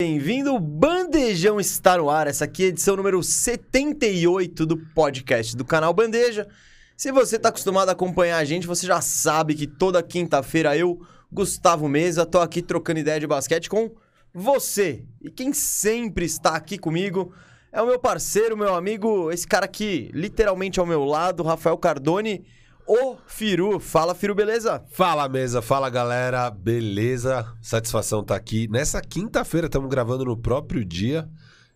Bem-vindo, Bandejão está no ar. Essa aqui é a edição número 78 do podcast do canal Bandeja. Se você está acostumado a acompanhar a gente, você já sabe que toda quinta-feira eu, Gustavo Mesa, tô aqui trocando ideia de basquete com você. E quem sempre está aqui comigo é o meu parceiro, meu amigo, esse cara aqui literalmente ao meu lado, Rafael Cardone, o Firu. Fala, Firu, beleza? Fala mesa, fala galera, beleza? Satisfação estar aqui. Nessa quinta-feira estamos gravando no próprio dia.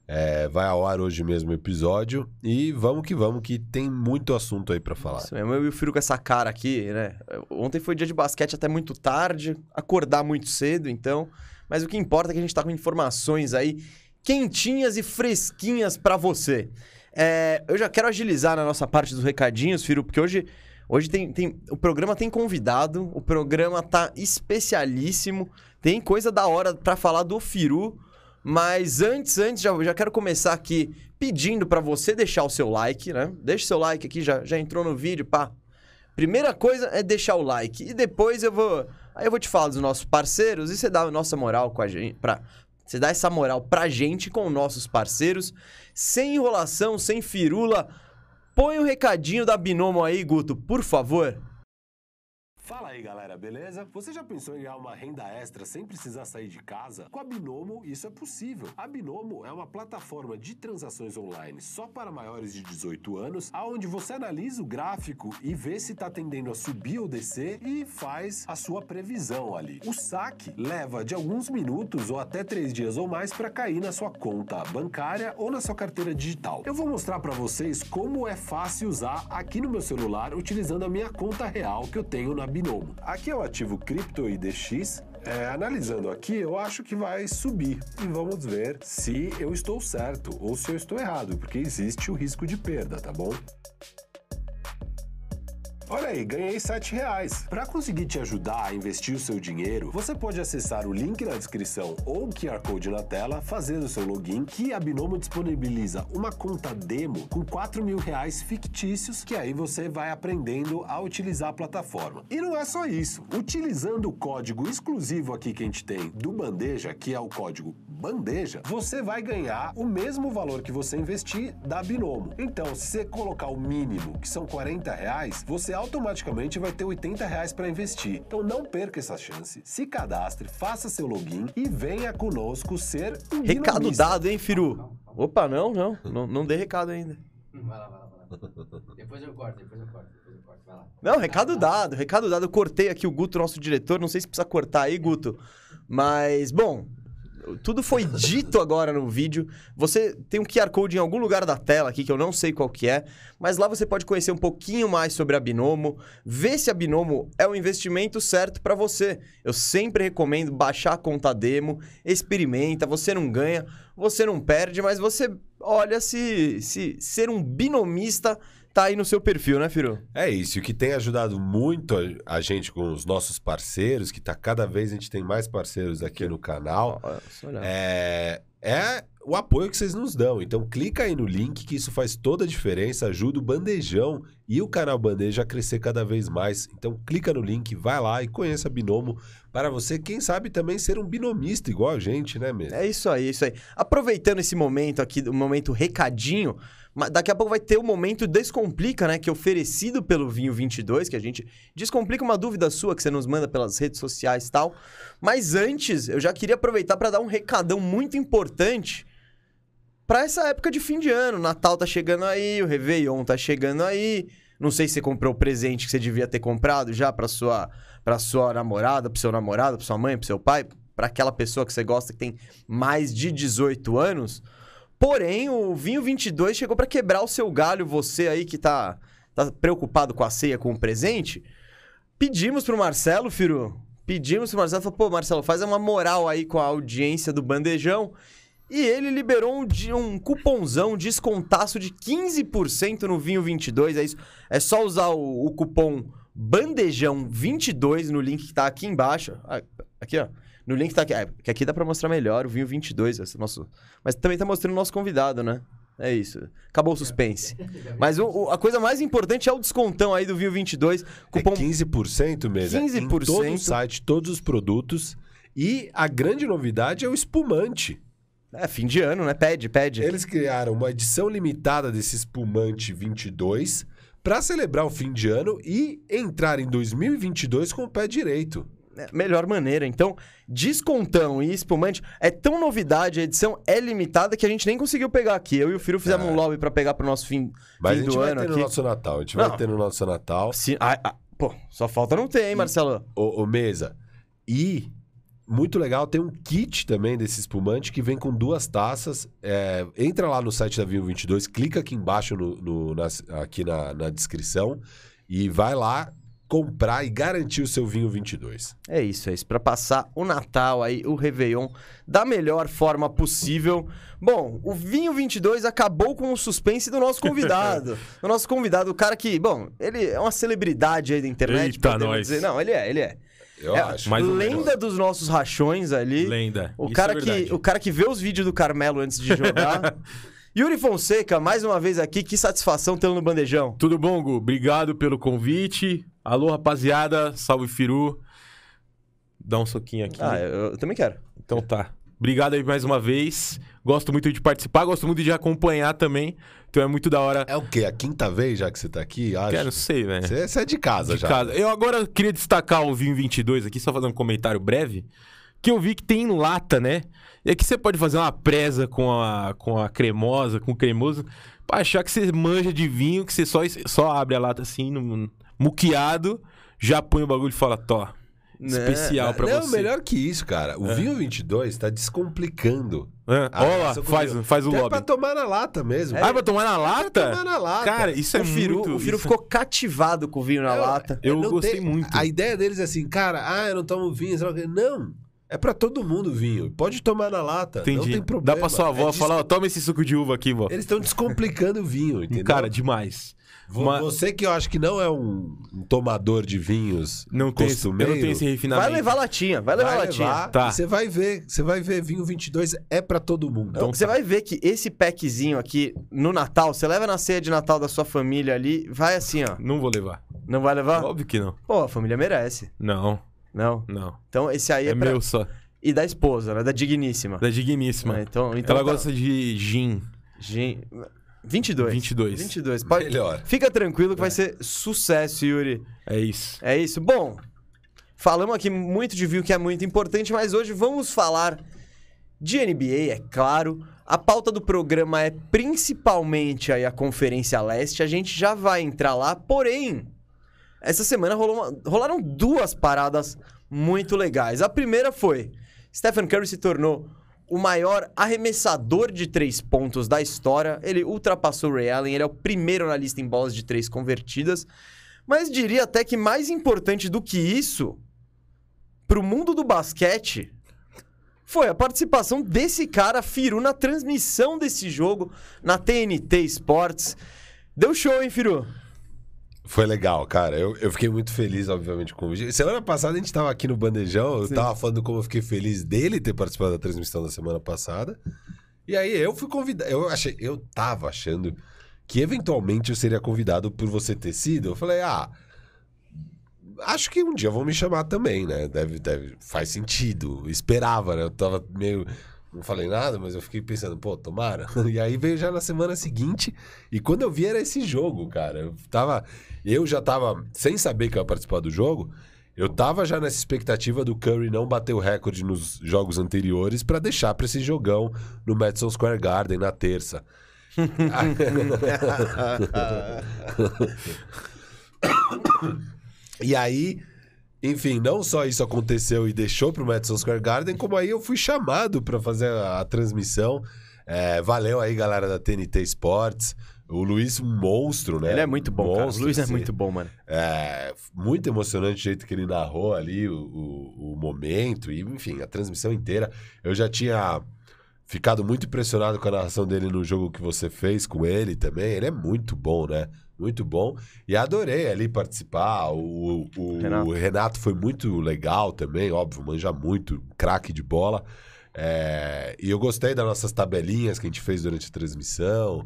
É, vai ao ar hoje mesmo o episódio. E vamos que vamos, que tem muito assunto aí pra falar. Isso mesmo, eu e o Firo com essa cara aqui, né? Ontem foi dia de basquete até muito tarde, acordar muito cedo, então. Mas o que importa é que a gente tá com informações aí quentinhas e fresquinhas pra você. É, eu já quero agilizar na nossa parte dos recadinhos, Firo, porque hoje, hoje tem, tem. O programa tem convidado, o programa tá especialíssimo, tem coisa da hora pra falar do Firu. Mas antes, antes, já, já quero começar aqui pedindo pra você deixar o seu like, né? Deixa o seu like aqui, já, já entrou no vídeo, pá. Primeira coisa é deixar o like. E depois eu vou. Aí eu vou te falar dos nossos parceiros e você dá a nossa moral com a gente. Pra, você dá essa moral pra gente com nossos parceiros. Sem enrolação, sem firula. Põe o recadinho da Binomo aí, Guto, por favor. Fala aí galera, beleza? Você já pensou em ganhar uma renda extra sem precisar sair de casa? Com a Binomo isso é possível. A Binomo é uma plataforma de transações online só para maiores de 18 anos, aonde você analisa o gráfico e vê se está tendendo a subir ou descer e faz a sua previsão ali. O saque leva de alguns minutos ou até três dias ou mais para cair na sua conta bancária ou na sua carteira digital. Eu vou mostrar para vocês como é fácil usar aqui no meu celular utilizando a minha conta real que eu tenho na Binomo. Aqui é o ativo Crypto IDX. É, analisando aqui, eu acho que vai subir e vamos ver se eu estou certo ou se eu estou errado, porque existe o risco de perda, tá bom? Olha aí, ganhei 7 reais. Para conseguir te ajudar a investir o seu dinheiro, você pode acessar o link na descrição ou o QR Code na tela, fazer o seu login, que a Binomo disponibiliza uma conta demo com 4 mil reais fictícios, que aí você vai aprendendo a utilizar a plataforma. E não é só isso. Utilizando o código exclusivo aqui que a gente tem do Bandeja, que é o código bandeja, você vai ganhar o mesmo valor que você investir da Binomo. Então, se você colocar o mínimo, que são 40 reais, você automaticamente vai ter 80 reais para investir. Então, não perca essa chance. Se cadastre, faça seu login e venha conosco ser um Recado binomista. dado, hein, Firu? Opa, não, não. Não, não dei recado ainda. Vai lá, vai lá, vai lá. Depois eu corto, depois eu corto, depois eu corto, vai lá. Não, recado dado, recado dado. Eu cortei aqui o Guto, nosso diretor. Não sei se precisa cortar aí, Guto. Mas, bom, tudo foi dito agora no vídeo. Você tem um QR Code em algum lugar da tela aqui, que eu não sei qual que é, mas lá você pode conhecer um pouquinho mais sobre a Binomo, ver se a Binomo é o investimento certo para você. Eu sempre recomendo baixar a conta demo, experimenta, você não ganha, você não perde, mas você olha se, se ser um binomista tá aí no seu perfil, né, Firu? É isso, e o que tem ajudado muito a- a gente com os nossos parceiros, que tá cada vez a gente tem mais parceiros aqui no canal, Ó, só olhar. é, é o apoio que vocês nos dão. Então clica aí no link que isso faz toda a diferença, ajuda o Bandejão e o canal Bandeja a crescer cada vez mais. Então clica no link, vai lá e conheça Binomo para você, quem sabe também ser um binomista igual a gente, né, mesmo? É isso aí, é isso aí. Aproveitando esse momento aqui, o momento recadinho, ma- daqui a pouco vai ter o momento Descomplica, né? Que é oferecido pelo Vinho 22, que a gente descomplica uma dúvida sua que você nos manda pelas redes sociais e tal. Mas antes, eu já queria aproveitar para dar um recadão muito importante para essa época de fim de ano. Natal tá chegando aí, o Réveillon tá chegando aí. Não sei se você comprou o presente que você devia ter comprado já para sua para sua namorada, pro seu namorado, pra sua mãe, pro seu pai, para aquela pessoa que você gosta que tem mais de 18 anos. Porém, o vinho 22 chegou para quebrar o seu galho, você aí que tá, tá preocupado com a ceia, com o presente. Pedimos pro Marcelo, Firu. Pedimos pro Marcelo, falou, pô, Marcelo, faz uma moral aí com a audiência do Bandejão. E ele liberou um, de- um cupomzão, um descontaço de 15% no vinho 22, é isso. É só usar o, o cupom bandejão22 no link que tá aqui embaixo. Ah, Aqui, ó. No link que tá aqui. Ah, que aqui dá pra mostrar melhor o vinho 22, esse nosso. Mas também tá mostrando o nosso convidado, né? É isso. Acabou o suspense. Mas o- o- a coisa mais importante é o descontão aí do vinho 22, cupom É 15% mesmo. 15%. Em todo o site, todos os produtos. E a grande novidade é o espumante. É, fim de ano, né? Pede, pede. Eles criaram uma edição limitada desse espumante 22 para celebrar o fim de ano e entrar em 2022 com o pé direito. É, Melhor maneira. Então, descontão e espumante é tão novidade, a edição é limitada que a gente nem conseguiu pegar aqui. Eu e o Firu É. fizemos um lobby pra pegar pro nosso fim, Mas fim a gente do vai ano ter aqui. no nosso Natal. A gente Não. vai ter no nosso Natal. Se- ah, ah, pô, só falta não ter, hein, Marcelo? Ô, ô, Mesa. E, muito legal, tem um kit também desse espumante que vem com duas taças. É, entra lá no site da Vinho 22, clica aqui embaixo no, no- na- aqui na, na descrição e vai lá comprar e garantir o seu Vinho 22. É isso, é isso. Pra passar o Natal aí, o Réveillon, da melhor forma possível. Bom, o Vinho 22 acabou com o suspense do nosso convidado. o nosso convidado, o cara que, bom, ele é uma celebridade aí da internet. Eita, podemos nós. dizer. Não, ele é, ele é. Eu É, acho. mais ou menos. Lenda dos nossos rachões ali. Lenda. O Isso cara, é verdade. que, o cara que vê os vídeos do Carmelo antes de jogar. Yuri Fonseca, mais uma vez aqui, que satisfação tê-lo no bandejão. Tudo bom, Gu? Obrigado pelo convite. Alô, rapaziada. Salve, Firu. Dá um soquinho aqui. Ah, eu, eu também quero. Então tá. Obrigado aí mais uma vez. Gosto muito de participar, gosto muito de acompanhar também. Então é muito da hora. É o quê? A quinta vez já que você tá aqui? Acho. Cara, não sei, velho. Você você é de casa de já. casa. Eu agora queria destacar o vinho 22 aqui, só fazer um comentário breve. Que eu vi que tem em lata, né? E aqui você pode fazer uma presa com a, com a cremosa, com o cremoso, pra achar que você manja de vinho, que você só, só abre a lata assim, no, muqueado, já põe o bagulho e fala, tó, Né? especial é pra Né, não, você. É. melhor que isso, cara. O Vinho 22 tá descomplicando. Hã? Ah, Ó lá, essa eu faz, um, comi. faz o Até lobby. pra tomar na lata mesmo. Ah, pra tomar na lata? tomar na lata. Cara, isso é o Firu, muito... o Firu isso- ficou cativado com o vinho na lata. Eu Não tem- gostei muito. A ideia deles é assim, cara, ah, eu não tomo vinho. sei lá o quê. Não, é pra todo mundo o vinho. Pode tomar na lata, não Entendi. tem problema. Dá pra sua avó É des- falar, ó, toma esse suco de uva aqui, vó. Eles estão descomplicando o vinho, entendeu? Cara, demais. Vo- uma- Você que eu acho que não é um, um tomador de vinhos Não tem, esse, eu não costumeiro, tenho esse refinamento. Vai levar latinha, vai levar vai latinha. levar, Tá. e você vai ver, você vai ver vinho 22 é pra todo mundo. Então, Você vai ver que esse packzinho aqui no Natal, você leva na ceia de Natal da sua família ali, vai assim, ó. Não vou levar. Não vai levar? Óbvio que não. Pô, a família merece. Não, Não. não. Então esse aí é, É pra... meu só. E da esposa, né? Da digníssima. Da digníssima. É, então, então Ela tá. gosta de gin. Gen- 22. 22. 22. Pode... Melhor. Fica tranquilo que vai ser sucesso, Yuri. É isso. É isso. Bom, falamos aqui muito de vinho que é muito importante, mas hoje vamos falar de NBA, é claro. A pauta do programa é principalmente aí a Conferência Leste. A gente já vai entrar lá, porém, essa semana rolou uma- rolaram duas paradas muito legais. A primeira foi: Stephen Curry se tornou o maior arremessador de três pontos da história. Ele ultrapassou o Ray Allen, ele é o primeiro na lista em bolas de três convertidas. Mas diria até que mais importante do que isso, pro mundo do basquete, foi a participação desse cara, Firu, na transmissão desse jogo na TNT Sports. Deu show, hein, Firu? Foi legal, cara. Eu, eu fiquei muito feliz, obviamente, com o vídeo. Semana passada a gente tava aqui no Bandejão, eu tava falando como eu fiquei feliz dele ter participado da transmissão da semana passada. E aí eu fui convidado. Eu achei, eu tava achando que eventualmente eu seria convidado por você ter sido. Eu falei, ah, acho que um dia vão me chamar também, né? Deve, deve, faz sentido. Esperava, né? Eu tava meio. Não falei nada, mas eu fiquei pensando, pô, tomara. E aí veio já na semana seguinte, e quando eu vi era esse jogo, cara. Eu tava. Eu já tava, sem saber que eu ia participar do jogo, eu tava já nessa expectativa do Curry não bater o recorde nos jogos anteriores pra deixar pra esse jogão no Madison Square Garden na terça. E aí, enfim, não só isso aconteceu e deixou pro Madison Square Garden, como aí eu fui chamado para fazer a, a transmissão. É, valeu aí, galera da TNT Sports. O Luiz, um monstro, né? Ele é muito bom, cara. O Monstro, Luiz é assim. muito bom, mano. É, muito emocionante o jeito que ele narrou ali o, o- o momento e, enfim, a transmissão inteira. Eu já tinha ficado muito impressionado com a narração dele no jogo que você fez com ele também. Ele é muito bom, né? Muito bom. E adorei ali participar. O, o- Renato. o Renato foi muito legal também, óbvio, manja muito, craque de bola. É, e eu gostei das nossas tabelinhas que a gente fez durante a transmissão.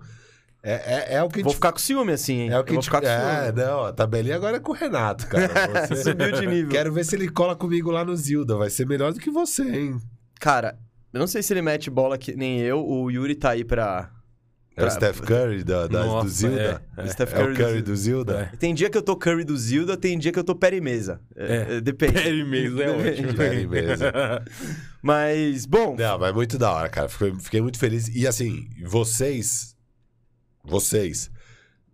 É, é- é o que a Vou gente ficar com ciúme assim, hein? é o que Eu vou te- ficar com É, ciúme. não, a tabelinha agora é com o Renato, cara. Você... Subiu de nível. Quero ver se ele cola comigo lá no Zilda. Vai ser melhor do que você, hein? Cara, Eu não sei se ele mete bola que nem eu. O Yuri tá aí pra. É o Pra- Steph Curry da, da- Nossa, do Zilda? o Steph É, o Curry do- do Zilda? Tem dia que eu tô Curry do Zilda, tem dia que eu tô Perry Mesa. É, É. é, depende. Perry Mesa é ótimo. Curry mesmo. Mas, bom, Não, mas muito da hora, cara. Fiquei, fiquei muito feliz. E assim, vocês. Vocês.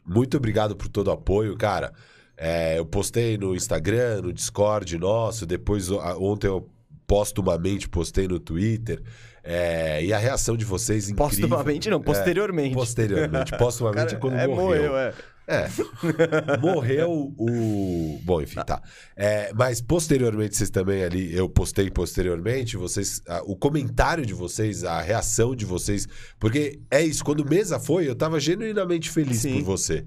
Muito obrigado por todo o apoio, cara. É, eu postei no Instagram, no Discord nosso. Depois, o- a- ontem eu postumamente postei no Twitter. É, e a reação de vocês incrível. postumamente não, posteriormente. Posteriormente. Postumamente é quando é, morreu. morreu, é. É. Morreu o. Bom, enfim, tá. É, mas posteriormente, vocês também ali, eu postei posteriormente, vocês. ah, o comentário de vocês, a reação de vocês. Porque é isso, quando mesa foi, eu tava genuinamente feliz Sim. por você.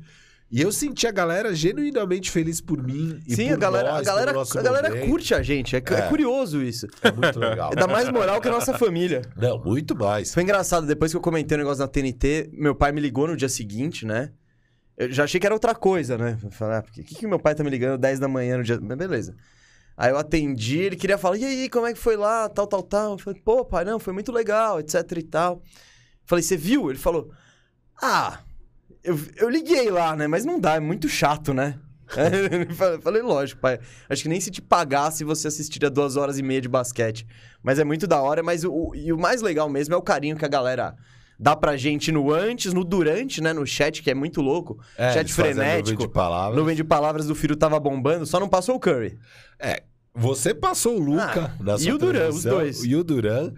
E eu senti a galera genuinamente feliz por mim e Sim, por a galera, nós, a galera, pelo nosso a galera momento. curte a gente. É, cu- é É. curioso isso. É muito legal. Dá mais moral que a nossa família. Não, muito mais. Foi engraçado, depois que eu comentei o negócio na TNT, meu pai me ligou no dia seguinte, né? Eu já achei que era outra coisa, né? Eu Falei, ah, por que, que que meu pai tá me ligando 10 da manhã no dia. Mas beleza. Aí eu atendi, ele queria falar, e aí, como é que foi lá, tal, tal, tal. Eu falei, pô, pai, não, foi muito legal, etc e tal. Eu Falei, você viu? Ele falou, ah, eu, eu liguei lá, né? Mas não dá, é muito chato, né? Eu Falei, lógico, pai. Acho que nem se te pagasse você assistiria duas horas e meia de basquete. Mas é muito da hora, mas o, e o mais legal mesmo é o carinho que a galera dá pra gente no antes, no durante, né? No chat, que é muito louco. É, chat eles fazem nuvem frenético. de palavras. Nuvem de palavras do Firo tava bombando, só não passou o Curry. Você passou o Luca Ah, na e sua o Duran, os transição, dois. E o Duran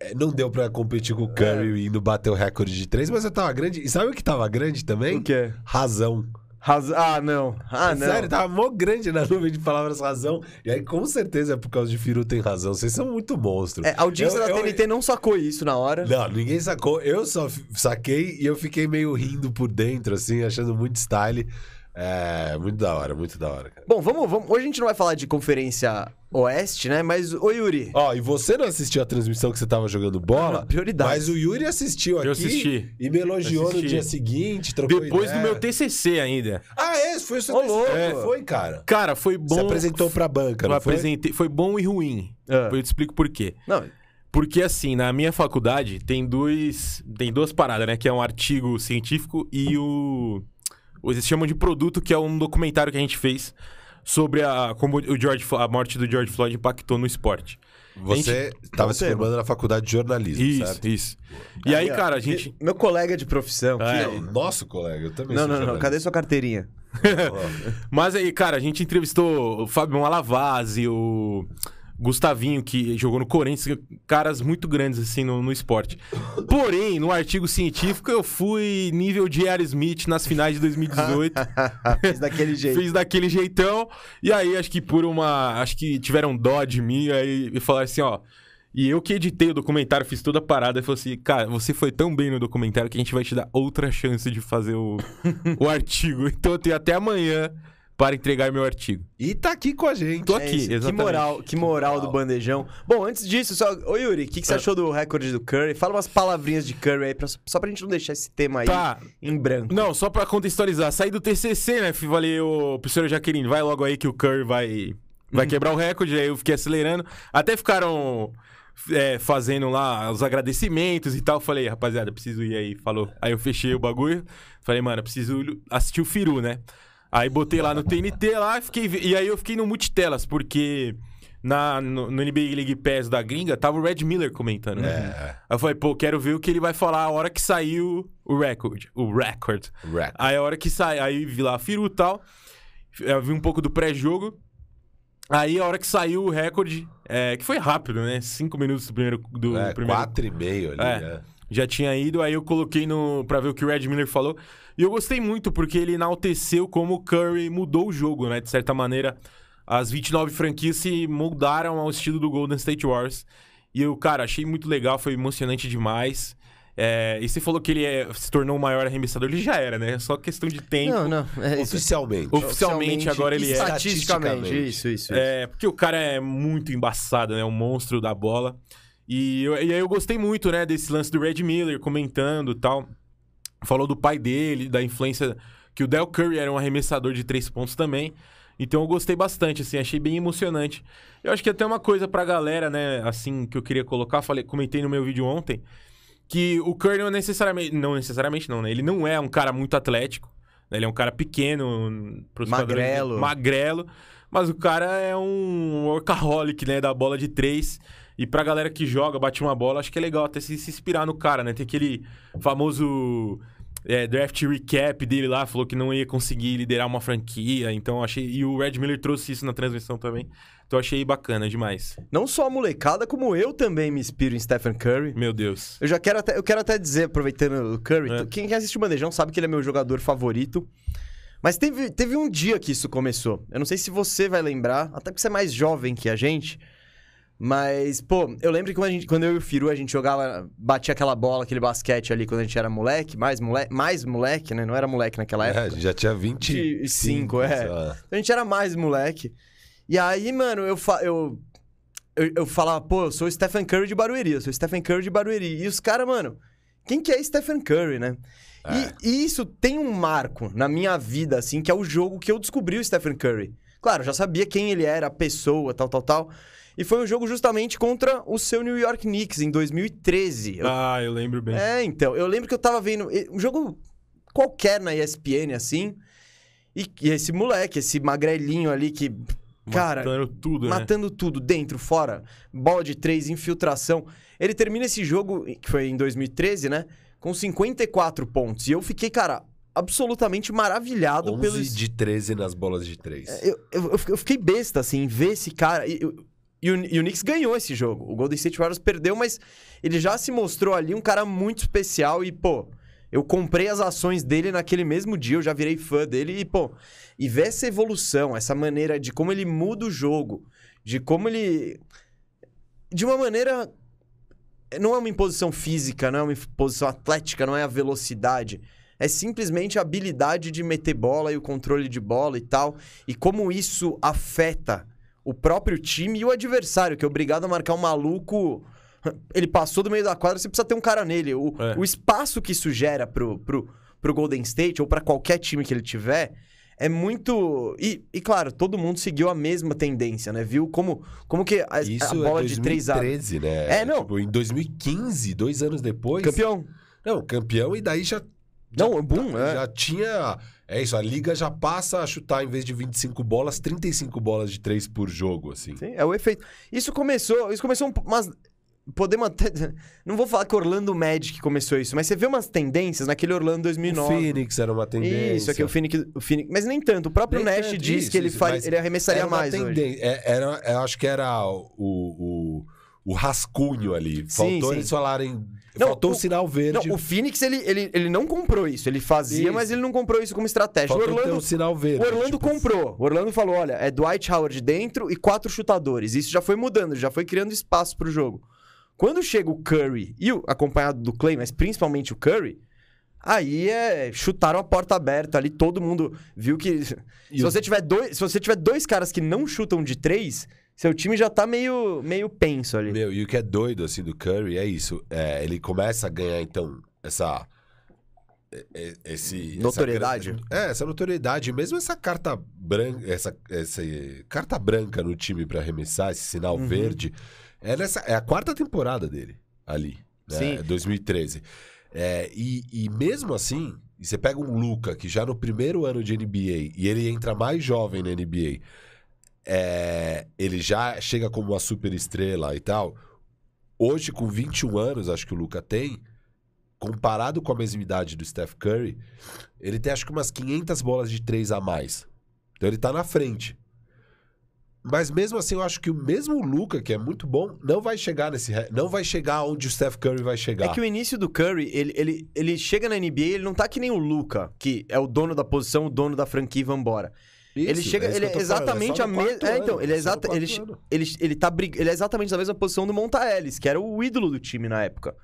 eh, não deu pra competir com o Curry É. indo bater o recorde de três, mas eu tava grande. E sabe o que tava grande também? quê? Razão. É Ah, não. Ah, não. Sério, tava mó grande na nuvem de palavras razão. E aí, com certeza, é por causa de Firu tem razão. Vocês são muito monstros. É, a audiência Eu- da eu- TNT não sacou isso na hora. Não, ninguém sacou. Eu só f- saquei e eu fiquei meio rindo por dentro, assim, achando muito style. É, muito da hora, muito da hora, cara. Bom, vamos, vamos. Hoje a gente não vai falar de conferência oeste, né? Mas, ô Yuri. Ó, e você não assistiu a transmissão que você tava jogando bola? Ah, prioridade. Mas o Yuri assistiu aqui. Eu assisti. E me elogiou no Assisti. dia seguinte, trocou Depois do ideia. meu TCC ainda. Ah, é? Foi o seu Ô, TCC? louco. É, Foi, cara. Cara, foi bom. Você apresentou pra banca, eu não foi? apresentei- foi bom e ruim. Ah. Eu te explico por quê. Não, Porque assim, na minha faculdade tem dois, tem duas paradas, né, que é um artigo científico e o eles chamam de produto, que é um documentário que a gente fez sobre a como o George Flo- a morte do George Floyd impactou no esporte. Você tava se Não tem, formando na faculdade de jornalismo, Isso, certo? isso. E aí, cara, a gente Meu colega de profissão. É. que- Não, nosso colega, eu também Não, sou não, não. jornalista. É, Cadê sua carteirinha? Mas aí, cara, a gente entrevistou o Fábio Malavazzi, o Gustavinho, que jogou no Corinthians, caras muito grandes, assim, no, no esporte. Porém, no artigo científico, eu fui nível de Air Smith nas finais de 2018. Fiz Ah, daquele jeito. Fiz daquele jeitão. E aí, acho que por uma. Acho que tiveram dó de mim. Aí e falaram assim, ó. E eu que editei o documentário, fiz toda a parada. E falou assim, cara, você foi tão bem no documentário que a gente vai te dar outra chance de fazer o, o artigo. Então eu tenho até amanhã para entregar meu artigo. E tá aqui com a gente. Tô É aqui, isso, que exatamente. moral, que moral do bandejão. Bom, antes disso, só. Ô Yuri, o que, que Ah. você achou do recorde do Curry? Fala umas palavrinhas de Curry aí, pra, só pra gente não deixar esse tema aí Tá. em branco. Não, só pra contextualizar, saí do TCC, né? Fui- Falei, ô, professora Jaqueline, vai logo aí que o Curry vai, vai quebrar o recorde. Aí eu fiquei acelerando. Até ficaram é, fazendo lá os agradecimentos e tal. Falei, rapaziada, preciso ir aí. Falou. Aí eu fechei o bagulho. Falei, mano, eu preciso assistir o Firu, né? Aí botei lá no TNT lá, fiquei, ve- e aí eu fiquei no multitelas, porque na, no, no NBA League Pass da gringa tava o Red Miller comentando. né? É, Aí eu falei, pô, quero ver o que ele vai falar a hora que saiu o recorde. O recorde. rap. Aí a hora que sai, aí vi lá Firu e tal. Eu vi um pouco do pré-jogo. Aí a hora que saiu o recorde, é, que foi rápido, né? Cinco minutos do primeiro. Do É, primeiro quatro e meio ali, É. né? já tinha ido, aí eu coloquei no para ver o que o Red Miller falou. E eu gostei muito porque ele enalteceu como o Curry mudou o jogo, né? De certa maneira, as 29 franquias se moldaram ao estilo do Golden State Warriors. E eu, cara, achei muito legal, foi emocionante demais. É, e você falou que ele é- se tornou o maior arremessador, ele já era, né? Só questão de tempo. não, não, é isso. Oficialmente. Oficialmente, agora ele é. Estatisticamente, Estatisticamente. isso, isso. isso. É, porque o cara é muito embaçado, né? Um monstro da bola. E, eu- e aí eu gostei muito, né, desse lance do Red Miller comentando e tal. Falou do pai dele, da influência Que o Del Curry era um arremessador de três pontos também. Então eu gostei bastante, assim, achei bem emocionante. Eu acho que até uma coisa pra galera, né, assim, que eu queria colocar, falei, comentei no meu vídeo ontem, que o Curry não é necessariamente, não necessariamente não, né, ele não é um cara muito atlético, né, ele é um cara pequeno, pros padrões- Magrelo. magrelo, mas o cara é um workaholic, né, da bola de três, e pra galera que joga, bate uma bola, acho que é legal até se, se inspirar no cara, né, tem aquele famoso é, draft recap dele lá, falou que não ia conseguir liderar uma franquia, então achei. E o Red Miller trouxe isso na transmissão também. Então achei bacana demais. Não só a molecada, como eu também me inspiro em Stephen Curry. Meu Deus. Eu já quero até, eu quero até dizer, aproveitando o Curry, É. t- quem assiste o Bandejão sabe que ele é meu jogador favorito. Mas teve, teve um dia que isso começou. Eu não sei se você vai lembrar, até porque você é mais jovem que a gente. Mas, pô, eu lembro que quando, a gente- quando eu e o Firu, a gente jogava, batia aquela bola, aquele basquete ali, quando a gente era moleque, mais moleque, mais moleque né? Não era moleque naquela É, época. a gente já tinha 25. 25, é. sei lá. A gente era mais moleque. E aí, mano, eu, fa- eu, eu, eu falava, pô, eu sou o Stephen Curry de Barueri, eu sou o Stephen Curry de Barueri. E os caras, mano, quem que é Stephen Curry, né? E, e isso tem um marco na minha vida, assim, que é o jogo que eu descobri o Stephen Curry. Claro, eu já sabia quem ele era, a pessoa, tal, tal, tal. E foi um jogo justamente contra o seu New York Knicks em 2013. Eu Ah, eu lembro bem. é, então. Eu lembro que eu tava vendo eh, um jogo qualquer na ESPN, assim. E, e esse moleque, esse magrelinho ali que. Cara, Matando tudo, né? matando tudo, dentro, fora, bola de três, infiltração. Ele termina esse jogo, que foi em 2013, né? Com 54 pontos. E eu fiquei, cara, absolutamente maravilhado 11 pelo. de 13 nas bolas de 3. É, Eu, eu, eu fiquei- eu fiquei besta, assim, em ver esse cara. E, eu- e o, e o Knicks ganhou esse jogo. O Golden State Warriors perdeu, mas ele já se mostrou ali um cara muito especial. E, pô, eu comprei as ações dele naquele mesmo dia, eu já virei fã dele. E, pô, e ver essa evolução, essa maneira de como ele muda o jogo, de como ele. De uma maneira. Não é uma imposição física, não é uma imposição atlética, não é a velocidade. É simplesmente a habilidade de meter bola e o controle de bola e tal. E como isso afeta o próprio time e o adversário, que é obrigado a marcar um maluco. Ele passou do meio da quadra, você precisa ter um cara nele. O, É. o espaço que isso gera pro, pro, pro Golden State ou pra qualquer time que ele tiver é muito. E, e, claro, todo mundo seguiu a mesma tendência, né? Viu como, como que a, a Isso bola é de três áreas. 2013, né? É, não. Tipo, em 2015, dois anos depois. Campeão! Não, campeão, e daí já. tá, Não, o boom, é. Já tinha. É isso, a liga já passa a chutar, em vez de 25 bolas, 35 bolas de 3 por jogo, assim. Sim, é o efeito. Isso começou, isso começou, um po- mas podemos até não vou falar que Orlando Magic começou isso, mas você vê umas tendências naquele Orlando O 2009. Phoenix era uma tendência. Isso, é aqui o Phoenix, o Phoenix, mas nem tanto. O próprio Nem Nash tanto, diz isso, que ele isso, faria, mas ele arremessaria era uma mais hoje. tendência. É, Era, eu acho que era o, o, o rascunho ali. Sim, Faltou sim. eles falarem. Não, faltou o, o- sinal verde. Não, o Phoenix ele, ele, ele não comprou isso, ele fazia, Isso. mas ele não comprou isso como estratégia. O faltou ter Orlando, um sinal o verde. Orlando tipo, comprou. O Orlando falou, olha, é Dwight Howard dentro e quatro chutadores. Isso já foi mudando, já foi criando espaço pro jogo. Quando chega o Curry e o acompanhado do Clay, mas principalmente o Curry, aí é chutaram a porta aberta ali, todo mundo viu que E se os- você tiver dois, se você tiver dois caras que não chutam de três, seu time já tá meio meio penso ali. Meu, e o que é doido, assim, do Curry é isso. É, ele começa a ganhar, então, essa... é, é, Esse, essa- Notoriedade? é, essa notoriedade, mesmo essa carta branca, essa, essa carta branca no time pra arremessar, esse sinal Uhum. verde, é, nessa, é a quarta temporada dele ali, né? Sim. É 2013. É, e, e mesmo assim, e você pega um Luca que já no primeiro ano de NBA e ele entra mais jovem na NBA, é, ele já chega como uma super estrela e tal. Hoje, com 21 anos, acho que o Luca tem, comparado com a mesma idade do Steph Curry, ele tem acho que umas 500 bolas de três a mais. Então ele tá na frente. Mas mesmo assim, eu acho que o mesmo Luca, que é muito bom, não vai chegar nesse, re- não vai chegar onde o Steph Curry vai chegar. É que o início do Curry, ele, ele, ele chega na NBA, ele não tá que nem o Luca, que é o dono da posição, o dono da franquia e vambora. Isso, ele chega, é isso ele que é eu tô falando, exatamente só a no mesma. quarto É, ano, então, ele é, só no exata... quarto ele, ano. ele, ele, tá brig... ele é exatamente na mesma posição do Monta Ellis, que era o ídolo do time na época.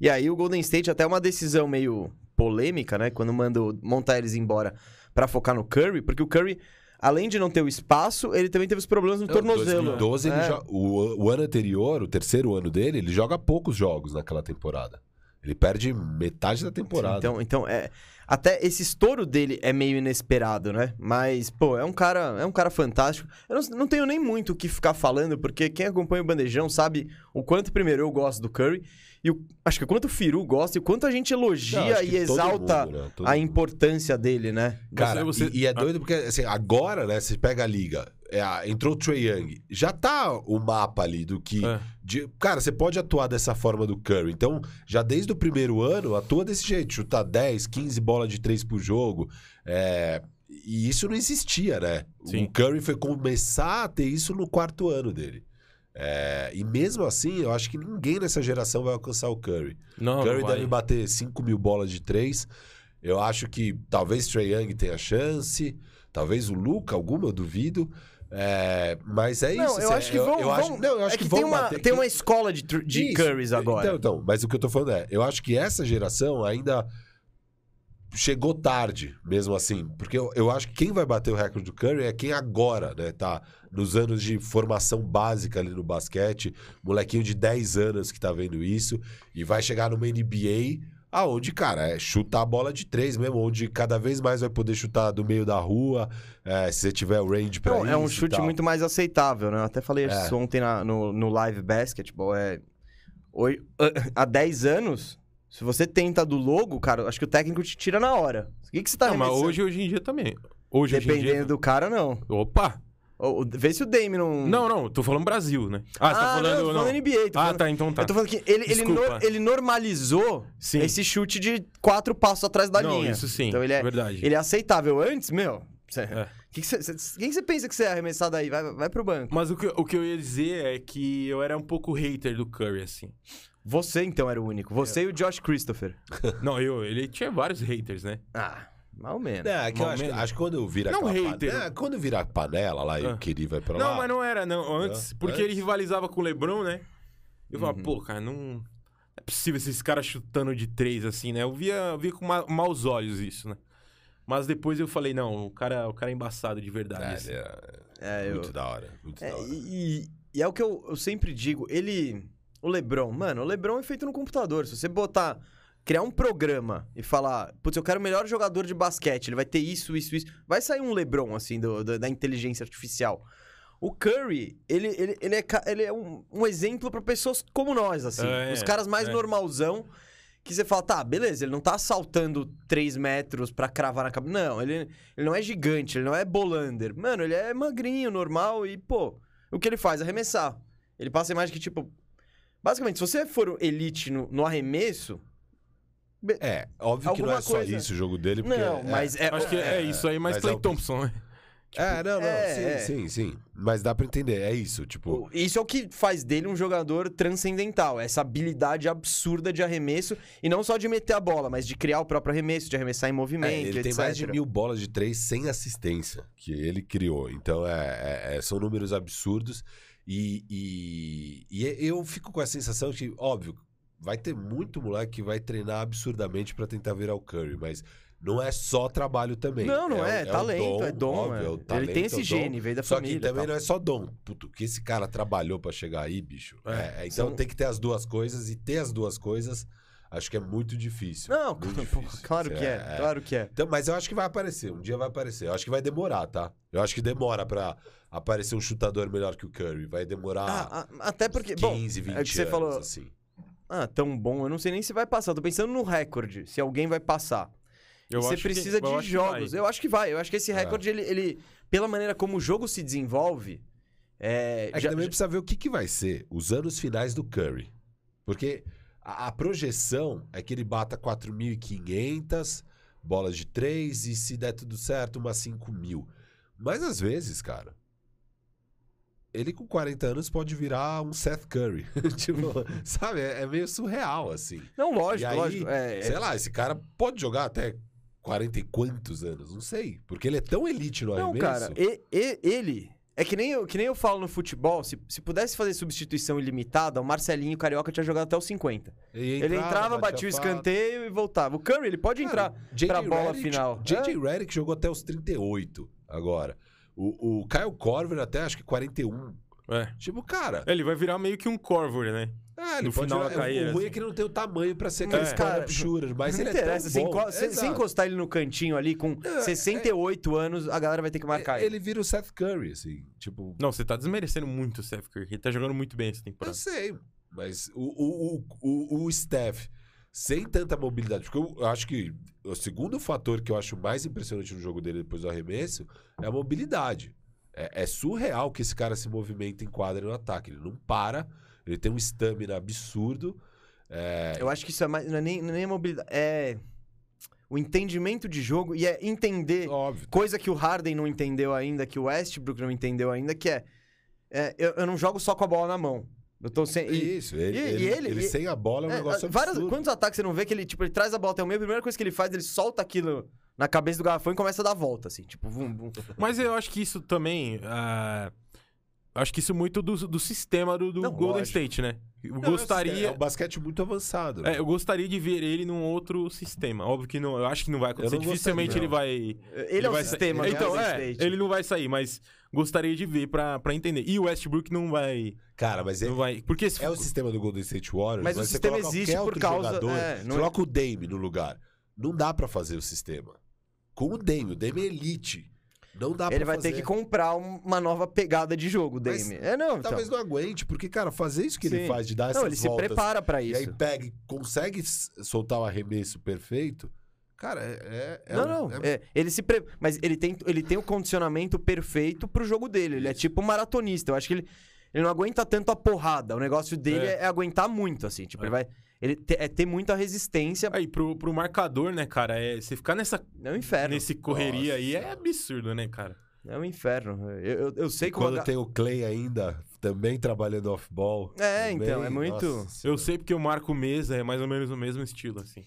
E aí o Golden State até uma decisão meio polêmica, né? Quando manda o Monta Ellis embora pra focar no Curry, porque o Curry, além de não ter o espaço, ele também teve os problemas no Não, tornozelo. 2012, ele É. jo- o, o ano anterior, o terceiro ano dele, ele joga poucos jogos naquela temporada. Ele perde metade da temporada. Então, então é, até esse estouro dele é meio inesperado, né? Mas, pô, é um cara, é um cara fantástico. Eu não, não tenho nem muito o que ficar falando, porque quem acompanha o Bandejão sabe o quanto, primeiro, eu gosto do Curry, e o- acho que o quanto o Firu gosta, e o quanto a gente Não, elogia acho e que todo exalta mundo, né? Todo a mundo. importância dele, né? Cara, Você- Ah. você- E, e é doido porque, assim, agora, né, você pega a liga, é a- entrou o Trae Young, já tá o mapa ali do que... É. de- cara, você pode atuar dessa forma do Curry. Então, já desde o primeiro ano, atua desse jeito, chutar 10, 15 bolas de 3 por jogo. é, e isso não existia, né? Sim. O Curry foi começar a ter isso no quarto ano dele. É, e mesmo assim, eu acho que ninguém nessa geração vai alcançar o Curry. Não, Curry não vai. deve bater 5 mil bolas de 3. Eu acho que talvez Trae Young tenha chance, talvez o Luca, alguma, eu duvido. É, mas é Não, isso. eu assim, acho que vão- eu vão- acho- não, eu acho é que, vão tem, uma, bater. tem uma escola de, tru- de Isso. Currys agora. Então, então, mas o que eu tô falando é, eu acho que essa geração ainda chegou tarde, mesmo assim. Porque eu, eu acho que quem vai bater o recorde do Curry é quem agora, né, tá nos anos de formação básica ali no basquete, molequinho de 10 anos que tá vendo isso, e vai chegar numa NBA aonde, cara, é chutar a bola de três mesmo, onde cada vez mais vai poder chutar do meio da rua, é, se você tiver o range pra Não, é um isso e chute tal. muito mais aceitável, né? Eu até falei É. isso ontem na- no, no live basketball. É... Oi- Há 10 anos, se você tenta do logo, cara, acho que o técnico te tira na hora. O que, que você tá Não, mas arremessando? hoje, hoje em dia também. Hoje, hoje em Dependendo dia... do cara, não. Opa! O- o- Vê se o Dame não... Não, não, tô falando Brasil, né? Ah, você tá não, falando... eu tô falando NBA. tô ah, falando- tá, então tá. Eu tô falando que ele, ele, Desculpa. nor- ele normalizou Sim. esse chute de quatro passos atrás da não, linha. isso sim, Então ele é, verdade. ele é aceitável. Antes, meu... cê- É. que que cê- cê- Quem você pensa que você é arremessado aí? Vai, vai pro banco. Mas o que, o que eu ia dizer é que eu era um pouco hater do Curry, assim. Você então era o único. Você e o Josh Christopher. Não, eu, ele tinha vários haters, né? Ah, mal menos. É, que eu Mal acho, que- menos. acho que quando eu virar né? Não aquela hater. panela, quando eu virar a panela lá e Ah. o Kiri vai pra lá. Não, mas não era, não. Antes, Ah, porque antes? ele rivalizava com o Lebron, né? Eu falava, pô, cara, não... não é possível esses caras chutando de três, assim, né? Eu via, eu via com ma maus olhos isso, né? Mas depois eu falei, não, o cara, o cara é embaçado de verdade. É, assim. ele é É, eu... muito da hora. Muito É, da hora. e, e é o que eu, eu sempre digo. Ele... O LeBron, mano, o LeBron é feito no computador. Se você botar... Criar um programa e falar, putz, eu quero o melhor jogador de basquete, ele vai ter isso, isso, isso. Vai sair um LeBron, assim, do- do- da inteligência artificial. O Curry, ele, ele, ele é, ca- ele é um, um exemplo pra pessoas como nós, assim. É, Os caras mais é. normalzão, que você fala, tá, beleza, ele não tá saltando 3 metros pra cravar na cabeça. Não, ele, ele não é gigante, ele não é bolander. Mano, ele é magrinho, normal e, pô, o que ele faz? Arremessar. Ele passa a imagem que, tipo... Basicamente, se você for elite no, no arremesso... É, óbvio que não é Alguma só coisa- isso o jogo dele, porque. não, é, mas é... Acho que é, isso aí, mas, mas Clay é o- Thompson, né? É, não, não. é, sim, é. sim, sim. Mas dá pra entender, é isso. Tipo, O- Isso é o que faz dele um jogador transcendental, essa habilidade absurda de arremesso, e não só de meter a bola, mas de criar o próprio arremesso, de arremessar em é, movimento, ele tem etc. mais de mil bolas de três sem assistência que ele criou. Então, é, é- é- são números absurdos. E, e- e eu fico com a sensação que, óbvio, vai ter muito moleque que vai treinar absurdamente pra tentar virar o Curry, mas. Não é só trabalho também. Não, não é, o- o talento, é dom, óbvio, é. o Ele talento, tem é o esse dom. gene, veio da Só família e que também tal. não é só dom. Puto, o que esse cara trabalhou pra chegar aí, bicho. É, É, é, então são- tem que ter as duas coisas e ter as duas coisas acho que é muito difícil. Não, muito pô, difícil. claro que é, claro que é. Então, mas eu acho que vai aparecer, um dia vai aparecer. Eu acho que vai demorar, tá? Eu acho que demora pra aparecer um chutador melhor que o Curry. Vai demorar Ah, a- até porque, 15, bom, 20 é o que você anos, falou, assim. ah, tão bom, eu não sei nem se vai passar, tô pensando no recorde, se alguém vai passar. Eu você acho que- precisa eu acho de que jogos. vai. É. Eu acho que vai. Eu acho que esse recorde, ele, ele- pela maneira como o jogo se desenvolve, é, É que já- também precisa ver o que, que vai ser os anos finais do Curry. Porque a, a projeção é que ele bata 4.500 bolas de 3 e se der tudo certo, umas 5.000. Mas às vezes, cara, ele com 40 anos pode virar um Seth Curry. tipo, sabe? É, é meio surreal, assim. não, lógico, E aí, lógico. é, é- Sei lá, esse cara pode jogar até 40 e quantos anos, não sei. Porque ele é tão elite no Não, arremesso. cara, e- e- ele. É que nem, eu, que nem eu falo no futebol, se, se pudesse fazer substituição ilimitada, o Marcelinho Carioca tinha jogado até os 50. ele entrava, batia o escanteio. escanteio e voltava. O Curry, ele pode entrar J.J. pra bola Redick- final. É. J.J. Redick jogou até os 38 agora. O, o Kyle Corver até acho que 41. É. Tipo, cara, Ele vai virar meio que um Corvor, né? ah, ele No pode final virar- vai cair, O ruim é assim. que ele não tem o tamanho pra ser Mas, aquele É. cara, cara shooter, mas não ele interessa. é se, tão bom. enco- se- se Exato. É, encostar ele no cantinho ali com 68 anos, a galera vai ter que marcar ele. Ele vira o Seth Curry, assim, tipo. Não, você tá desmerecendo muito o Steph Curry. Ele tá jogando muito bem essa Eu temporada. sei, mas o, o, o, o, o Steph, sem tanta mobilidade, porque eu acho que o segundo fator que eu acho mais impressionante no jogo dele depois do arremesso é a mobilidade. É, é surreal que esse cara se movimenta em quadra e no ataque. Ele não para, ele tem um stamina absurdo. É, Eu acho que isso é mais. Não é nem, não é nem a mobilidade. É. O entendimento de jogo e é entender. óbvio. Coisa que o Harden não entendeu ainda, que o Westbrook não entendeu ainda, que é. é, eu, eu não jogo só com a bola na mão. Eu tô sem. e- Isso, ele, e- e ele, ele- ele e- sem a bola é um É, negócio absurdo. várias- quantos ataques você não vê que ele, tipo, ele traz a bola até o meio, a primeira coisa que ele faz, ele solta aquilo na cabeça do garrafão e começa a dar volta, assim, tipo, vum, vum. Mas eu acho que isso também. ah, acho que isso muito do, do sistema do, do Não, Golden lógico. State, né? Eu Não, é um- É gostaria. um basquete muito avançado. né? é, eu gostaria de ver ele num outro sistema. Óbvio que não. Eu acho que não vai acontecer. não Dificilmente ele vai. Ele, é o vai sa- sistema do Então, Golden é, State. ele não vai sair, mas gostaria de ver pra, pra entender. E o Westbrook não vai. Cara, mas é, Não vai porque se É o sistema do Golden State Warriors, Mas o mas, você sistema coloca qualquer existe por outro causa- Jogador, é, não você coloca o Dame no lugar. Não dá pra fazer o sistema. Com o Dame, o Dame é elite. Não dá Ele tá pra vai fazer. ter que comprar um- uma nova pegada de jogo, Mas Dame. É, não, então. Talvez não aguente, porque, cara, fazer isso que Sim. ele faz, de dar essas Não, ele se voltas, prepara pra E aí isso. pega e consegue s- soltar o arremesso perfeito, cara, é... é- é não, um- não. é- é, ele se pre... Mas ele tem, ele tem o condicionamento perfeito pro jogo dele. Ele é tipo um maratonista. Eu acho que ele, ele não aguenta tanto a porrada. O negócio dele é, é aguentar muito, assim. Tipo, É. ele vai. Ele te- é ter muita resistência. Aí, pro, pro marcador, né, cara? É, você ficar nessa É um inferno. nesse correria aí Nossa. é absurdo, né, cara? É um inferno. Eu, eu, eu sei E como. a Quando ga- tem o Clay ainda, também trabalhando off-ball. É, também, então, é muito- nossa Eu sei porque eu marco mesa, é mais ou menos o mesmo estilo, assim.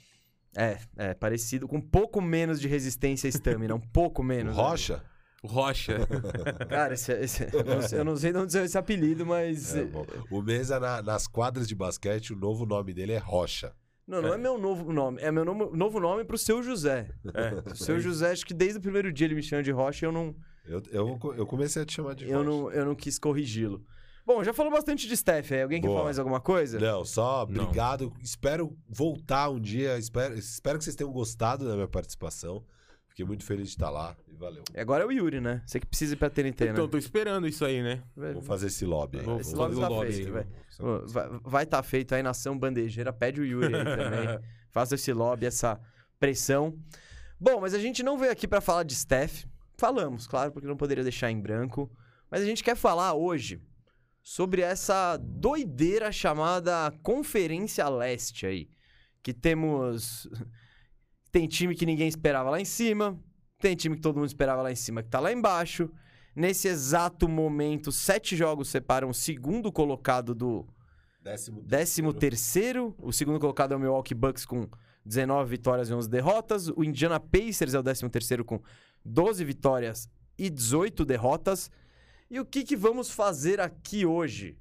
É, é, parecido. Com um pouco menos de resistência e stamina. Um pouco Senhora. menos. né? Rocha? Rocha. Cara, esse- esse- eu, não sei, eu não sei de onde saiu esse apelido, mas. É, bom. O Mesa, na- nas quadras de basquete, o novo nome dele é Rocha. Não, não é. meu novo nome. É meu novo, novo nome pro seu José. É. O seu José, acho que desde o primeiro dia ele me chama de Rocha e eu não, Eu, eu, eu comecei a te chamar de eu Rocha. não, eu não quis corrigi-lo. Bom, já falou bastante de Steph. aí. Alguém quer Boa. falar mais alguma coisa? Não, só Não. obrigado. Espero voltar um dia. Espero, espero que vocês tenham gostado da minha participação. Fiquei muito feliz de estar lá e valeu. E Agora é o Yuri, né? Você que precisa ir pra TNT, Então, né? tô esperando isso aí, né? Vai- Vou fazer esse lobby. aí. Vou- Esse vou lobby fazer o tá lobby feito, aí, vai. Ô, vai- Vai estar feito aí, nação bandejeira. Pede o Yuri aí também. Faça esse lobby, essa pressão. Bom, mas a gente não veio aqui pra falar de Steph. Falamos, claro, porque não poderia deixar em branco. Mas a gente quer falar hoje sobre essa doideira chamada Conferência Leste aí. Que temos. Tem time que ninguém esperava lá em cima. Tem time que todo mundo esperava lá em cima que tá lá embaixo. Nesse exato momento, sete jogos separam o segundo colocado do um Décimo décimo terceiro. O segundo colocado é o Milwaukee Bucks com 19 vitórias e 11 derrotas. O Indiana Pacers é o décimo terceiro com 12 vitórias e 18 derrotas. E o que, que vamos fazer aqui hoje?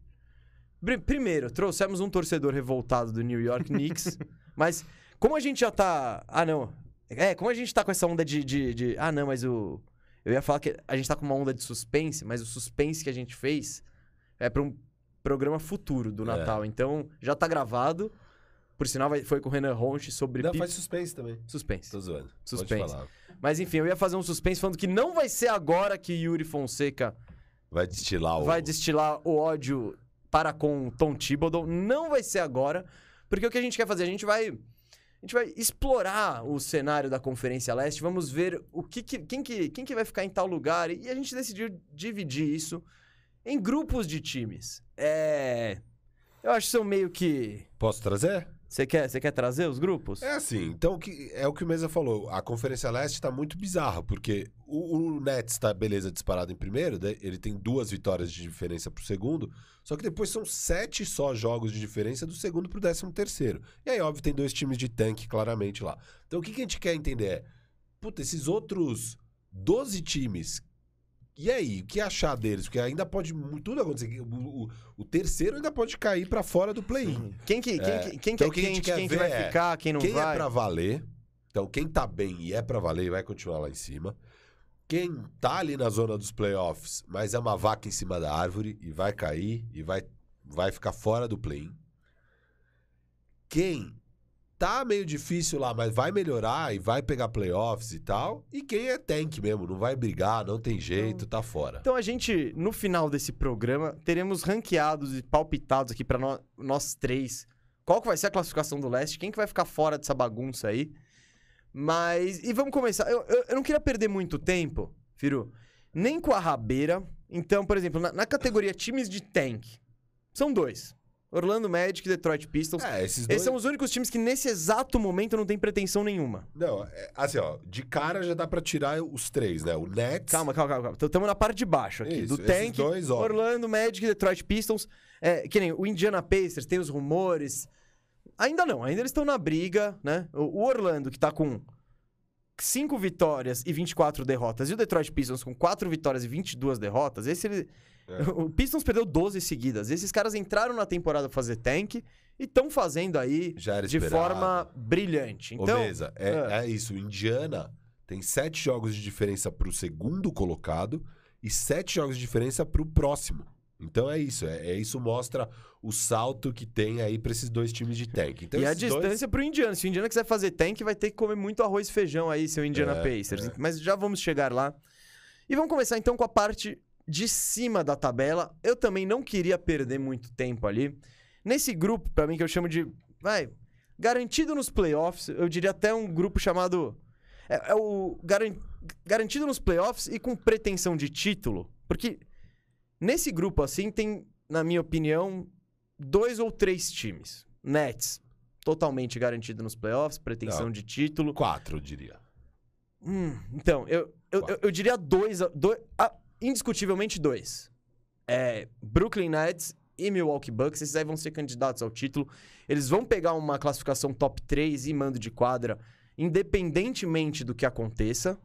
Pri- Primeiro, trouxemos um torcedor revoltado do New York Knicks, mas como a gente já tá. Ah, não. É, como a gente tá com essa onda de. de- de- Ah, não, mas o. Eu ia falar que a gente tá com uma onda de suspense, mas o suspense que a gente fez é pra um programa futuro É. do Natal. Então, já tá gravado. Por sinal, vai- foi com o Renan Ronchi sobre Não, Pip- faz suspense também. suspense. Tô zoando. Pode Suspense. falar. Mas enfim, eu ia fazer um suspense falando que não vai ser agora que Yuri Fonseca Vai destilar o. vai destilar o ódio para com Tom Thibodeau. Não vai ser agora, porque o que a gente quer fazer? A gente vai, a gente vai explorar o cenário da Conferência Leste, vamos ver o que, que- quem, que quem que vai ficar em tal lugar. E a gente decidiu dividir isso em grupos de times. É. Eu acho que são meio que. Posso trazer? Você quer, você quer trazer os grupos? É assim, então o que, é o que o Mesa falou. A Conferência Leste tá muito bizarra, porque o, o Nets tá, beleza, disparado em primeiro, né? ele tem duas vitórias de diferença pro segundo, só que depois são sete só jogos de diferença do segundo pro décimo terceiro. E aí, óbvio, tem dois times de tanque claramente lá. Então o que, que a gente quer entender é, puta, esses outros 12 times, e aí, o que achar deles? Porque ainda pode mu- tudo acontecer. O, o- o terceiro ainda pode cair pra fora do play-in. Quem que, quem, que- quem que Então, é o que a gente quente, quer quem que ver vai é ficar, quem não quem vai. é pra valer. Então, quem tá bem e é pra valer vai continuar lá em cima. quem tá ali na zona dos playoffs, mas é uma vaca em cima da árvore e vai cair e vai, vai ficar fora do play-in. Quem tá meio difícil lá, mas vai melhorar e vai pegar playoffs e tal. E quem é tank mesmo, não vai brigar, não tem jeito, tá fora. Então a gente, no final desse programa, teremos ranqueados e palpitados aqui pra nó- nós três. Qual que vai ser a classificação do leste? Quem que vai ficar fora dessa bagunça aí? Mas. E vamos começar. Eu, eu, eu não queria perder muito tempo, Firu. Nem com a rabeira. Então, por exemplo, na, na categoria times de tank, são dois: Orlando Magic e Detroit Pistons. É, esses dois. Esses são os únicos times que nesse exato momento não tem pretensão nenhuma. Não, é, assim, ó, de cara já dá pra tirar os três, né? O Nets. Calma, calma, calma. Estamos na parte de baixo aqui. Isso, do esses Tank, dois, ó. Orlando Magic, Detroit Pistons. É, que nem o Indiana Pacers, tem os rumores. Ainda não, ainda eles estão na briga, né? O, o Orlando, que tá com 5 vitórias e 24 derrotas, e o Detroit Pistons com 4 vitórias e 22 derrotas, esse ele... É. O Pistons perdeu 12 seguidas. Esses caras entraram na temporada pra fazer tank e estão fazendo aí Já era de esperado. forma brilhante. Ô, Então, Mesa, é, é isso. Indiana tem sete jogos de diferença pro segundo colocado e sete jogos de diferença pro próximo. Então é isso. É, é isso mostra o salto que tem aí pra esses dois times de tank. Então, e a esses dois- distância pro Indiana. Se o Indiana quiser fazer tank, vai ter que comer muito arroz e feijão aí, seu É, Indiana Pacers. Mas já vamos chegar lá. E vamos começar então com a parte de cima da tabela. Eu também não queria perder muito tempo ali. Nesse grupo, pra mim, que eu chamo de. Vai. Garantido nos playoffs, eu diria até um grupo chamado. É, é o garan- garantido nos playoffs e com pretensão de título. Porque nesse grupo, assim, tem, na minha opinião, dois ou três times. Nets, totalmente garantido nos playoffs, pretensão Não. de título. Quatro, eu diria. Hum, então, eu, eu, eu, eu diria dois, a- dois a- indiscutivelmente dois. É, Brooklyn Nets e Milwaukee Bucks, esses aí vão ser candidatos ao título. Eles vão pegar uma classificação top 3 e mando de quadra, independentemente do que aconteça.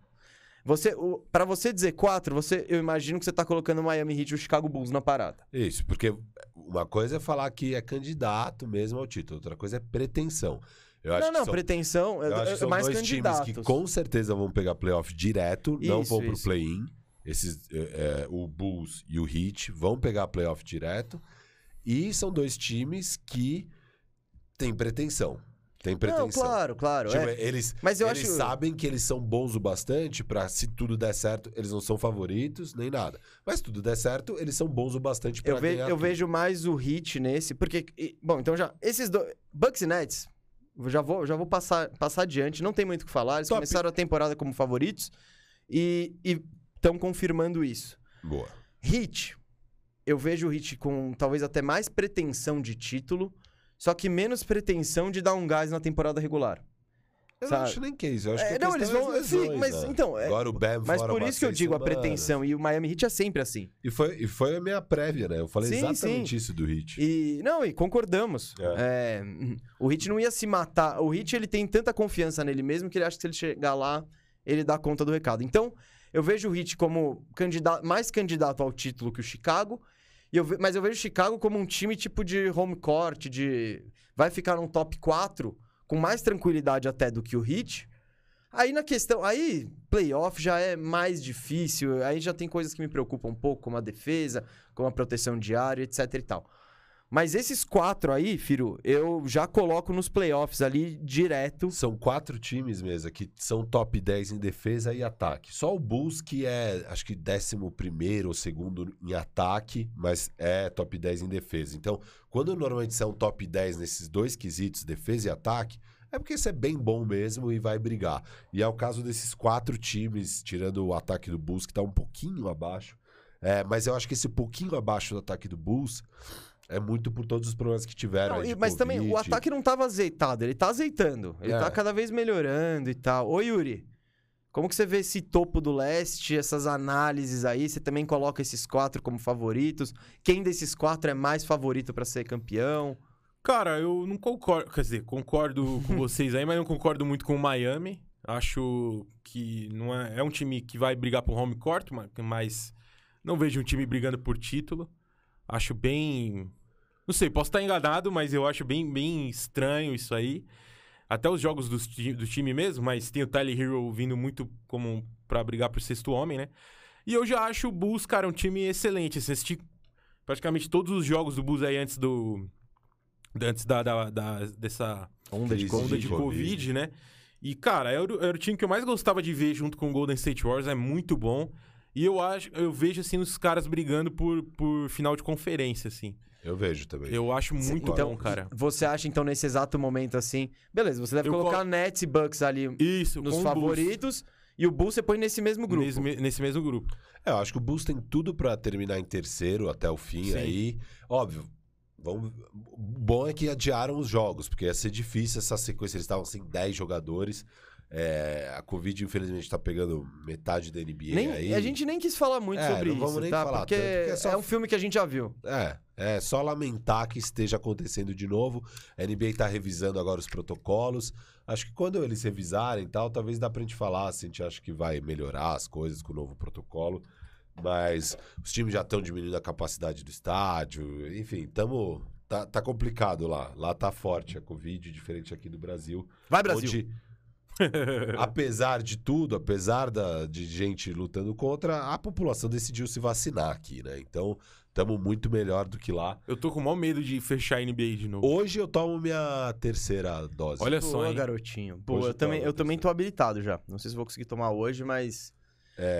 Você, o- pra você dizer quatro, você, eu imagino que você tá colocando o Miami Heat e o Chicago Bulls na parada. Isso, porque uma coisa é falar que é candidato mesmo ao título, outra coisa é pretensão. Eu acho não, que não, são, pretensão, eu é- acho é que são mais dois candidatos. times que com certeza vão pegar playoff direto, não Isso, vão pro isso. play-in. Esses, é, é, o Bulls e o Heat vão pegar playoff direto. E são dois times que têm pretensão. Tem pretensão. Não, claro, claro. Tipo, é. eles Mas eu eles acho- sabem que eles são bons o bastante pra se tudo der certo, eles não são favoritos nem nada. Mas se tudo der certo, eles são bons o bastante pra Eu, ve- ganhar eu tudo. vejo mais o hit nesse, porque. e- bom, então já. Esses dois. Bucks e Nets, eu já vou, já vou passar, passar adiante, não tem muito o que falar. Eles Top. começaram a temporada como favoritos e estão confirmando isso. Boa. Hit. Eu vejo o Hit com talvez até mais pretensão de título, só que menos pretensão de dar um gás na temporada regular. Eu Sabe? não acho nem que é isso. Eu acho É, que a não, questão eles é vão- as lesões, sim, mas né? então, é- Agora o Bam Mas fora por umas isso que eu seis digo a semanas. pretensão, e o Miami Heat é sempre assim. E foi, e foi a minha prévia, né? Eu falei Sim, exatamente sim. isso do Hit. E não, e concordamos. É, o Hit não ia se matar. O Hit ele tem tanta confiança nele mesmo que ele acha que se ele chegar lá, ele dá conta do recado. Então, eu vejo o Hit como candidato, mais candidato ao título que o Chicago. E eu ve- mas eu vejo o Chicago como um time tipo de home court, de vai ficar num top 4 com mais tranquilidade até do que o Hit. Aí na questão, aí playoff já é mais difícil, aí já tem coisas que me preocupam um pouco, como a defesa, como a proteção diária, etc e tal. Mas esses quatro aí, Firu, eu já coloco nos playoffs ali direto. São quatro times mesmo que são top 10 em defesa e ataque. Só o Bulls, que é acho que 11 ou segundo em ataque, mas é top 10 em defesa. Então, quando normalmente são top 10 nesses dois quesitos, defesa e ataque, é porque você é bem bom mesmo e vai brigar. E é o caso desses quatro times, tirando o ataque do Bulls, que tá um pouquinho abaixo. É, mas eu acho que esse pouquinho abaixo do ataque do Bulls é muito por todos os problemas que tiveram. Não, aí e- de mas também o Covid. ataque não tava azeitado, ele tá azeitando. Ele É. tá cada vez melhorando e tal. Ô, Yuri, como que você vê esse topo do leste, essas análises aí? Você também coloca esses quatro como favoritos? Quem desses quatro é mais favorito pra ser campeão? Cara, eu não concordo. Quer dizer, concordo com vocês aí, mas não concordo muito com o Miami. Acho que não é, é um time que vai brigar por home court, ma- mas não vejo um time brigando por título. Acho bem. Não sei, posso estar enganado, mas eu acho bem, bem estranho isso aí. Até os jogos dos ti- do time mesmo, mas tem o Tyler Hero vindo muito como pra brigar pro sexto homem, né? E eu já acho o Bulls, cara, um time excelente. Assim, assisti praticamente todos os jogos do Bulls aí antes do. Antes da, da- da- dessa Onda de Crise Covid. onda de COVID, né? E, cara, era, o- era o time que eu mais gostava de ver junto com o Golden State Warriors, é muito bom. E eu acho, eu vejo assim os caras brigando por, por final de conferência, assim. Eu vejo também. Eu acho muito então, bom, cara. Você acha, então, nesse exato momento assim. Beleza, você deve Eu colocar colo- Nets e Bucks ali Isso, com nos o favoritos. E o Bulls você põe nesse mesmo Bulls, grupo. nesse, me- nesse mesmo grupo. É, eu acho que o Bulls tem tudo pra terminar em terceiro até o fim Sim. aí. Óbvio. Vamos... o Bom é que adiaram os jogos, porque ia ser difícil essa sequência. Eles estavam sem 10 jogadores. É, a Covid, infelizmente, tá pegando metade da NBA Nem- aí. A gente nem quis falar muito É, sobre não vamos isso, nem tá? falar porque tanto, é, porque é só- um filme que a gente já viu. É, é só lamentar que esteja acontecendo de novo. A NBA tá revisando agora os protocolos. Acho que quando eles revisarem e tal, talvez dá pra gente falar se a gente acha que vai melhorar as coisas com o novo protocolo. Mas os times já estão diminuindo a capacidade do estádio. Enfim, tamo. Tá, tá complicado lá. Lá tá forte a Covid, diferente aqui do Brasil. Vai, Brasil! Onde, apesar de tudo, apesar da, de gente lutando contra, a população decidiu se vacinar aqui, né? Então, estamos muito melhor do que lá. Eu tô com o maior medo de fechar a NBA de novo. Hoje eu tomo minha terceira dose. Olha só, Boa, hein? garotinho. Boa, Hoje eu, também, tá, eu também tô habilitado já. Não sei se vou conseguir tomar hoje, mas.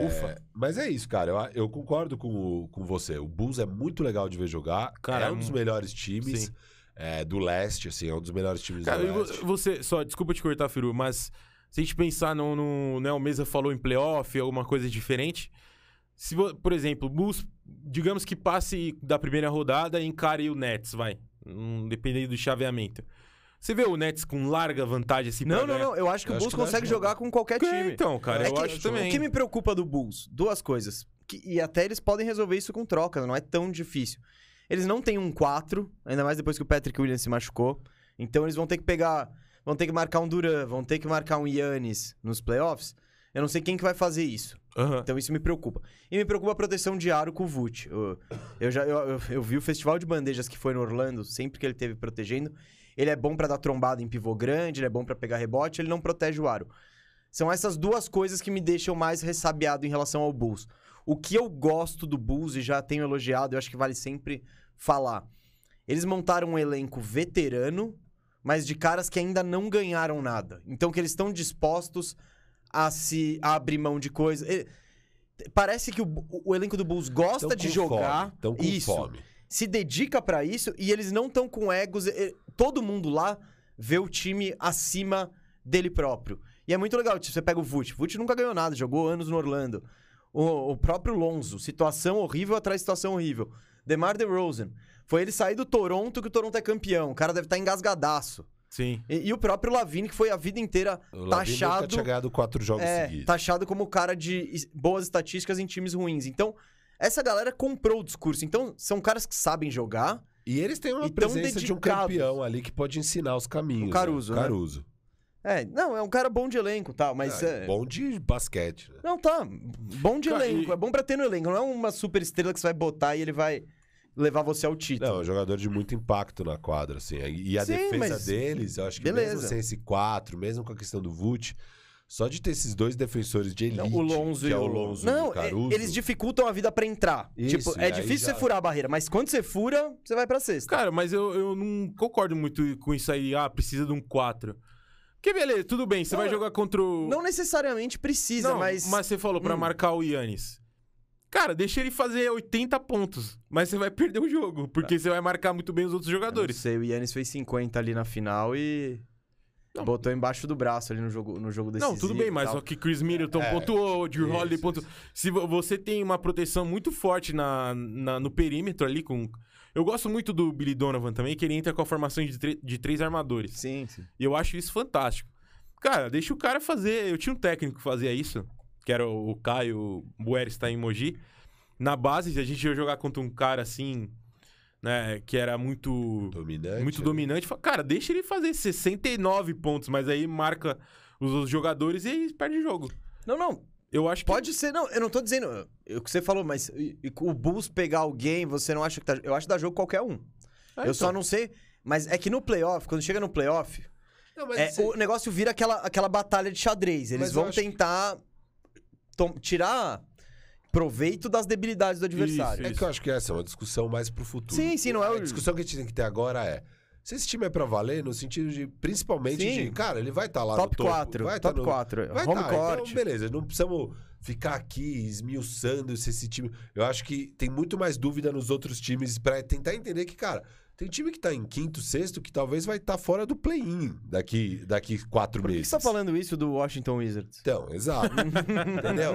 Ufa. Mas é isso, cara. Eu, eu concordo com, o- com você. O Bulls é muito legal de ver jogar. Cara, é um dos hum. melhores times Sim. é, do leste, assim. É um dos melhores times Cara, do e vo- leste. você, só, desculpa te cortar, Firu, mas se a gente pensar no, no né, o Mesa falou em playoff, alguma coisa diferente, se, vo- por exemplo, o Bulls, digamos que passe da primeira rodada e encare o Nets, vai, hum, dependendo do chaveamento. Você vê o Nets com larga vantagem assim pra Não, não, ganhar? não. Eu acho que Eu o acho Bulls que dá consegue jogo. jogar com qualquer É, time. então, cara, É eu que- acho também. O que me preocupa do Bulls? Duas coisas. Que- e até eles podem resolver isso com trocas, não é tão difícil. Eles não têm um 4, ainda mais depois que o Patrick Williams se machucou. Então eles vão ter que pegar. Vão ter que marcar um Duran, vão ter que marcar um Yannis nos playoffs. Eu não sei quem que vai fazer isso. Aham. Então isso me preocupa. E me preocupa a proteção de aro com o Vult. Eu, eu já eu, eu- eu vi o festival de bandejas que foi no Orlando, sempre que ele teve protegendo, ele é bom pra dar trombada em pivô grande, ele é bom pra pegar rebote, ele não protege o aro. São essas duas coisas que me deixam mais ressabiado em relação ao Bulls. O que eu gosto do Bulls e já tenho elogiado, eu acho que vale sempre falar. Eles montaram um elenco veterano, mas de caras que ainda não ganharam nada. Então que eles estão dispostos a se a abrir mão de coisas. E- Parece que o, o elenco do Bulls gosta Tão de com jogar fome, tão com isso, fome. se dedica pra isso e eles não estão com egos. e- Todo mundo lá vê o time acima dele próprio. E é muito legal, tipo, você pega o Vult. Vult nunca ganhou nada, jogou anos no Orlando. O, o próprio Lonzo, situação horrível atrás de situação horrível. DeMar DeRozan, foi ele sair do Toronto que o Toronto é campeão. O cara deve estar engasgadaço. Sim. E, e o próprio Lavine, que foi a vida inteira O Lavin nunca taxado tinha ganhado quatro jogos é, seguidos. taxado como o cara de is- boas estatísticas em times ruins. Então, essa galera comprou o discurso. Então, são caras que sabem jogar. E eles têm uma E tão presença de um dedicados. campeão ali que pode ensinar os caminhos. O Caruso, né? né? Caruso. É, não, é um cara bom de elenco, tá, mas Ah, é- Bom de basquete, né? Não, tá. Bom de Cara, elenco. e- É bom pra ter no elenco. Não é uma super estrela que você vai botar e ele vai levar você ao título. Não, é um jogador de muito impacto na quadra, assim. E a Sim, defesa mas- deles, eu acho que mesmo Beleza. sem esse 4, mesmo com a questão do Vult, só de ter esses dois defensores de elite, Então, o Lonzo que e é o o Lonzo e Não, o é- Caruso, eles dificultam a vida pra entrar. Isso, tipo, e é aí difícil já- você furar a barreira, mas quando você fura, você vai pra sexta. Cara, mas eu, eu não concordo muito com isso aí. Ah, precisa de um 4. Porque beleza, tudo bem, você Não, vai jogar contra o. Não necessariamente precisa, Não, mas. você falou pra Hum. marcar o Yannis. Cara, deixa ele fazer 80 pontos, mas você vai perder o jogo, porque você vai marcar muito bem os outros Eu não jogadores. sei, o Yannis fez 50 ali na final e. Não. Botou embaixo do braço ali no jogo, no jogo Não, decisivo. tudo bem, e mas tal. só que Chris Middleton É, pontuou, o Drew isso, Holiday pontuou. Se vo- você tem uma proteção muito forte na, na- no perímetro ali com... Eu gosto muito do Billy Donovan também, que ele entra com a formação de, tre- de três armadores. Sim, sim. E eu acho isso fantástico. Cara, deixa o cara fazer. Eu tinha um técnico que fazia isso, que era o o Caio Bueres, tá em Mogi. Na base, a gente ia jogar contra um cara assim, né, que era muito dominante. muito né? dominante. Fala, Cara, deixa ele fazer 69 pontos, mas aí marca os outros jogadores e aí perde o jogo. Não, não. Eu acho que. Pode ser, não, eu não tô dizendo. O que você falou, mas e- e o Bulls pegar alguém, você não acha que tá. Eu acho que dá jogo qualquer um. eu Ah, então. é só não sei. Mas é que no playoff, quando chega no playoff, Não, mas assim, É, isso assim aí- O negócio vira aquela, aquela batalha de xadrez. Eles Mas eu vão acho que- tentar tom- tirar proveito das debilidades do adversário. Isso, É que eu acho que essa é uma discussão mais pro futuro. Sim, sim, não é o- A discussão que a gente tem que ter agora é. Se esse time é pra valer, no sentido de, principalmente Sim. de, cara, ele vai estar lá no top topo, 4. vai estar top no, 4. Vai Home tá, court. então beleza, não precisamos ficar aqui esmiuçando se esse time. Eu acho que tem muito mais dúvida nos outros times pra tentar entender que, cara, tem time que tá em quinto, sexto, que talvez vai estar fora do play-in daqui, daqui quatro Por que meses. você tá falando isso do Washington Wizards? Então, exato. Entendeu?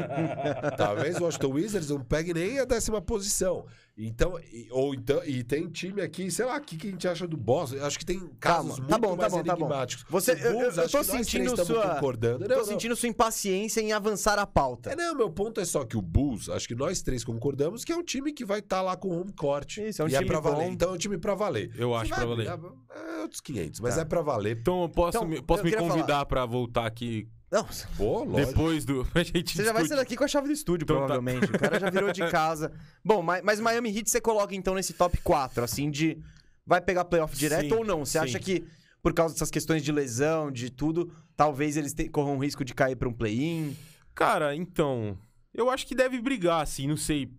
Talvez o Washington Wizards não pegue nem a décima posição. Então, e- ou então, e tem time aqui, sei lá, o que, que a gente acha do Boston? Eu Acho que tem casos Calma, muito tá bom, tá mais bom, tá bom. enigmáticos. Você, O eu, eu, Bulls, eu acho tô que nós três sentindo estamos sua. concordando. né, Tô Não, não. sentindo sua impaciência em avançar a pauta. É, não, meu ponto é só que o Bulls, acho que nós três concordamos que é um time que vai estar lá com o home court. Isso, é um e time é pra valer. bom. Então é um time pra valer. Eu acho Você pra vai valer. brigar, É outros 500, mas Tá. é pra valer. Então eu posso Então, me, posso eu me queria convidar pra voltar aqui Não, Pô, lógico. depois do. A gente você já vai discute. sair daqui com a chave do estúdio, Então tá. provavelmente. O cara já virou de casa. Bom, mas, mas Miami Heat você coloca então nesse top 4, assim, de vai pegar playoff direto Sim, ou não? Você sim. acha que por causa dessas questões de lesão, de tudo, talvez eles te- corram o risco de cair pra um play-in? Cara, então. Eu acho que deve brigar, assim, não sei.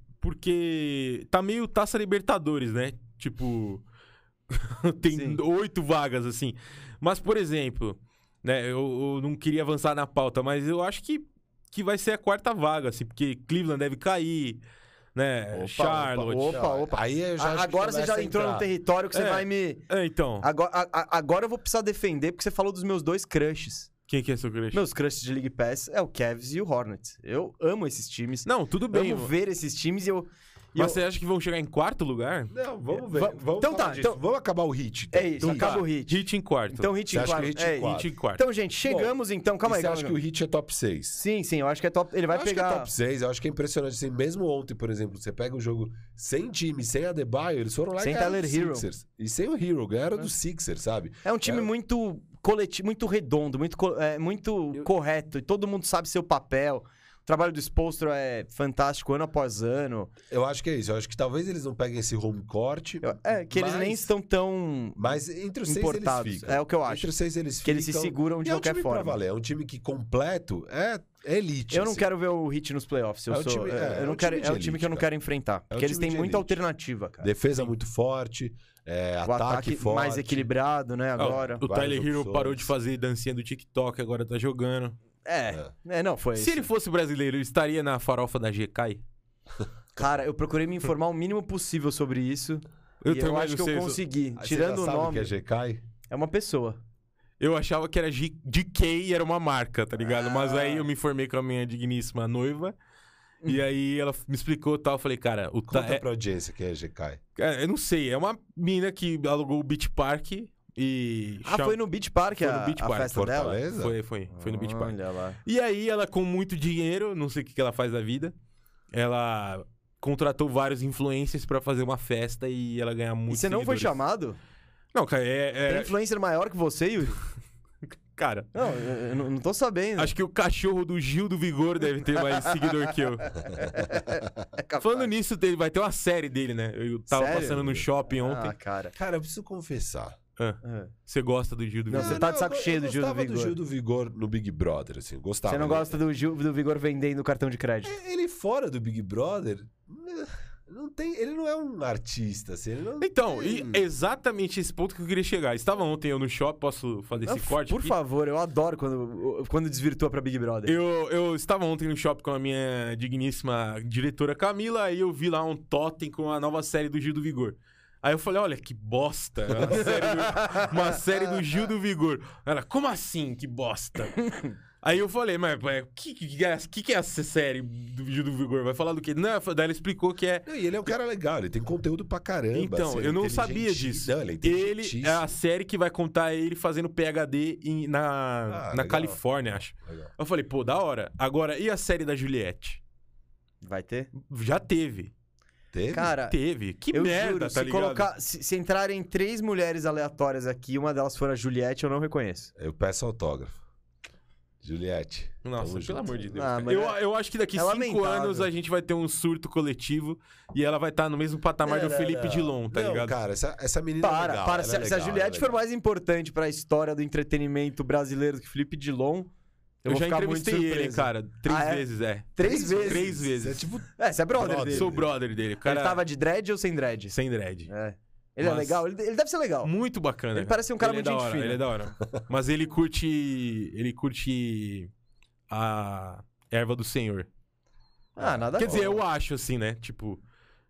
Porque tá meio taça Libertadores, né? Tipo. Sim. tem oito vagas, assim. Mas, por exemplo, né? Eu, eu não queria avançar na pauta, mas eu acho que, que vai ser a quarta vaga, assim, porque Cleveland deve cair, né? Opa, Charlotte. opa, opa. Aí eu já A- acho que agora você começa já a entrou entrar. num território que você É. vai me. É, então. Agora, a- a- agora eu vou precisar defender, porque você falou dos meus dois crushes. Quem que é seu crush? Meus crushes de League Pass é o Cavs e o Hornets. Eu amo esses times. Não, tudo amo bem. mano. ver esses times e eu. e Mas eu- você acha que vão chegar em quarto lugar? Não, vamos ver. Va- Vamos então falar tá, disso. então- vamos acabar o hit. Então tá. É isso, acaba o hit. Hit em quarto. Então, hit um Você em acha quarto. que o hit em é, quarto? hit em quarto. Então, gente, chegamos então. Calma Calma aí, você calma acha aí. que o hit é top 6? Sim, sim, eu acho que é top. Ele vai eu acho que é pegar. top 6, eu acho que é impressionante. Assim, mesmo ontem, por exemplo, você pega o jogo sem time, sem Adebayo, eles foram lá Sem e ganharam Tyler do Hero. Sixers. E sem o Hero, ganharam do Sixers, sabe? É um time É. muito coletivo, muito redondo, muito, co- é, muito correto. E todo mundo sabe seu papel. O trabalho do Spolstro é fantástico ano após ano. Eu acho que é isso. Eu acho que talvez eles não peguem esse home court. Eu- É, que eles mas- nem estão tão. Mas entre os seis Importados, eles ficam. é o que eu acho. Entre os seis eles Que eles se ficam. seguram de E é um qualquer time pra forma. valer. É um time que completo é, é elite. Eu não assim. quero ver o Hit nos playoffs. Eu É um sou- time- eu- é, eu é não um quero- time de é um time elite, que eu não cara. É quero enfrentar. porque time eles têm de muita elite. alternativa, cara. Defesa muito forte, é, o ataque, ataque forte. mais equilibrado, né? Ah, o- Agora. O Várias Tyler Hero opções. parou de fazer dancinha do TikTok, agora tá jogando. É. É, não, foi. Se isso. ele fosse brasileiro, ele estaria na farofa da GK? Cara, eu procurei me informar o mínimo possível sobre isso. e eu acho que eu consegui. Ah, você Tirando já o sabe nome. que é Tá, GK? É uma pessoa. Eu achava que era G- GK e era uma marca, tá ligado? Mas Ah. aí eu me informei com a minha digníssima noiva. E Hum. aí ela me explicou e tal. Eu falei, cara, o ta... Conta é- pra audiência que é GK. é, Eu não sei, é uma mina que alugou o Beach Park e. Ah, cham- foi no Beach Park Foi a, no Beach a Park, festa dela? Fortaleza? Foi, foi, foi no Beach Park. Olha lá. E aí ela com muito dinheiro, não sei o que que ela faz da vida, ela contratou vários influencers pra fazer uma festa e ela ganhar muito E você não foi chamado? Não, cara, é, Tem é- influencer maior que você, Yuri? cara, Não, eu, eu não não tô sabendo. acho que o cachorro do Gil do Vigor deve ter mais seguidor que eu. é capaz. Falando nisso, tem- vai ter uma série dele, né? Eu tava Sério? passando no shopping ontem. Ah, cara. Cara, eu preciso confessar. Ah, Ah. você gosta do Gil do Não, Vigor? você tá de saco eu go- cheio do eu Gil do gostava Vigor. do Gil do Vigor no Big Brother, assim, eu gostava. Você não Ele- gosta do, Gil- do Vigor vendendo cartão de crédito? Ele fora do Big Brother, né, não tem, ele não é um artista, assim, ele não Então, tem- e Hum. exatamente esse ponto que eu queria chegar. Estava ontem eu no shopping, posso fazer Não, esse corte? por aqui? favor, eu adoro quando, quando desvirtua pra Big Brother. Eu, eu estava ontem no shopping com a minha digníssima diretora Camila, aí eu vi lá um totem com a nova série do Gil do Vigor. Aí eu falei, olha, que bosta. é Uma série do, uma série do Gil do Vigor. Ela, como assim, que bosta? Aí eu falei, mas o que, que, que é- que que é essa série do Gil do Vigor? Vai falar do quê? Não, daí ela explicou que é... Não, e ele é um cara legal, ele tem conteúdo pra caramba. Então, assim, ele eu não é sabia inteligentíssimo. disso. Não, ele é ele inteligentíssimo. é a série que vai contar ele fazendo PhD em- na, Ah, na legal. Califórnia, acho. Legal. Eu falei, pô, da hora. Agora, e a série da Juliette? Vai ter? Já teve. Teve? Cara, Teve. Que eu merda, juro, tá se, ligado? colocar, se, se entrarem três mulheres aleatórias aqui, uma delas for a Juliette, eu não reconheço. eu peço autógrafo. Juliette. Nossa, tamo pelo junto. amor de Deus. Ah, cara. mas eu, é- eu acho que daqui é cinco lamentável. anos a gente vai ter um surto coletivo e ela vai estar no mesmo patamar Não, É, do Felipe não. Dilon, tá Não, ligado? Cara, essa, essa menina. é Para, legal, para. ela Se, é se a legal, Juliette ela é for mais importante pra história do entretenimento brasileiro do que Felipe Dilon, eu, Eu, vou já ficar muito entrevistei ele, surpreso. cara, três Ah, é? vezes, é. Três vezes. Três legal. vezes. É tipo. É, você é brother, Brother. dele. Sou brother dele. O cara Ele tava de dread ou sem dread? sem dread. É. Ele é Mas- legal? Ele, ele deve ser legal. Muito bacana. Ele parece um cara muito é da gente hora, fina. Ele é da hora. Mas ele curte. Ele curte a erva do senhor. Ah, nada Quer dizer, contra. eu acho assim, né? Tipo.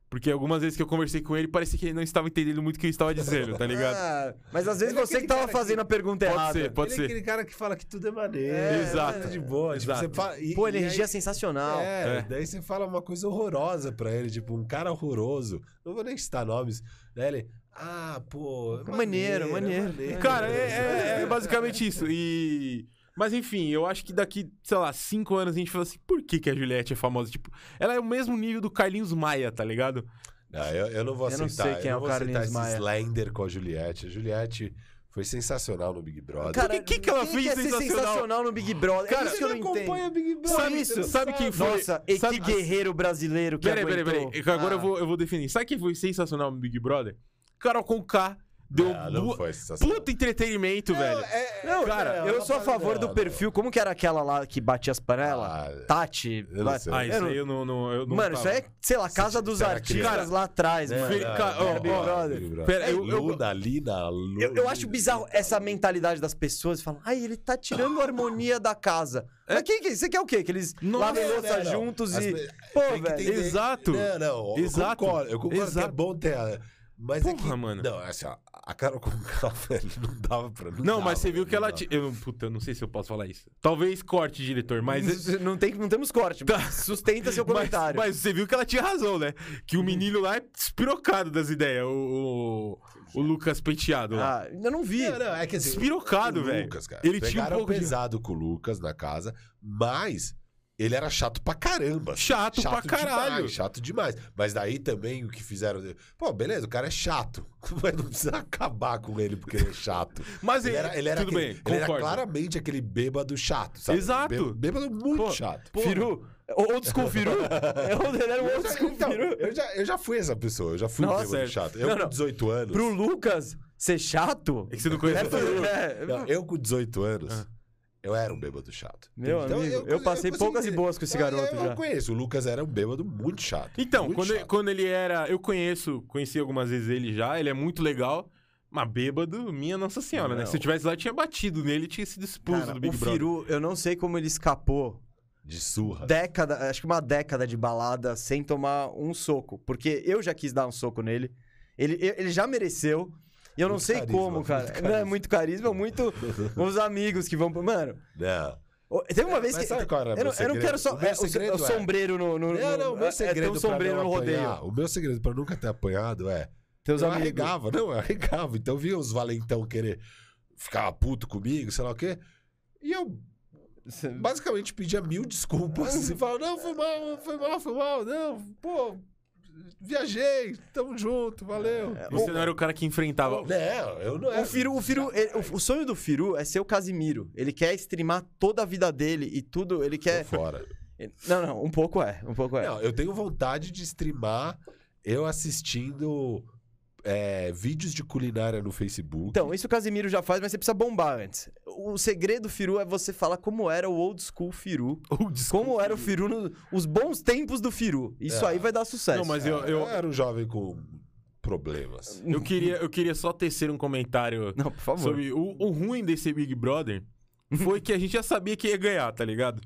Porque algumas vezes que eu conversei com ele, parecia que ele não estava entendendo muito o que eu estava dizendo, tá ligado? Ah, mas às vezes Ele é você que aquele tava cara que- fazendo a pergunta Pode errada. ser, ele pode é ser. aquele cara que fala que tudo é maneiro. É, Exato. tudo de boa. Tipo, Exato. você fala, e- Pô, e energia aí- sensacional. É, É. daí você fala uma coisa horrorosa pra ele, tipo, um cara horroroso. Não vou nem citar nomes. Daí ele, ah, pô. é Maneiro, é maneiro. Cara, é, é- é basicamente isso. E. Mas enfim, eu acho que daqui, sei lá, cinco anos a gente fala assim, por que, que a Juliette é famosa? Tipo, ela é o mesmo nível do Carlinhos Maia, tá ligado? Não, Ah, eu, eu não vou Eu não aceitar. sei quem é o vou aceitar Carlinhos esse Maia. Slender com a Juliette. A Juliette foi sensacional no Big Brother. Por que- que que ela quem fez quer ser sensacional? sensacional no Big Brother? Cara, é isso que eu não entendo. Big Por Sabe- isso, sabe quem foi? Nossa, e sabe- que guerreiro brasileiro que Peraí, peraí, aguentou. peraí. Agora Ah. eu, vou, eu vou definir. Sabe quem foi sensacional no Big Brother? Carol Conká deu Não, Ah, não bu- foi sensacional. puta entretenimento, velho. Não, é, cara, não, eu não sou a fala- favor não, do não. perfil. Como que era aquela lá que batia as panelas? Ah, Tati. eu não sei. Ah, isso Eu não- aí eu não. não- eu não um Mano, isso tava. aí é, sei lá, casa dos era artistas criança. lá atrás, Não, mano. Vem não, cá, não, ó, Big ó, Brother, Big Brother. pera, eu- eu- Luna, Lina, Luna. Eu, eu acho bizarro essa mentalidade das pessoas. Falam, ai, ele tá tirando a harmonia da casa. Mas quem que Você quer o quê? Que eles Nossa, lavem não, louça não, não. juntos As e... pe- Pô, Tem que velho. entender- Exato. Não, não. Eu Exato. concordo. Eu concordo que é Exato. bom ter. a- Mas é Porra, que- mano. Não, assim, ó, a Carol com velho, não dava pra mim. Não, mas você viu que ela. ti- Eu, não- puta, eu não sei se eu posso falar isso. Talvez corte, diretor, mas. tá. Não- Não, tem, não temos corte. Sustenta seu Mas, comentário. mas você viu que ela tinha razão, né? Que Uhum. o menino lá é espirocado das ideias, o, o, o Lucas Penteado lá. Ah, eu não vi. Não, não, é que assim, Espirocado, o velho. Lucas, cara. Ele tinha um Pegaram pouco de- pesado com o Lucas na casa, mas ele era chato pra caramba. Chato, pra caralho. Demais, chato demais. Mas daí também o que fizeram. Pô, beleza, o cara é chato. Mas não precisa acabar com ele porque ele é chato. Mas ele ele- era, ele era tudo aquele- bem, ele era concordo. claramente aquele bêbado chato, sabe? Exato. Bê- Bêbado muito Pô, chato. pô, Firu. Old School Firu? Ele era um Eu Old já, School então, Firu. eu, já, eu já fui essa pessoa, eu já fui um Nossa, bêbado é. chato. Eu Não, com não. 18 anos. Pro Lucas ser chato... É que você não conhece o Firu. É, Não, eu com 18 anos, Ah. eu era um bêbado chato. Meu Então, amigo, eu, Então, eu passei consigo poucas e entender. boas com esse Eu- garoto eu, já. Eu conheço, o Lucas era um bêbado muito chato. Então, muito quando ele, chato. quando ele era. Eu conheço, conheci algumas vezes ele já, ele é muito legal. Mas bêbado, minha Nossa Senhora, né? Não. Se eu tivesse lá, eu tinha batido nele, tinha sido expulso Cara, do Big o Brother. Firu, eu não sei como ele escapou De surra. década, acho que uma década de balada sem tomar um soco. Porque eu já quis dar um soco nele. Ele, eu- ele já mereceu. E eu não Muito sei carisma, como, muito cara. não é carisma. muito carisma, muito os amigos que vão. pro- Mano, Não. ô, teve uma vez É, mas que. sabe qual era eu, meu não, eu não segredo? quero só. O meu é, o, so- segredo o é- sombreiro no. no Não, não, o no- meu é, segredo É, tem um pra sombreiro não no rodeio. apanhar- O meu segredo pra nunca ter apanhado é... Teus eu amigos. arregava, não, eu arregava. Então eu via os valentão querer ficar puto comigo, sei lá o quê. E eu basicamente pedia mil desculpas. E falava, não, foi mal, foi mal, foi mal. Não, pô, viajei, tamo junto, valeu. É, Você não era o cara que enfrentava. Não, eu não era. O Firu, o Firu, ele- o, o sonho do Firu é ser o Casimiro. Ele quer streamar toda a vida dele e tudo, ele Tô quer. fora. Não, não, um pouco é, um pouco é. Não, eu tenho vontade de streamar eu assistindo é, vídeos de culinária no Facebook. Então, isso o Casimiro já faz, mas você precisa bombar antes. O segredo, Firu, é você falar como era o old school Firu. Old school como era o Firu, no- os bons tempos do Firu. Isso É. aí vai dar sucesso. Não, mas eu, Tá, eu, eu, era um jovem com problemas. eu, queria, eu queria só tecer um comentário Não, por favor. sobre o, o ruim desse Big Brother. Foi que a gente já sabia que ia ganhar, tá ligado?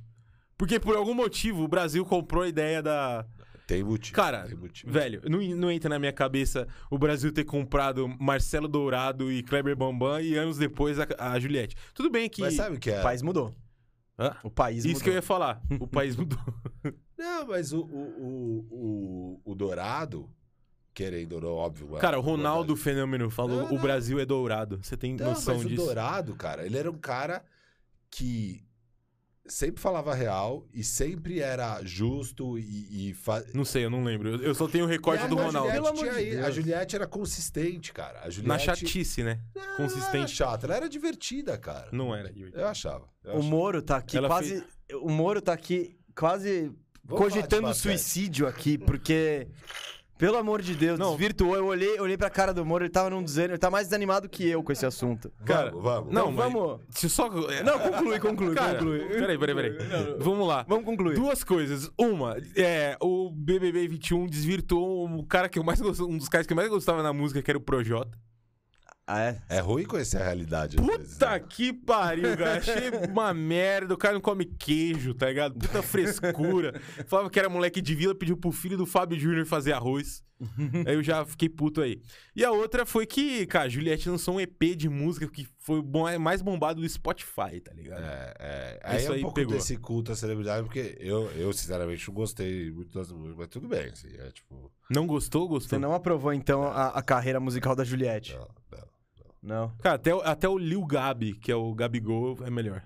Porque por algum motivo o Brasil comprou a ideia da. Tem motivo. Cara, tem motivo. velho, não, não entra na minha cabeça o Brasil ter comprado Marcelo Dourado e Kleber Bambam e anos depois a, a Juliette. Tudo bem que. Mas sabe o que é? O país mudou. Hã? O país Isso mudou. que eu ia falar. O país mudou. Não, mas o, o, o, o, o Dourado, querendo ou não, óbvio. é Cara, o uma Ronaldo Fenômeno falou: Não, o não. Brasil é dourado. Você tem Não, noção mas o disso? Dourado, cara, ele era um cara que sempre falava real e sempre era justo e, e fa- Não sei, eu não lembro. Eu- Eu só tenho o E recorte a do Ronaldo. Juliette Pelo amor tinha de aí- Deus. A Juliette era consistente, cara. A Juliette Na chatice, né? Não era Consistente. chata, ela era divertida, cara. Não era. Yuri. Eu achava. eu O achava. Moro tá aqui Ela quase. O Moro tá aqui quase Vamos falar de cogitando basquete. suicídio aqui, porque. Pelo amor de Deus, Não. desvirtuou. Eu olhei, olhei pra cara do Moro, ele tava num desânimo, ele tá mais desanimado que eu com esse assunto. Cara, vamos, vamos. Então, Não, mas- vamos. Se só... Não, conclui, conclui, Cara, conclui. peraí, peraí, peraí. Vamos lá. Vamos concluir. Duas coisas. Uma, é, o BBB 21 desvirtuou um cara que eu mais gostava, um dos caras que eu mais gostava na música, que era o Projota. Ah, é? É ruim conhecer a realidade. às vezes, Puta né? que pariu, cara. Achei uma merda. O cara não come queijo, tá ligado? Puta frescura. Falava que era moleque de vila, pediu pro filho do Fábio Júnior fazer arroz. aí eu já fiquei puto aí. E a outra foi que, cara, a Juliette lançou um EP de música que foi o bom- mais bombado do Spotify, tá ligado? É, é. Aí Isso é um aí pouco pegou. desse culto à celebridade, porque eu, eu sinceramente, não gostei muito das músicas, mas tudo bem, assim, é tipo... Não gostou? Gostou? Você não aprovou, então, a, a carreira musical da Juliette? Não, não. Não. Cara, até, o- até o Lil Gabi, que é o Gabigol, é melhor.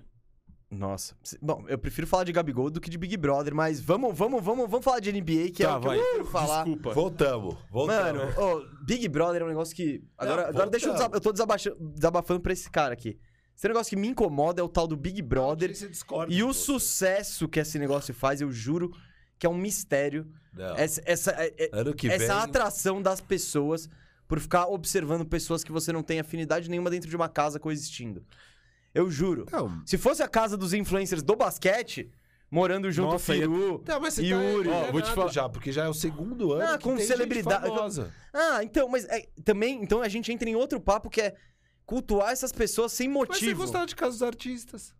Nossa. Se- Bom, eu prefiro falar de Gabigol do que de Big Brother, mas vamos, vamos, vamos, vamos falar de NBA, que é tá, o que vai. eu quero falar. Desculpa. Voltamos, Mano, voltamos. ô, Big Brother é um negócio que. Agora, Não, agora deixa eu voltamos. desabafar. Eu tô desabaixando- desabafando pra esse cara aqui. Esse negócio que me incomoda é o tal do Big Brother. Você discorda E de o você. sucesso que esse negócio faz, eu juro que é um mistério. Não. Essa, essa, é- é- Tá. Ano que essa vem... atração das pessoas por ficar observando pessoas que você não tem afinidade nenhuma dentro de uma casa coexistindo. Eu juro. Não, Se fosse a casa dos influencers do basquete, morando junto Nossa, o Firu. Tá, mas você Yuri, tá ó, vou te enganado falar- já, porque já é o segundo ano Ah, que com tem celebridade- gente famosa. Ah, então, mas é, também, então a gente entra em outro papo que é cultuar essas pessoas sem Mas você motivo. gostava de casos artistas.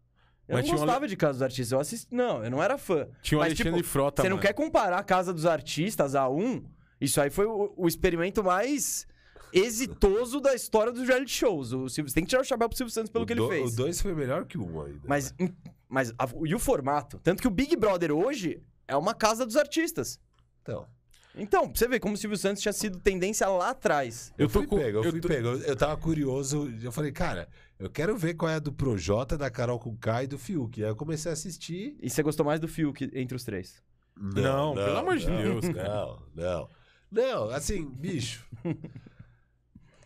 Eu Mas não tinha um Ale- gostava de Casa dos Artistas, eu assisti, não, eu não era fã. Tinha o mas, Alexandre tipo, Frota, Tá Você não mano. quer comparar a Casa dos Artistas a um? Isso aí foi o, o experimento mais exitoso da história dos reality shows. O Silvio, você tem que tirar o chapéu pro Silvio Santos pelo o que do- ele fez. O dois foi melhor que o um ainda. Mas, em- mas a- e o formato? Tanto que o Big Brother hoje é uma casa dos artistas. Então, Então, pra você ver como o Silvio Santos tinha sido tendência lá atrás. Eu, eu fui tô com. pego, eu, eu fui tô- pego. Eu tava curioso, eu falei, cara, eu quero ver qual é a do Projota, da Carol com K e do Fiuk. Aí eu comecei a assistir. E você gostou mais do Fiuk entre os três. Não, pelo amor de Deus, cara. Não, não. Não, assim, bicho.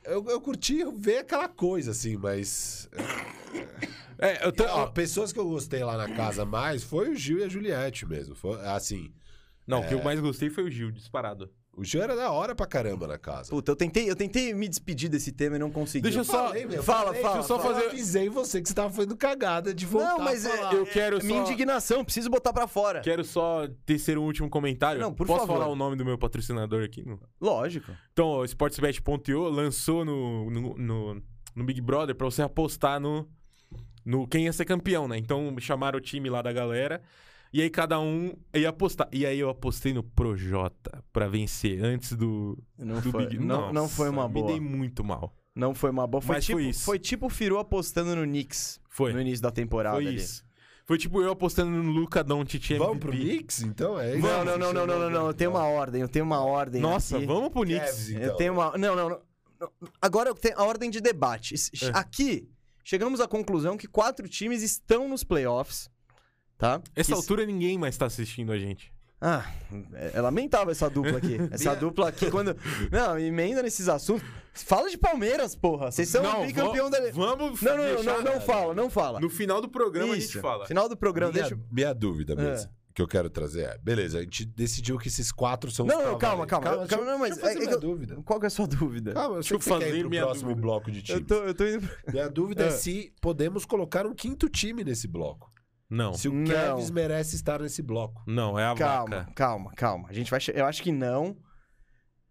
Eu, eu curti ver aquela coisa, assim, mas. É, eu tô- Então, Ah. Ó, pessoas que eu gostei lá na casa mais foi o Gil e a Juliette mesmo. Foi, assim, Não, É. o que eu mais gostei foi o Gil, disparado. o Gil era da hora pra caramba na casa. Puta, eu tentei, eu tentei me despedir desse tema e não consegui. Deixa eu só- meu, fala, fala, Deixa eu só fala. fazer. Eu avisei você que você tava fazendo cagada de voltar. Não, mas a é- falar. Eu quero só. Minha indignação, preciso botar pra fora. Quero só tecer um último comentário. Não, por Posso favor. falar o nome do meu patrocinador aqui? Não. Lógico. Então, o Sportsbet.io lançou no, no, no- no Big Brother pra você apostar no, no quem ia ser campeão, né? Então chamaram o time lá da galera e aí cada um ia apostar. E aí eu apostei no Projota pra vencer antes do, Não do foi, Big não, não foi Nossa, uma boa. Me dei muito mal. Não foi uma boa. Foi Mas tipo, foi isso. foi tipo o Firu apostando no Knicks Foi. no início da temporada. Foi ali. isso. Foi tipo eu apostando no Luca Doncic MVP. Vamos pro Knicks, então? É isso. Não, não, não, não, não, não, não. Eu tenho uma ordem, eu tenho uma ordem. Nossa, aqui. vamos pro Knicks. Kevs, então. Eu tenho uma. Não, não, não. não. Agora eu tenho a ordem de debate. Es- É. Aqui, chegamos à conclusão que quatro times estão nos playoffs. Tá? Essa Que- altura ninguém mais tá assistindo a gente. Ah, é é lamentável essa dupla aqui. Essa dupla aqui, quando. Não, emenda nesses assuntos. Fala de Palmeiras, porra. Vocês são Não, bicampeão da. va- vamos Não, não, não, não, deixar- não fala, não fala. No final do programa a Isso. gente fala. Final do programa, minha, deixa. É. minha dúvida mesmo, que eu quero trazer é, beleza, a gente decidiu que esses quatro são Não, os não, calma, cavaleiros. calma. Eu- deixa eu- calma, não, mas deixa eu fazer é- é minha que eu- dúvida. Qual que é a sua dúvida? Calma, eu Deixa sei eu que você quer fazer ir pro minha próximo dúvida. bloco de Eu times. tô, eu tô indo. Minha dúvida é. É. se podemos colocar um quinto time nesse bloco. Não. Se o Não. Kevs merece estar nesse bloco. Não, é a Calma, vaca. calma, calma. A gente vai. che- Eu acho que não.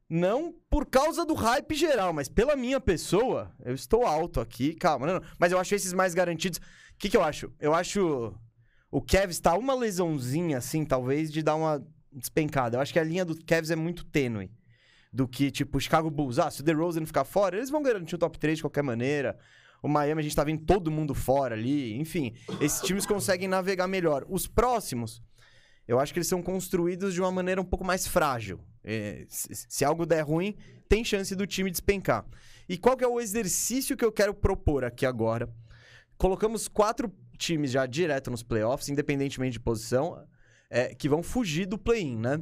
Não por causa do hype geral, mas pela minha pessoa, eu estou alto aqui. Calma, não, não. Mas eu acho esses mais garantidos. O que, que eu acho? Eu acho. O Kevs tá uma lesãozinha, assim, talvez, de dar uma despencada. Eu acho que a linha do Kevs é muito tênue. Do que, tipo, o Chicago Bulls. Ah, se o DeRozan ficar fora, eles vão garantir o top 3 de qualquer maneira. O Miami, a gente tá vendo todo mundo fora ali. Enfim, esses times conseguem navegar melhor. Os próximos, eu acho que eles são construídos de uma maneira um pouco mais frágil. É, se, se algo der ruim, tem chance do time despencar. E qual que é o exercício que eu quero propor aqui agora? Colocamos quatro times já direto nos playoffs, independentemente de posição, é, que vão fugir do play-in, né?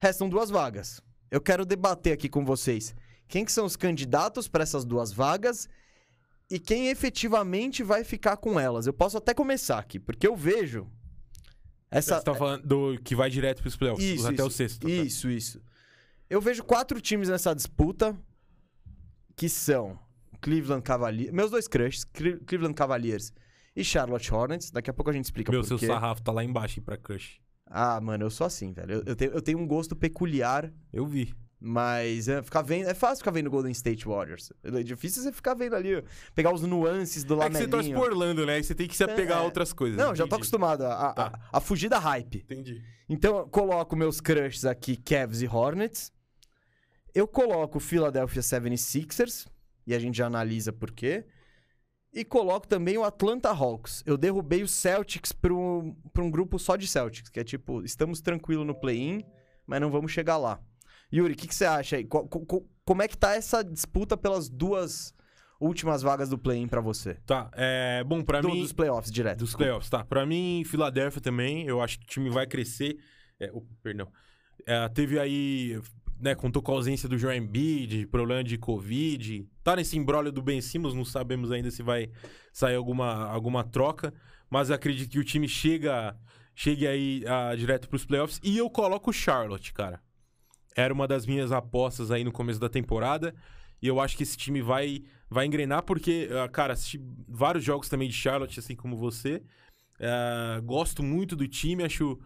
Restam duas vagas. Eu quero debater aqui com vocês quem que são os candidatos para essas duas vagas e quem efetivamente vai ficar com elas. Eu posso até começar aqui, porque eu vejo essa Você tá falando do que vai direto pros playoffs, Isso, até isso, o sexto. tá? Isso, isso. Eu vejo quatro times nessa disputa que são Cleveland Cavaliers, meus dois crushes, Cre- Cleveland Cavaliers e Charlotte Hornets. Daqui a pouco a gente explica Meu, por seu quê. sarrafo tá lá embaixo hein, pra crush. Ah, mano, eu sou assim, velho. Eu, eu tenho, eu tenho um gosto peculiar, Eu vi. mas é, ficar vendo, é fácil ficar vendo Golden State Warriors. É difícil você ficar vendo ali, ó, pegar os nuances do É que você torce lamelinho. por Orlando, né? Aí você tem que se apegar É. a outras coisas. Não, já tô Entendi. acostumado a, a- Tá. a fugir da hype. Entendi. Então, eu coloco meus crushes aqui, Cavs e Hornets. Eu coloco Philadelphia 76ers, e a gente já analisa por quê. E coloco também o Atlanta Hawks. Eu derrubei o Celtics para um, pra um grupo só de Celtics, que é tipo, estamos tranquilo no play-in, mas não vamos chegar lá. Yuri, o que, que você acha aí? Co- co- co- como é que tá essa disputa pelas duas últimas vagas do play-in para você? Tá, é. Bom, pra Do- mim. dos playoffs direto. Dos playoffs, tá. Pra mim, Filadélfia também, eu acho que o time vai crescer. É, o- perdão. É, teve aí, né, contou com a ausência do Joel Embiid, problema de Covid. Tá nesse embrólio do Ben Simmons, não sabemos ainda se vai sair alguma, alguma troca. Mas acredito que o time chega, chegue aí ah, direto pros playoffs. E eu coloco o Charlotte, cara. Era uma das minhas apostas aí no começo da temporada. E eu acho que esse time vai, vai engrenar, porque, ah, cara, assisti vários jogos também de Charlotte, assim como você. Ah, gosto muito do time, acho.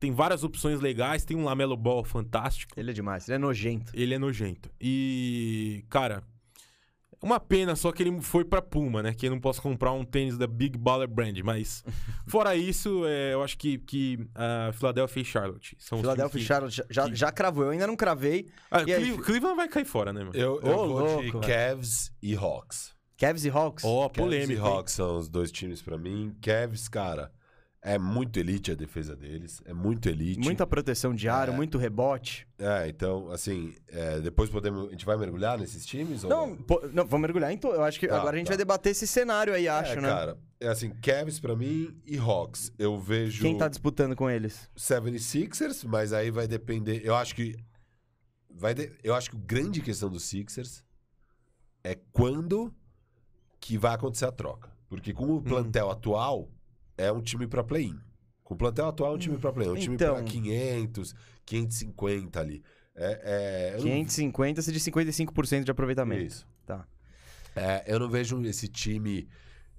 Tem várias opções legais, tem um Lamelo Ball fantástico. Ele é demais, ele é nojento. Ele é nojento. E, cara, uma pena só que ele foi pra Puma, né? Que eu não posso comprar um tênis da Big Baller Brand, mas fora isso, é, eu acho que, que ah, Philadelphia e Charlotte são os Philadelphia e times que... Charlotte já, já, que- já cravou, eu ainda não cravei. Ah, E aí, Cle- Fi- Cleveland vai cair fora, né, mano? Eu, eu Ô, vou de louco, Cavs e Hawks. Cavs e Hawks? Ó, oh, Cavs e polêmico. hein? Hawks são os dois times pra mim. Cavs, cara, é muito elite a defesa deles. É muito elite. Muita proteção de aro, muito rebote. É, então, assim, é, depois podemos. A gente vai mergulhar nesses times? ou Não, pô, não, vamos mergulhar então. Eu acho que Tá, agora a gente tá. vai debater esse cenário aí, É, acho, né? Cara, é assim, Cavs pra mim e Hawks. Eu vejo Quem tá disputando com eles? 76ers, mas aí vai depender. Eu acho que vai de- eu acho que a grande questão dos Sixers é quando que vai acontecer a troca. Porque com o plantel atual é um time pra play-in. Com o plantel atual é um time pra play-in, é um time Então. pra 500, 550 ali. É, é, eu não 550, se de 55% de aproveitamento. Isso. Tá. É, eu não vejo esse time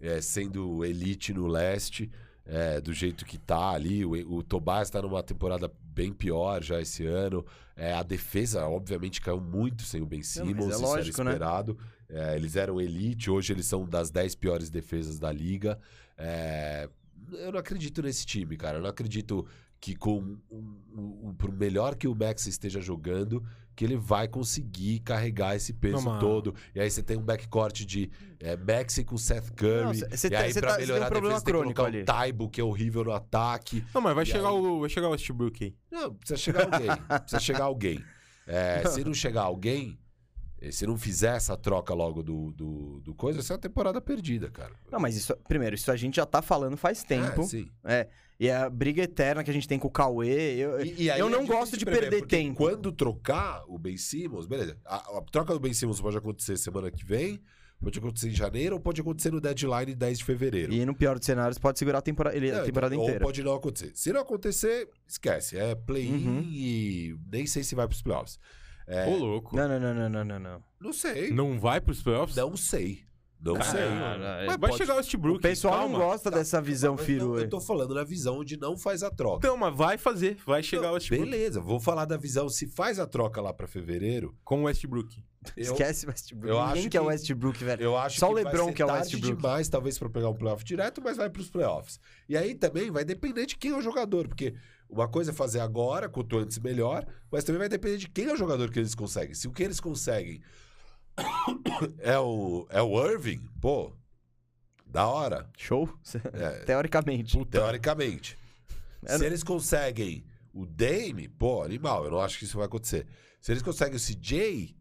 é, sendo elite no leste, é, do jeito que tá ali. O, o Tobias tá numa temporada bem pior já esse ano. É, a defesa, obviamente, caiu muito sem o Ben mas Simmons, é isso lógico, né? era esperado. É, eles eram elite, hoje eles são das 10 piores defesas da liga. É, eu não acredito nesse time, cara. Eu não acredito que com um- um- um- por melhor que o Max esteja jogando, que ele vai conseguir carregar esse peso Não, mas- todo. E aí você tem um backcourt de é, Maxi com Seth Não, Curry. cê- cê e tem- aí cê pra tá- cê tem um melhorar a problema defesa tem que crônico colocar ali. o Taibo, que é horrível no ataque. Não, mas vai E chegar, aí? o, vai chegar o Westbrook aí. Não, precisa chegar alguém. precisa chegar alguém. É, se não chegar alguém, eh, se não fizer essa troca logo do, do, do coisa, essa é uma temporada perdida, cara. Não, mas isso, primeiro, isso a gente já tá falando faz tempo. É, sim. e é a briga eterna que a gente tem com o Cauê. Eu, E- e aí eu é não difícil gosto de prever, perder porque tempo. Quando trocar o Ben Simmons, beleza. A, a troca do Ben Simmons pode acontecer semana que vem, pode acontecer em janeiro ou pode acontecer no deadline 10 de fevereiro. E no pior dos cenários, pode segurar a temporada, ele, Não, a temporada então, inteira. Ou pode não acontecer. Se não acontecer, esquece. É play-in Uhum. e nem sei se vai pros playoffs. Ô, louco. É. Não, não, não, não, não, não, não. Não sei. Não, Não vai pros playoffs? sei. Não Cara, sei. não, Mas vai pode- chegar o Westbrook. O pessoal calma. não gosta dessa visão Tá, Mas firu. não, aí. eu tô falando na visão onde não faz a troca. Então, mas vai fazer. Vai chegar Não, o Westbrook. Beleza, vou falar da visão se faz a troca lá pra fevereiro. Com o Westbrook. eu- Esquece o Westbrook. eu Ninguém acho quer o que- Westbrook, velho. Eu acho Só que o LeBron vai ser que é o tarde Westbrook. demais, talvez para pegar um playoff direto, mas vai para os playoffs. E aí também vai depender de quem é o jogador, porque uma coisa é fazer agora, quanto antes melhor, mas também vai depender de quem é o jogador que eles conseguem. Se o que eles conseguem é o é o Irving, pô, da hora, Show? É. Teoricamente. teoricamente. É, Se eles conseguem o Dame, pô, animal, eu não acho que isso vai acontecer. Se eles conseguem o CJ,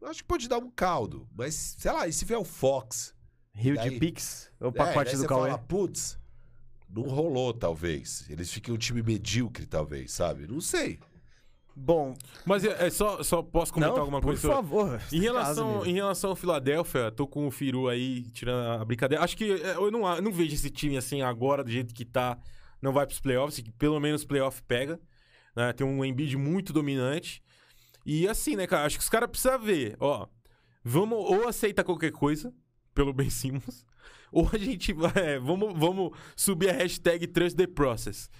eu acho que pode dar um caldo, mas sei lá, e se vier o Fox Rio Daí- de Pix, o É, pacote daí do você Cauê. fala, putz, Não rolou, talvez. Eles ficam um time medíocre, talvez, sabe? Não sei. Bom, Mas é, é só, só posso comentar não, alguma por coisa? sobre- favor. Tá Em relação, Caso, em relação ao Filadélfia, tô com o Firu aí tirando a brincadeira. Acho que é, eu não, eu não vejo esse time assim agora, do jeito que tá, não vai pros playoffs, que pelo menos playoff pega. né? Tem um Embiid muito dominante. E assim, né, cara? Acho que os caras precisam ver, ó. Vamos ou aceitar qualquer coisa, pelo Ben Simmons, ou a gente vai. é, vamos, vamos subir a hashtag Trust the Process.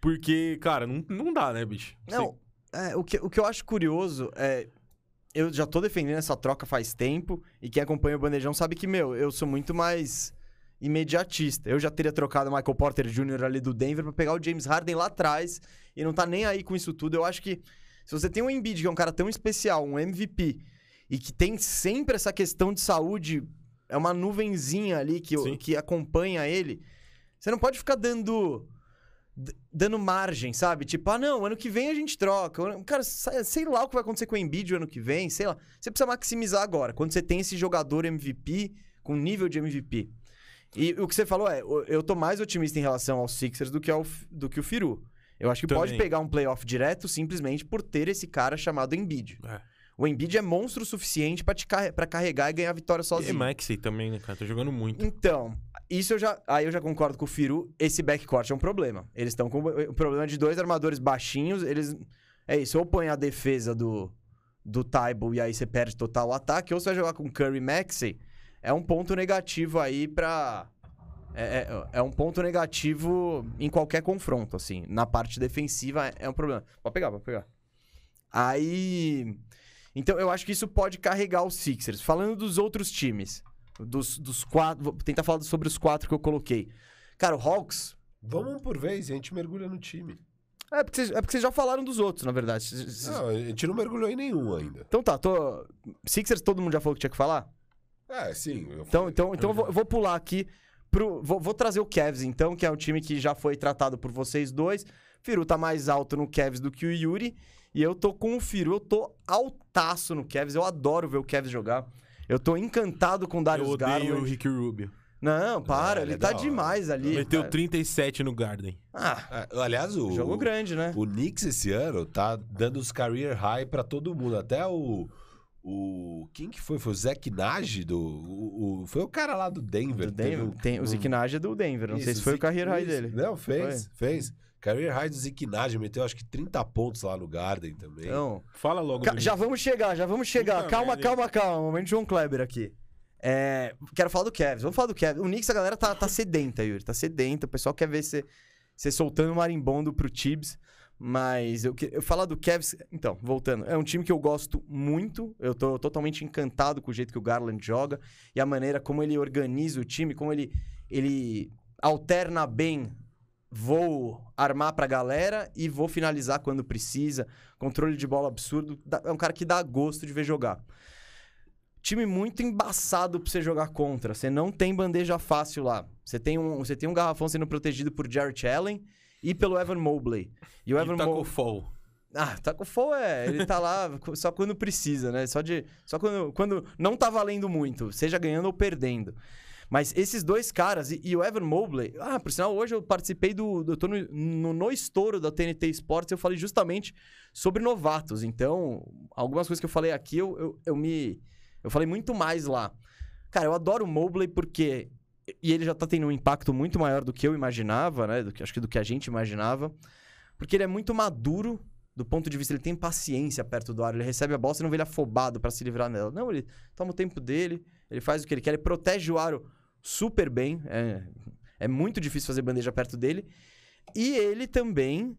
Porque, cara, não, não dá, né, bicho? Não, é, o, que, o que eu acho curioso é. Eu já tô defendendo essa troca faz tempo, e quem acompanha o Bandejão sabe que, meu, eu sou muito mais imediatista. Eu já teria trocado o Michael Porter Jr. ali do Denver pra pegar o James Harden lá atrás, e não tá nem aí com isso tudo. Eu acho que se você tem um Embiid, que é um cara tão especial, um MVP, e que tem sempre essa questão de saúde, é uma nuvenzinha ali que, Sim. que acompanha ele, você não pode ficar dando d- dando margem, sabe? Tipo, ah, não, ano que vem a gente troca. Ano- Cara, sa- sei lá o que vai acontecer com o Embiid o ano que vem, sei lá. Você precisa maximizar agora, quando você tem esse jogador MVP com nível de MVP. E o que você falou é, o- eu tô mais otimista em relação aos Sixers do que, ao, F- do que o Firu. Eu acho que pode Também. pegar um playoff direto simplesmente por ter esse cara chamado Embiid. É. O Embiid é monstro o suficiente pra te carre- pra carregar e ganhar a vitória E sozinho. Maxey também, né, cara? Tá jogando muito. Então, isso eu já. Aí eu já concordo com o Firu. Esse backcourt é um problema. Eles estão com o problema de dois armadores baixinhos. Eles. É isso, ou põe a defesa do, do Taibo e aí você perde total o ataque, ou você vai jogar com Curry e Maxey. É um ponto negativo aí pra. É, é- é um ponto negativo em qualquer confronto, assim. Na parte defensiva é, é um problema. Pode pegar, pode pegar. Aí. Então eu acho que isso pode carregar os Sixers. Falando dos outros times. Dos, dos quatro. Vou tentar falar sobre os quatro que eu coloquei. Cara, o Hawks. Vamos por vez e a gente mergulha no time. É porque vocês, é porque vocês já falaram dos outros, na verdade. Vocês- vocês- Não, a gente não mergulhou em nenhum ainda. Então tá, tô. Sixers, todo mundo já falou que tinha que falar? É, sim. eu Então, falei. então, então eu vou, eu vou pular aqui pro. Vou, vou trazer o Cavs, então, que é um time que já foi tratado por vocês dois. Firu tá mais alto no Cavs do que o Yuri. E eu tô com o Firu, eu tô altaço no Cavs. Eu adoro ver o Cavs jogar. Eu tô encantado com o Eu Darius odeio o Garland. Rick Rubio. Não, para, Ah, ele ele é tá da hora. demais ali. Meteu cara. 37 no Garden. Ah, Ah, aliás, o. jogo grande, né? O Knicks esse ano tá dando os career high pra todo mundo. Até o. O. Quem que foi? Foi o Zach Nagy do. O, o- foi o cara lá do Denver. Do que teve Denver. um- Tem, o Zeke Nagy é do Denver, não sei Isso, né? se foi o Zeke- carreira high isso. dele. Não, fez, fez. Career high do Zach Nagy, meteu acho que 30 pontos lá no Garden também. Então, Fala logo. Ca- do já vamos chegar, já vamos chegar. Puta calma, merda, calma, calma. um Momento João Kleber aqui. É, quero falar do Kevs. Vamos falar do Kevs. O Knicks, a galera tá, tá sedenta, Yuri. Tá sedenta. O pessoal quer ver você você soltando o marimbondo pro Tibbs. Mas eu, que- eu falar do Kevs. Então, voltando. É um time que eu gosto muito. Eu tô totalmente encantado com o jeito que o Garland joga e a maneira como ele organiza o time, como ele, ele alterna bem. Vou armar pra galera e vou finalizar quando precisa. Controle de bola absurdo. Dá- É um cara que dá gosto de ver jogar. Time muito embaçado pra você jogar contra. Você não tem bandeja fácil lá. Você tem um, você tem um garrafão sendo protegido por Jarrett Allen e pelo Evan Mobley. E o E tá Evan tacou Mobley. fall. Ah, tá com fogo é. Ele tá lá só quando precisa, né? Só de. Só quando, quando não tá valendo muito, seja ganhando ou perdendo. Mas esses dois caras, e, e o Evan Mobley, ah, por sinal, hoje eu participei do. do- Eu tô no, no, no estouro da TNT Sports e eu falei justamente sobre novatos. Então, algumas coisas que eu falei aqui, eu, eu, eu me. Eu falei muito mais lá. Cara, eu adoro o Mobley porque. E ele já tá tendo um impacto muito maior do que eu imaginava, né? Do que, acho que do que a gente imaginava. Porque ele é muito maduro do ponto de vista, ele tem paciência perto do aro. Ele recebe a bola, você não vê ele afobado pra se livrar dela. Não, ele toma o tempo dele, ele faz o que ele quer, ele protege o aro super bem. É, é muito difícil fazer bandeja perto dele. E ele também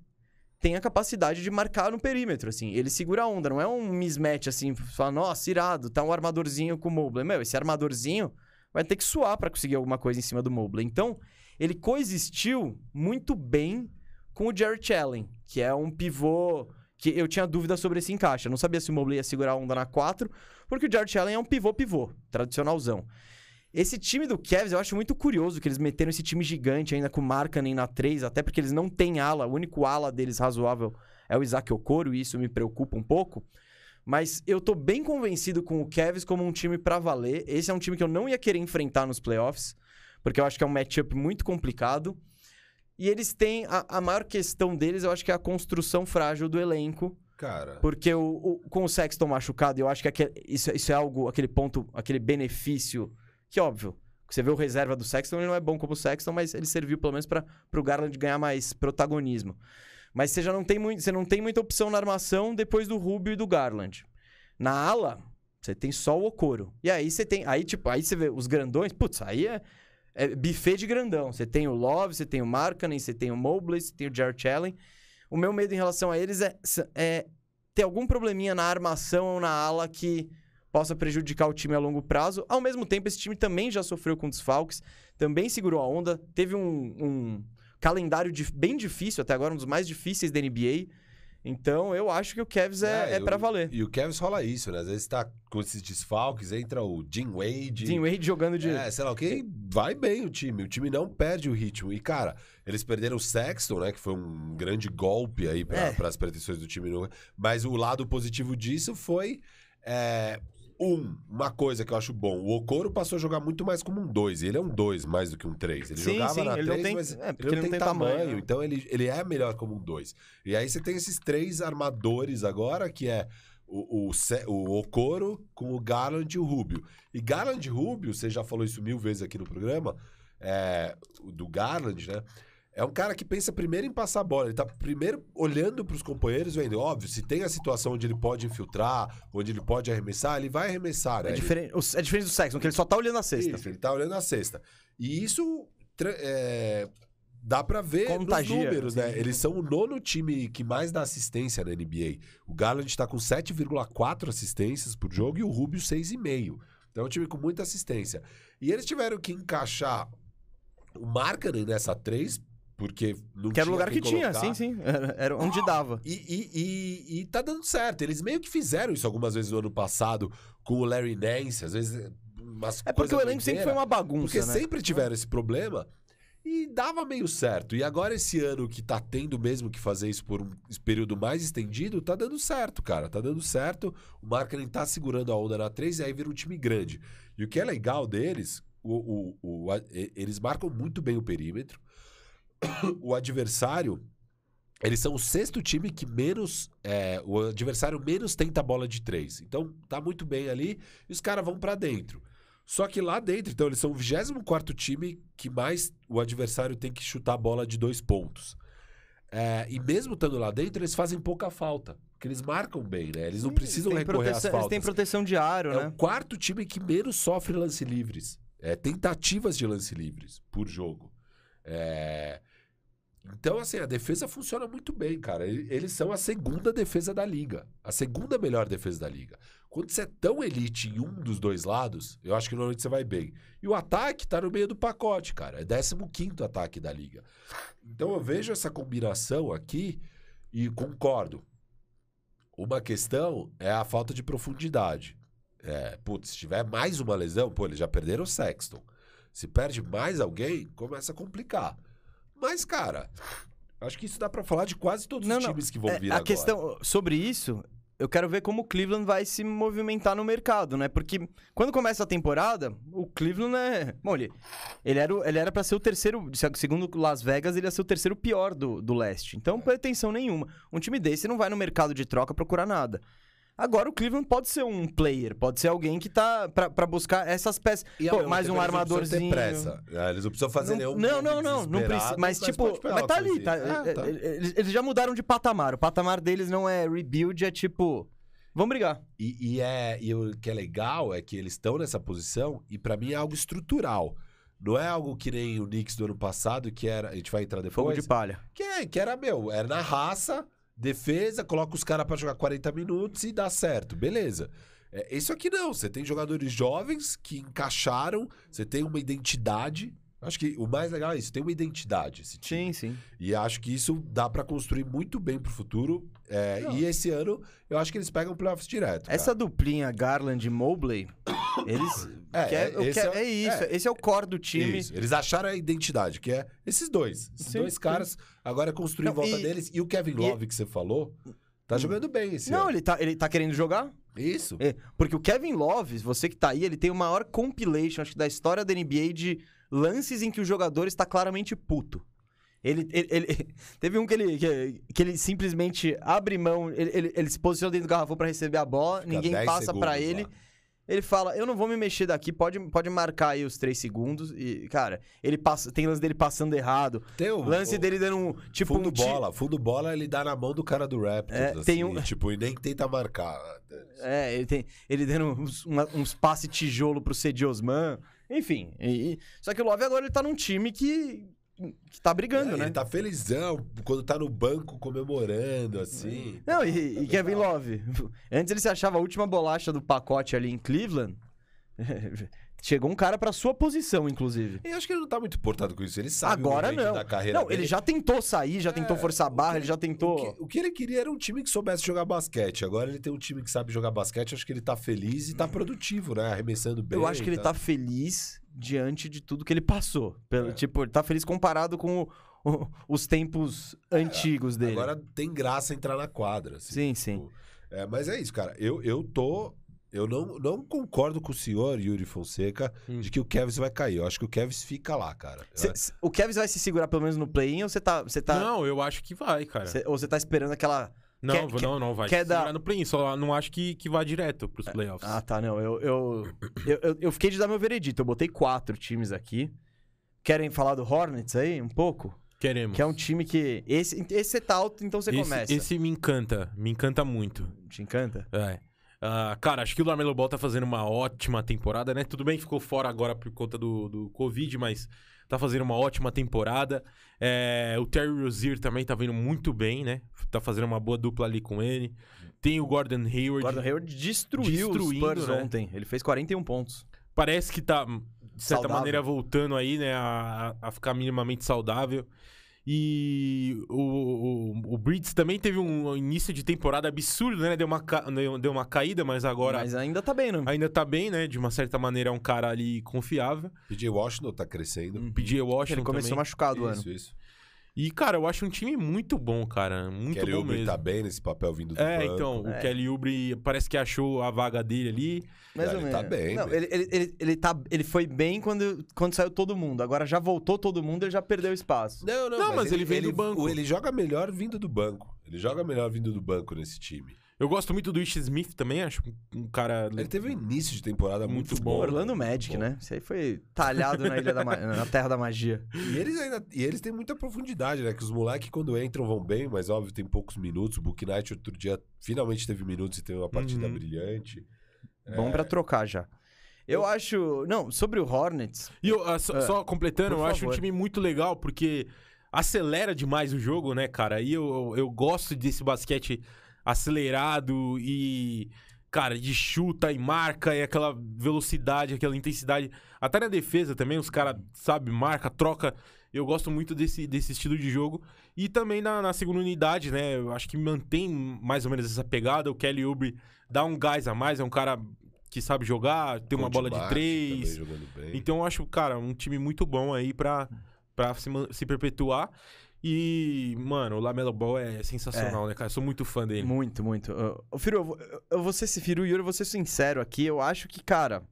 tem a capacidade de marcar no perímetro, assim. Ele segura a onda, não é um mismatch, assim, fala, nossa, irado, tá um armadorzinho com o Mobley. Meu, esse armadorzinho vai ter que suar pra conseguir alguma coisa em cima do Mobley. Então, ele coexistiu muito bem com o Jared Allen, que é um pivô que eu tinha dúvida sobre esse encaixe. Eu não sabia se o Mobley ia segurar a onda na 4, porque o Jared Allen é um pivô-pivô, tradicionalzão. Esse time do Cavs, eu acho muito curioso que eles meteram esse time gigante ainda com o Markkanen na 3, até porque eles não têm ala. O único ala deles razoável é o Isaac Okoro, e isso me preocupa um pouco. Mas eu tô bem convencido com o Cavs como um time pra valer. Esse é um time que eu não ia querer enfrentar nos playoffs, porque eu acho que é um matchup muito complicado. E eles têm. A, a maior questão deles, eu acho que é a construção frágil do elenco. Cara. Porque o, o- com o Sexton machucado, eu acho que aquele- isso, isso é algo, aquele ponto, aquele benefício. Que óbvio, você vê o reserva do Sexton, ele não é bom como o Sexton, mas ele serviu pelo menos para o Garland ganhar mais protagonismo. Mas você já não tem, muito, você não tem muita opção na armação depois do Rubio e do Garland. Na ala, você tem só o Okoro. E aí você tem. Aí, tipo, aí você vê os grandões, putz, aí é. É buffet de grandão. Você tem o Love, você tem o Markkanen, você tem o Mobley, você tem o Jared Allen. O meu medo em relação a eles é, é ter algum probleminha na armação ou na ala que possa prejudicar o time a longo prazo. Ao mesmo tempo, esse time também já sofreu com desfalques, também segurou a onda, teve um, um calendário dif- bem difícil até agora, um dos mais difíceis da NBA. Então, eu acho que o Cavs é, é, e o- para valer. E o Kevs rola isso, né? Às vezes tá com esses desfalques, entra o Jim Wade. Dean Wade jogando de... É, sei lá o que, vai bem o time. O time não perde o ritmo. E, cara, eles perderam o Sexton, né? Que foi um grande golpe aí É. para as pretensões do time. no- Mas o lado positivo disso foi. é, um, uma coisa que eu acho bom, o Okoro passou a jogar muito mais como um 2, ele é um 2 mais do que um 3. Ele Sim, jogava sim, na ele não 3, tem- né? mas é, ele não tem, tamanho, então ele, ele é melhor como um 2. E aí você tem esses três armadores agora, que é o, o, Ce- o Okoro com o Garland e o Rubio. E Garland e Rubio, você já falou isso mil vezes aqui no programa, é, o do Garland, né? É um cara que pensa primeiro em passar a bola. Ele tá primeiro olhando pros companheiros, vendo. Óbvio, se tem a situação onde ele pode infiltrar, onde ele pode arremessar, ele vai arremessar, né? É Ele- diferente, o- é diferente do Sexton, que ele só tá olhando a cesta. isso, ele tá olhando a cesta. E isso tra- é, dá pra ver Contagia, nos números, né? sim. Eles são o nono time que mais dá assistência na NBA. O Garland tá com 7,4 assistências por jogo e o Rubio 6,5. Então é um time com muita assistência. E eles tiveram que encaixar o Markkanen nessa 3, porque não Que tinha era o lugar que quem tinha, sim, colocar. sim. Era, era onde dava. E, e, e- e tá dando certo. Eles meio que fizeram isso algumas vezes no ano passado com o Larry Nance, às vezes umas É porque coisas o elenco sempre foi doideiras. uma bagunça, Porque né? sempre tiveram esse problema e dava meio certo. E agora esse ano que tá tendo mesmo que fazer isso por um período mais estendido, tá dando certo, cara. Tá dando certo. O Markkinen tá segurando a onda na 3 e aí vira um time grande. E o que é legal deles, o- o- o- a- e- eles marcam muito bem o perímetro. O adversário, eles são o sexto time que menos, é, o adversário menos tenta a bola de três. Então tá muito bem ali e os caras vão pra dentro. Só que lá dentro, então, eles são o 24 time que mais o adversário tem que chutar a bola de dois pontos. É, e mesmo estando lá dentro, eles fazem pouca falta. Porque eles marcam bem, né? Eles não precisam Tem recorrer proteção- às faltas. Eles têm proteção de aro, É o né? quarto time que menos sofre lance livres. É, tentativas de lance livres por jogo. É, Então, assim, a defesa funciona muito bem, cara. E- Eles são a segunda defesa da liga. A segunda melhor defesa da liga. Quando você é tão elite em um dos dois lados, eu acho que normalmente você vai bem. E o ataque tá no meio do pacote, cara. É 15 ataque da liga. Então eu vejo essa combinação aqui e concordo. Uma questão é a falta de profundidade. É, putz, se tiver mais uma lesão, pô, eles já perderam o Sexton. Se perde mais alguém, começa a complicar. Mas, cara, acho que isso dá pra falar de quase todos Não, os não. times que vão É, vir a agora. questão sobre isso, eu quero ver como o Cleveland vai se movimentar no mercado, né? Porque quando começa a temporada, o Cleveland é. Bom, ele, ele era o- ele era para ser o terceiro. se- Segundo o Las Vegas, ele ia ser o terceiro pior do, do leste. Então, pretensão nenhuma. Um time desse não vai no mercado de troca procurar nada. Agora o Cleveland pode ser um player, pode ser alguém que tá pra, pra buscar essas peças. E, ao Pô, mesmo mais tempo, um eles não precisam armadorzinho. ter pressa. É, Eles não precisam fazer não, nenhum. Não, movimento não, não, não precisa. desesperado, Mas, tipo, pode pegar mas uma tá ali, tá, coisinha. É, tá. Eles, eles já mudaram de patamar. O patamar deles não é rebuild, é tipo. Vamos brigar. E, e é, e o que é legal é que eles estão nessa posição e pra mim é algo estrutural. Não é algo que nem o Knicks do ano passado, que era. A gente vai entrar Fogo depois. de palha. Que, é- que era, meu, era na raça, defesa, coloca os caras pra jogar 40 minutos e dá certo, beleza. É, isso aqui não, você tem jogadores jovens que encaixaram, você tem uma identidade. Acho que o mais legal é isso, tem uma identidade esse time. Sim, sim. E acho que isso dá pra construir muito bem pro futuro. é, Não. e esse ano, eu acho que eles pegam playoffs direto. cara. Essa duplinha Garland e Mobley, eles. É, quer- eu esse quer- é- é isso. Esse é o core do time. Isso, Eles acharam a identidade, que é esses dois. Esses Sim, dois sim. caras, agora é construir em Não, volta e- Hum. deles. E o Kevin Love, que você falou, tá jogando bem esse Não, ano. ele tá, ele tá querendo jogar? Isso. É, porque o Kevin Love, você que tá aí, ele tem o maior compilation, acho que da história da NBA de lances em que o jogador está claramente puto. Ele, ele- ele- teve um que ele, que, que ele simplesmente abre mão, ele, ele- ele se posiciona dentro do garrafão pra receber a bola, Fica ninguém 10 passa pra segundos ele. lá. Ele fala: Eu não vou me mexer daqui, pode, pode marcar aí os três segundos. E, cara, ele passa, tem lance dele passando errado, Tem o, lance o- dele dando um. Tipo, fundo um ti- bola, fundo bola ele dá na mão do cara do Raptors, É, assim, tem um- e, tipo, e nem tenta marcar. É, ele, tem, ele dando uns, uma- uns passe tijolo pro Cedi Osman. Enfim. e- e- só que o Love agora ele tá num time que, que tá brigando, É, né? Ele tá felizão quando tá no banco comemorando, assim. Não, e, e Kevin legal. Love. Antes ele se achava a última bolacha do pacote ali em Cleveland. Chegou um cara pra sua posição, inclusive. Eu acho que ele não tá muito importado com isso, ele sabe Agora o momento não. da carreira Não, ele dele. já tentou sair, já tentou forçar a barra, ele já tentou. O É, que, o que ele queria era um time que soubesse jogar basquete. Agora ele tem um time que sabe jogar basquete, acho que ele tá feliz e tá produtivo, né? Arremessando bem. Eu acho que ele tá- tá feliz diante de tudo que ele passou. É. Pelo, Tipo, ele tá feliz comparado com o- o- os tempos antigos dele. É, Agora tem graça entrar na quadra. assim. Sim, sim. É, mas é isso, cara. Eu, eu tô. Eu não, não concordo com o senhor, Yuri Fonseca, Hum. de que o Kevs vai cair. Eu acho que o Kevs fica lá, cara. Cê- cê- o Kevs vai se segurar pelo menos no play-in ou você tá, você tá, Não, eu acho que vai, cara. cê- ou você tá esperando aquela... Não, quer- vou- quer- não, não, vai. quer Se segurar dar- no play só não acho que, que vá direto pros playoffs. Ah, tá, não. Eu, eu, eu, eu, eu fiquei de dar meu veredito. Eu botei quatro times aqui. Querem falar do Hornets aí um pouco? Queremos. Que é um time que... Esse, esse você tá alto, então você esse, começa. esse me encanta, me encanta muito. Te encanta? É. Ah, cara, acho que o Lamelo Ball tá fazendo uma ótima temporada, né? Tudo bem que ficou fora agora por conta do, do Covid, mas tá fazendo uma ótima temporada. É, o Terry Rozier também tá vindo muito bem, né? Tá fazendo uma boa dupla ali com ele. Tem o Gordon Hayward. Gordon Hayward destruiu os Destruindo, Spurs né? ontem. Ele fez 41 pontos. Parece que tá, de certa Saudável. maneira, voltando aí, né? A, a ficar minimamente saudável. E o, o, o Breeds também teve um início de temporada absurdo, né? Deu uma, ca- deu deu uma caída, mas agora Mas ainda tá bem, não? ainda tá bem, né? De uma certa maneira é um cara ali confiável. PJ Washington tá crescendo. Hum. Tá PJ Washington Ele começou um também. machucado o ano. Isso, isso. E, cara, eu acho um time muito bom, cara. Muito Kelly bom Oubre mesmo. tá bem nesse papel vindo do É, banco. né? então, É. o Kelly Oubre parece que achou a vaga dele ali. Mais Cara, ou ele menos. tá bem, Não, velho. ele, ele, ele, ele tá, ele foi bem quando, quando saiu todo mundo. Agora já voltou todo mundo, ele já perdeu espaço. Não, não, Não, mas ele vem do banco. Ele joga melhor vindo do banco. Ele joga melhor vindo do banco nesse time. Eu gosto muito do Ish Smith também, acho um- um cara... Ele teve um início de temporada muito, Muito bom. bom. Tipo, Orlando Magic, Bom. né? Isso aí foi talhado na, ilha da ma- na Terra da Magia. E eles ainda e eles têm muita profundidade, né? Que os moleques, quando entram, vão bem, mas óbvio, tem poucos minutos. O Book Knight outro dia finalmente teve minutos e teve uma partida Uhum. brilhante. Bom pra trocar já. Eu acho. Não, sobre o Hornets. E eu, ah, só, Ah, só completando, por eu acho um favor. time muito legal, porque acelera demais o jogo, né, cara? E eu, eu gosto desse basquete acelerado e, cara, de chuta e marca e aquela velocidade, aquela intensidade. Até na defesa também, os caras, sabe, marca, troca. Eu gosto muito desse, desse estilo de jogo. E também na, na segunda unidade, né? Eu acho que mantém mais ou menos essa pegada. O Kelly Oubre dá um gás a mais, é um cara que sabe jogar, tem uma Coach bola de Martin três. também jogando bem. Então eu acho, cara, um time muito bom aí pra, pra se, man- se perpetuar. E, mano, o Lamelo Ball é sensacional, né, cara? Eu sou muito fã dele. Muito, muito. Ô, Ô, Firu, eu vou- eu, eu vou ser esse Firu e Yuri, eu vou ser sincero aqui. Eu acho que, cara,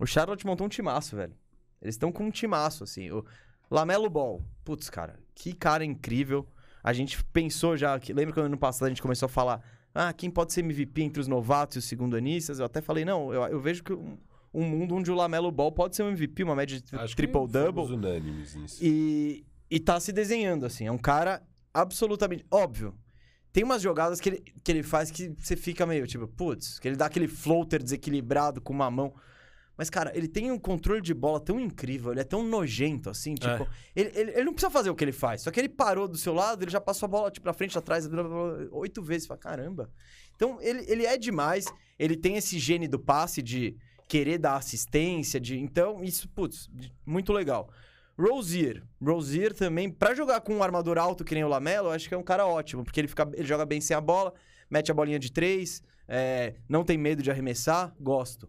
o Charlotte montou um timaço, velho. Eles estão com um timaço, assim. O Lamelo Ball. Putz, cara, que cara incrível. A gente pensou já. Que, lembra quando ano passado a gente começou a falar: ah, quem pode ser MVP entre os novatos e os segundo anistas? Eu até falei: não, eu, eu vejo que um, um mundo onde o Lamelo Ball pode ser um MVP, uma média de Acho que um triple-double. fomos unânimes nisso. E, e tá se desenhando, assim. É um cara absolutamente. Óbvio. Tem umas jogadas que ele, que ele faz que você fica meio tipo, putz, que ele dá aquele floater desequilibrado com uma mão. Mas, cara, ele tem um controle de bola tão incrível, ele é tão nojento, assim, tipo. Ele, ele, ele não precisa fazer o que ele faz. Só que ele parou do seu lado, ele já passou a bola, tipo, pra frente, atrás, blá, blá, blá, oito vezes. Fala, caramba. Então, ele, ele é demais. Ele tem esse gene do passe de querer dar assistência, de. Então, isso, putz, de- muito legal. Rozier. Rozier também, pra jogar com um armador alto que nem o Lamelo, eu acho que é um cara ótimo, porque ele, fica, ele joga bem sem a bola, mete a bolinha de três, é, não tem medo de arremessar, gosto.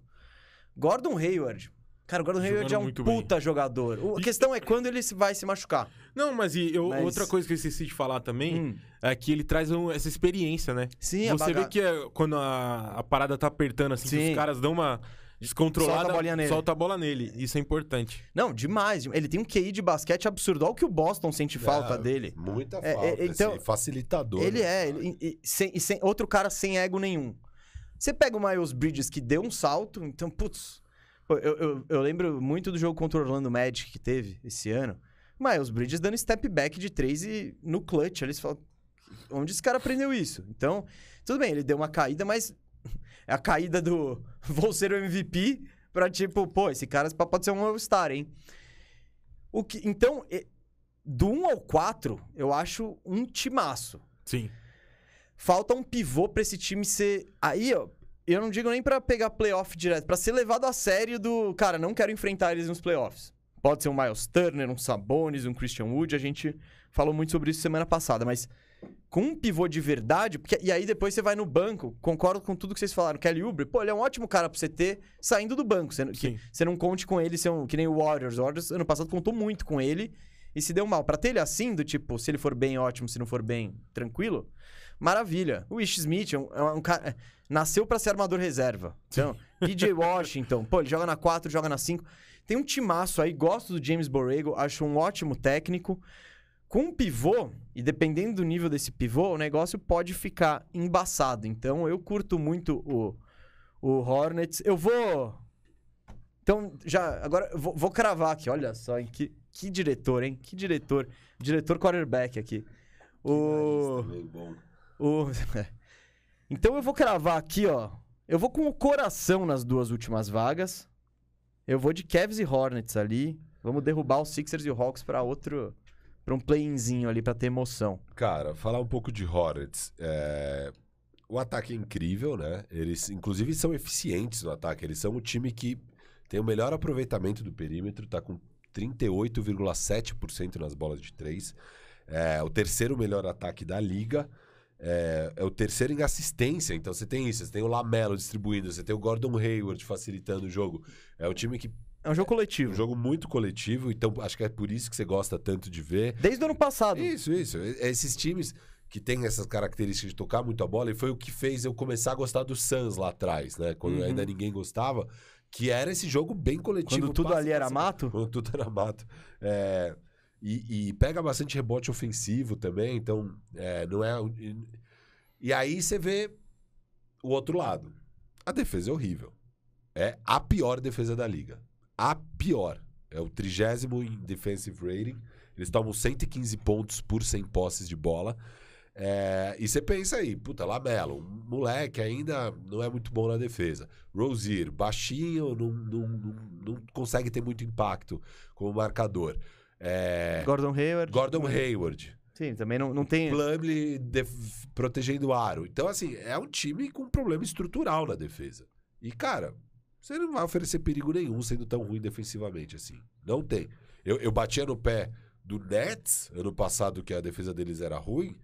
Gordon Hayward. Cara, o Gordon Jogando Hayward é um muito bem. puta jogador. O- a questão é quando ele se- vai se machucar. Não, mas e eu- Mas- outra coisa que eu esqueci de falar também Hum. é que ele traz um- essa experiência, né? Sim, a Você baga- vê que é quando a, a parada tá apertando, assim, que Sim. os caras dão uma. Descontrolada, Solta a bolinha nele. solta a bola nele. Isso é importante. Não, demais. Ele tem um QI de basquete absurdo. Olha o que o Boston sente falta É, dele. Muita É, é, falta. então- esse facilitador. né? Ele é, ele- e- e sem- e sem- outro cara sem ego nenhum. Você pega o Miles Bridges que deu um salto, então, putz. pô, Eu, eu- eu lembro muito do jogo contra o Orlando Magic que teve esse ano. Miles Bridges dando step back de três e no clutch. Eles falam, onde esse cara aprendeu isso? Então, tudo bem, ele deu uma caída, mas é a caída do vou ser o MVP pra tipo, pô, esse cara pode ser um All-Star, hein? O que, então, e- do 1 ao 4, eu acho um timaço. Sim. Falta um pivô pra esse time ser. Aí, ó. Eu não digo nem pra pegar playoff direto, pra ser levado a sério do. Cara, não quero enfrentar eles nos playoffs. Pode ser um Miles Turner, um Sabonis, um Christian Wood. A gente falou muito sobre isso semana passada, mas com um pivô de verdade. Porque, e aí depois você vai no banco. Concordo com tudo que vocês falaram. Kelly Oubre, pô, ele é um ótimo cara pra você ter saindo do banco. Você, não- que, Sim. você não conte com ele, ser um, que nem o Warriors. O Warriors ano passado contou muito com ele e se deu mal. Pra ter ele assim, do tipo, se ele for bem, ótimo, se não for bem, tranquilo. Maravilha. O Ish Smith é um, é um cara. Nasceu pra ser armador reserva. Então, PJ Washington, pô, ele joga na 4, joga na 5. Tem um timaço aí, gosto do James Borrego, acho um ótimo técnico. Com um pivô, e dependendo do nível desse pivô, o negócio pode ficar embaçado. Então, eu curto muito o, o Hornets. Eu vou. Então, já. Agora, eu vou, vou cravar aqui. Olha só, hein? Que, que diretor, hein? Que diretor. Diretor quarterback aqui. O. Também é bom. O- Então eu vou cravar aqui, ó. Eu vou com o coração nas duas últimas vagas. Eu vou de Cavs e Hornets ali. Vamos derrubar os Sixers e o Hawks pra outro. pra um play-inzinho ali pra ter emoção. Cara, falar um pouco de Hornets. é, O ataque é incrível, né? Eles, inclusive, são eficientes no ataque. Eles são o time que tem o melhor aproveitamento do perímetro, tá com 38,7% nas bolas de três. É o terceiro melhor ataque da liga. É, é o terceiro em assistência, então você tem isso. Você tem o Lamelo distribuindo, você tem o Gordon Hayward facilitando o jogo. É um time que É um jogo um coletivo. jogo muito coletivo, então acho que é por isso que você gosta tanto de ver. Desde o ano passado. Isso, isso. E- é, Esses times que têm essas características de tocar muito a bola, e foi o que fez eu começar a gostar do Suns lá atrás, né? Quando Uhum. ainda ninguém gostava, que era esse jogo bem coletivo. Quando tudo tipo, passa- ali era passa- mato. Quando tudo era mato. É, e, e pega bastante rebote ofensivo também, então é, não é... um- e- E aí você vê o outro lado. A defesa é horrível. É a pior defesa da liga. A pior. É o trigésimo em defensive rating. Eles tomam 115 pontos por 100 posses de bola. É, e você pensa aí, puta, Lamelo, um moleque ainda não é muito bom na defesa. Rozier, baixinho, não, não, não, não consegue ter muito impacto como marcador. É, Gordon Hayward. Gordon Hayward, Sim, também não, não tem. Plumlee def- protegendo o aro. Então, assim, é um time com problema estrutural na defesa. E, cara, você não vai oferecer perigo nenhum sendo tão ruim defensivamente assim. Não tem. Eu, eu batia no pé do Nets ano passado que a defesa deles era ruim.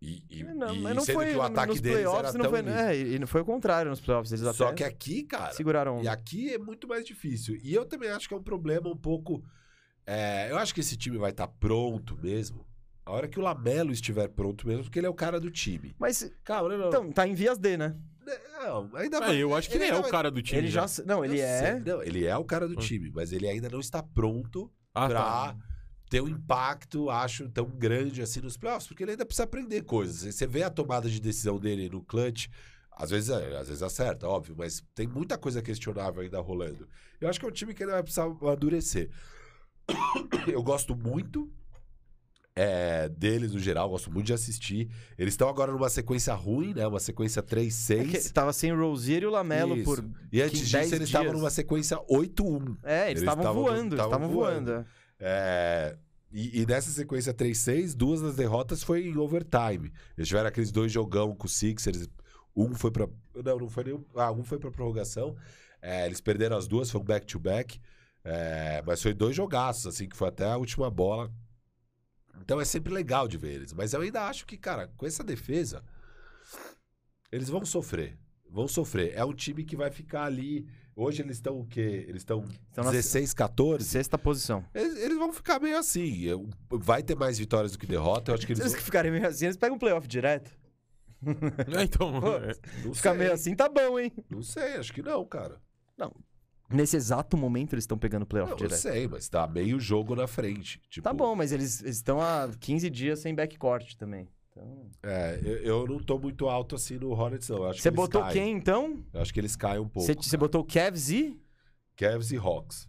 E, e, É, Não, e mas não sendo foi que o ataque nos deles playoffs, era não tão foi. ruim. É, e não foi o contrário nos playoffs. Eles Só até que aqui, cara, seguraram. e aqui é muito mais difícil. E eu também acho que é um problema um pouco. é, eu acho que esse time vai estar pronto mesmo. A hora que o Lamelo estiver pronto mesmo, porque ele é o cara do time. Mas, Cara, não, não. então, tá em vias D, né? não, ainda Ah, vai. eu acho que ele, Ele é não o é- cara do time. Ele já. Não, ele eu é. sei, não, ele é o cara do Hum. time, mas ele ainda não está pronto Ah, pra tá. ter um impacto, acho, tão grande assim nos playoffs, porque ele ainda precisa aprender coisas. Você vê a tomada de decisão dele no clutch, às vezes, é, às vezes acerta, óbvio, mas tem muita coisa questionável ainda rolando. Eu acho que é um time que ainda vai precisar amadurecer. Eu gosto muito é, deles no geral, gosto muito de assistir. Eles estão agora numa sequência ruim, né? Uma sequência É que 3-6. tava sem o Rozier e o Lamelo Isso. por. E antes que em disso, 10 eles estavam dias. numa sequência 8-1. É, Eles eles estavam tavam- voando, eles tavam estavam voando. voando. É, E, e nessa sequência 3-6, duas das derrotas foi em overtime. Eles tiveram aqueles dois jogão com o Sixers. Um foi pra. Não, não foi nenhum. Ah, um foi pra prorrogação. É, eles perderam as duas, foi um back-to-back. É, mas foi dois jogaços, assim, que foi até a última bola. Então é sempre legal de ver eles. Mas eu ainda acho que, cara, com essa defesa, eles vão sofrer. Vão sofrer. É um time que vai ficar ali. Hoje eles estão o quê? Eles estão Estão na 16, 14? Então, Sexta posição. Eles, eles vão ficar meio assim. Eu- Vai ter mais vitórias do que derrota. Eu acho que Se eles eles vão. ficarem meio assim, eles pegam um playoff direto. É, então. Pô, é. Não Ficar sei, meio assim, tá bom, hein? não sei, acho que não, cara. Nesse exato momento eles estão pegando playoff Não, eu direto. sei, mas tá meio jogo na frente. Tipo, Tá bom, mas eles eles estão há 15 dias sem backcourt também. Então... É, eu, eu não tô muito alto assim no Hornets, não. Eu acho Você que eles botou caem. quem então? Eu acho que eles caem um pouco. Você você botou o Cavs e. Cavs e Hawks.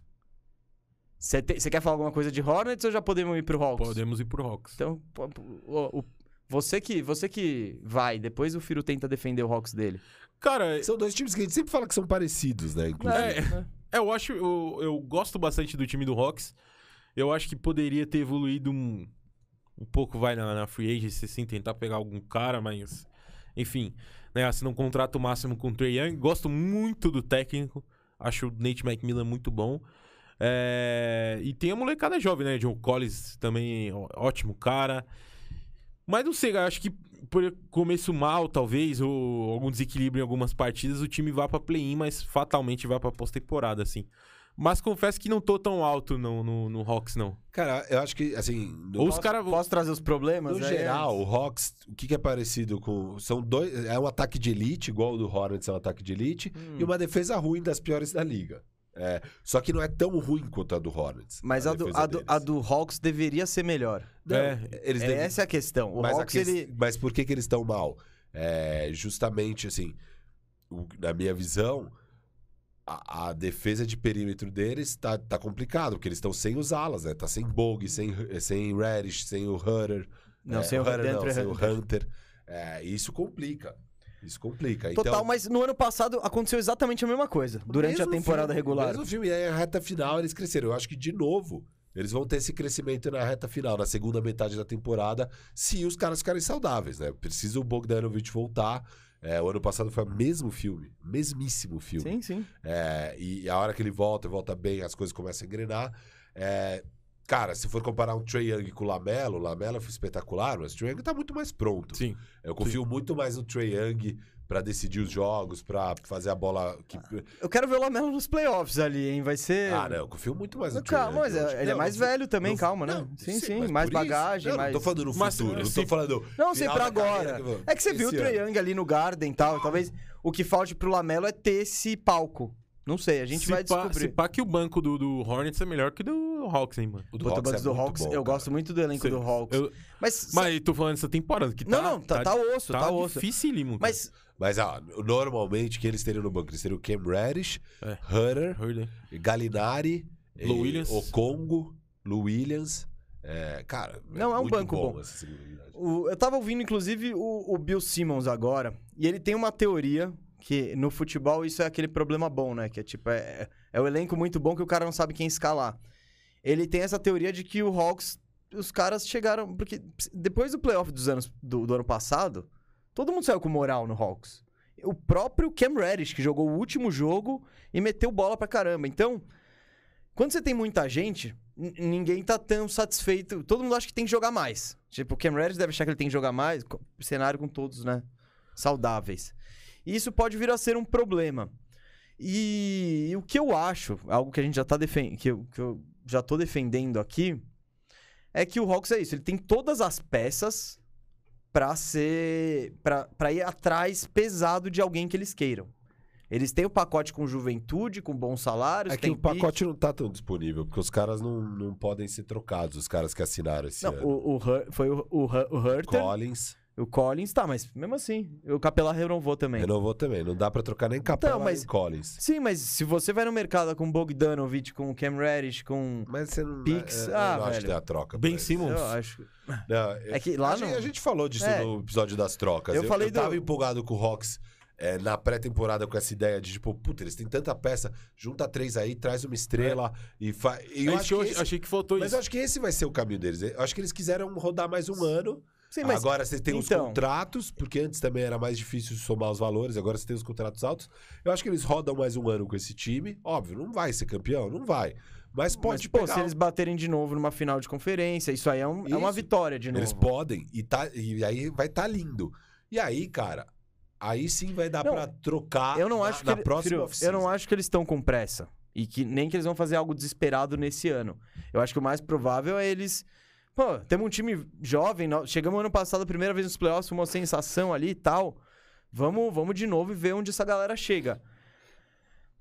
Você te- você quer falar alguma coisa de Hornets ou já podemos ir pro Hawks? Podemos ir pro Hawks. Então, po- po- o- o- você que você que vai, depois o Firo tenta defender o Hawks dele. Cara, São dois times que a gente sempre fala que são parecidos, né? Inclusive. É, eu acho, eu, eu gosto bastante do time do Hawks. Eu acho que poderia ter evoluído um, um pouco, vai na, na free agency, sim, tentar pegar algum cara, mas. Enfim, né? Assinar um contrato máximo com o Trey Young. Gosto muito do técnico. Acho o Nate McMillan muito bom. É, e tem a molecada jovem, né? John Collins também, ó- ótimo cara. Mas não sei, cara, acho que por começo mal, talvez, ou algum desequilíbrio em algumas partidas, o time vá pra play-in, mas fatalmente vai pra pós-temporada, assim. Mas confesso que não tô tão alto no, no, no Hawks, não. Cara, eu acho que, assim. No, ou os caras. Posso trazer os problemas? no aí é geral, antes? o Hawks, o que, que é parecido com. São dois. É um ataque de elite, igual o do Hornets é um ataque de elite, Hum. e uma defesa ruim das piores da liga. É, só que não é tão ruim quanto a do Hornets. Mas a, do, defesa a, do, deles. a do Hawks deveria ser melhor. Não, É, eles É, devem- Essa é a questão. O mas, a Hawks, ques- ele. mas por que, que eles estão mal? É, justamente assim, o- na minha visão, a, a defesa de perímetro deles tá, tá complicado, porque eles estão sem os alas, né? Tá sem Bogue, sem, sem Radish, sem o Hunter. Não, É, sem o não, Hunter. sem o Hunter. É, isso complica. Isso complica. Total, então, mas no ano passado aconteceu exatamente a mesma coisa. Durante a mesmo temporada filme, regular. Mesmo filme, e aí a reta final eles cresceram. Eu acho que, de novo, eles vão ter esse crescimento na reta final, na segunda metade da temporada, se os caras ficarem saudáveis, né? Precisa o Bogdanovich voltar. É, o ano passado foi o mesmo filme, mesmíssimo filme. Sim, sim. É, e a hora que ele volta, volta bem, as coisas começam a engrenar. É, cara, se for comparar um Trae Young com o Lamelo, o Lamelo foi espetacular, mas o Trae Young tá muito mais pronto. Sim. Eu confio muito mais no Trae Young pra decidir os jogos, pra fazer a bola que... Eu quero ver o Lamelo nos playoffs ali, hein? Vai ser. Ah, não, eu confio muito mais no Trae É. Calma, Young mas hoje. é- ele é Não, mais não- velho também, não- calma, né? não, Sim, sim, mas mais por isso- bagagem, não, mais- Não tô falando no Mas, futuro, não se- tô falando... Não, sei final pra da carreira agora. que eu- É que você viu o esse Trae ano. Young ali no Garden e tal. Talvez o que falte pro Lamelo é ter esse palco. Não sei, a gente se vai pá, descobrir. Se pá que o banco do, do Hornets é melhor que o do Hawks, hein, mano. O Puta, Hawks mas é do muito Hawks, bom, eu cara. gosto muito do elenco do Hawks. Eu- Mas, mas tô falando essa temporada, que tá. Não, não, tá, tá osso, tá, tá osso. dificílimo. cara. Mas Mas, ah, normalmente, quem eles teriam no banco? Eles teriam o Cam Reddish, É. Hunter, Hurley. Galinari, Lou eh, Williams. Okongo, Lou Williams. É, cara, Não, é um muito banco bom. essa segunda unidade. o- eu tava ouvindo, inclusive, o, o Bill Simmons agora, e ele tem uma teoria que no futebol isso é aquele problema bom, né? Que é tipo, é, é o elenco muito bom que o cara não sabe quem escalar. Ele tem essa teoria de que o Hawks, os caras chegaram. Porque depois do playoff dos anos, do, do ano passado, todo mundo saiu com moral no Hawks. O próprio Cam Reddish, que jogou o último jogo e meteu bola pra caramba. Então, Quando você tem muita gente, n- ninguém tá tão satisfeito. Todo mundo acha que tem que jogar mais. Tipo, o Cam Reddish deve achar que ele tem que jogar mais. co- Cenário com todos, né? Saudáveis. E isso pode vir a ser um problema. E, o que eu acho, algo que a gente já tá defendendo, que, eu- que eu já tô defendendo aqui, é que o Hawks é isso. Ele tem todas as peças pra ser, pra pra ir atrás pesado de alguém que eles queiram. Eles têm o pacote com juventude, com bons salários. É que tem o pique. pacote não tá tão disponível, porque os caras não, não podem ser trocados, os caras que assinaram esse Não, ano. o, o Hur- foi o, o, Hur- o Hurter, Collins o Collins, tá, mas mesmo assim, o Capelá renovou também. renovou também. Não dá pra trocar nem Capela Então, mas- nem Collins. Sim, mas se você vai no mercado com Bogdanovich, com Cam Reddish, com... Mas você não, Pix, é, eu ah, não acho velho. que tem a troca. Ben pra isso. Simmons. Eu acho. Não, eu- É que lá a, gente, não. a gente falou disso É. no episódio das trocas. Eu Eu, falei eu tava do- empolgado com o Hawks é, na pré-temporada com essa ideia de, tipo, puta, eles têm tanta peça, junta três aí, traz uma estrela e faz. É Eu isso acho que eu que ach- esse- achei que faltou Mas isso. eu acho que esse vai ser o caminho deles. Eu acho que eles quiseram rodar mais um ano. Sim, mas agora você tem então. os contratos, porque antes também era mais difícil somar os valores, agora você tem os contratos altos. Eu acho que eles rodam mais um ano com esse time. Óbvio, não vai ser campeão, não vai. mas, Mas pode pô, pegar se eles baterem de novo numa final de conferência, isso aí é, um- é uma Isso. vitória de novo. Eles podem, e, tá, e aí vai estar tá lindo. E aí, cara, aí sim vai dar Não, pra trocar eu não Ah, na, acho que na ele- Firu, próxima eu não off-season. acho que eles estão com pressa e que nem que eles vão fazer algo desesperado nesse ano. Eu acho que o mais provável é eles Pô, temos um time jovem, nós- chegamos ano passado a primeira vez nos playoffs, foi uma sensação ali e tal. Vamos, vamos de novo e ver onde essa galera chega.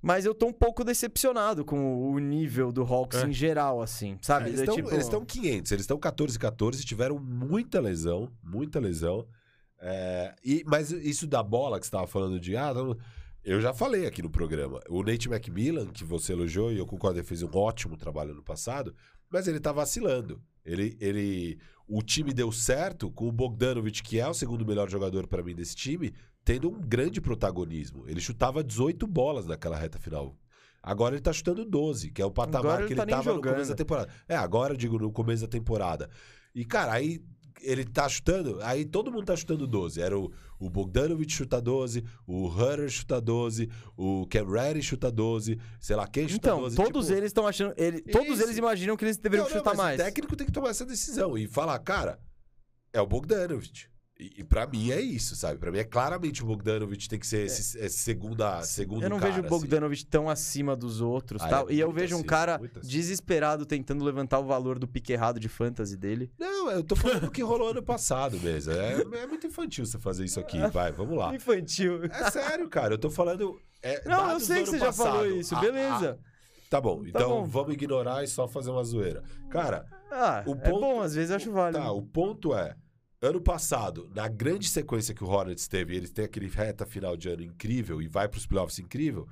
Mas eu tô um pouco decepcionado com o nível do Hawks É. em geral, assim, sabe? Eles É estão tipo- eles estão 500, eles estão 14 14, tiveram muita lesão, muita lesão. É, e, mas isso da bola que você estava falando de. Ah, não- eu já falei aqui no programa. O Nate McMillan, que você elogiou, e eu concordo, ele fez um ótimo trabalho no passado, mas ele tá vacilando. Ele, ele, o time deu certo com o Bogdanovic, que é o segundo melhor jogador para mim desse time, tendo um grande protagonismo. Ele chutava 18 bolas naquela reta final. Agora ele tá chutando 12, que é o patamar Agora ele que tá ele nem tava no começo jogando. da temporada. É, agora eu digo no começo da temporada. E, cara, aí ele tá chutando, aí todo mundo tá chutando 12. Era o, o Bogdanovic chuta 12, o Hunter chuta 12, o Cam Reddish chuta 12, sei lá quem chuta Então, 12. todos tipo- eles estão achando. ele- todos Isso. eles imaginam que eles deveriam Não, não, chutar mas mais. O técnico tem que tomar essa decisão e falar, cara, é o Bogdanovic. E, e pra mim é isso, sabe? Pra mim é claramente o Bogdanovic tem que ser esse, esse segunda, segundo É. Eu não cara, vejo o assim. Bogdanovic tão acima dos outros Ah, tal. é e eu muito vejo um acima, cara muito acima. desesperado tentando levantar o valor do pique errado de fantasy dele. Não, eu tô falando do que rolou ano passado mesmo. É, é muito infantil você fazer isso aqui, vai, vamos lá. Infantil. É sério, cara, eu tô falando. é, Não, eu dados do sei que ano você já falou passado. isso, Ah, beleza. ah, tá bom, então bom. vamos ignorar e só fazer uma zoeira. Cara, Ah, o é ponto- bom, às vezes eu acho válido. Tá, o ponto é, ano passado, na grande sequência que o Hornets teve, eles têm aquele reta final de ano incrível e vai para os playoffs incrível,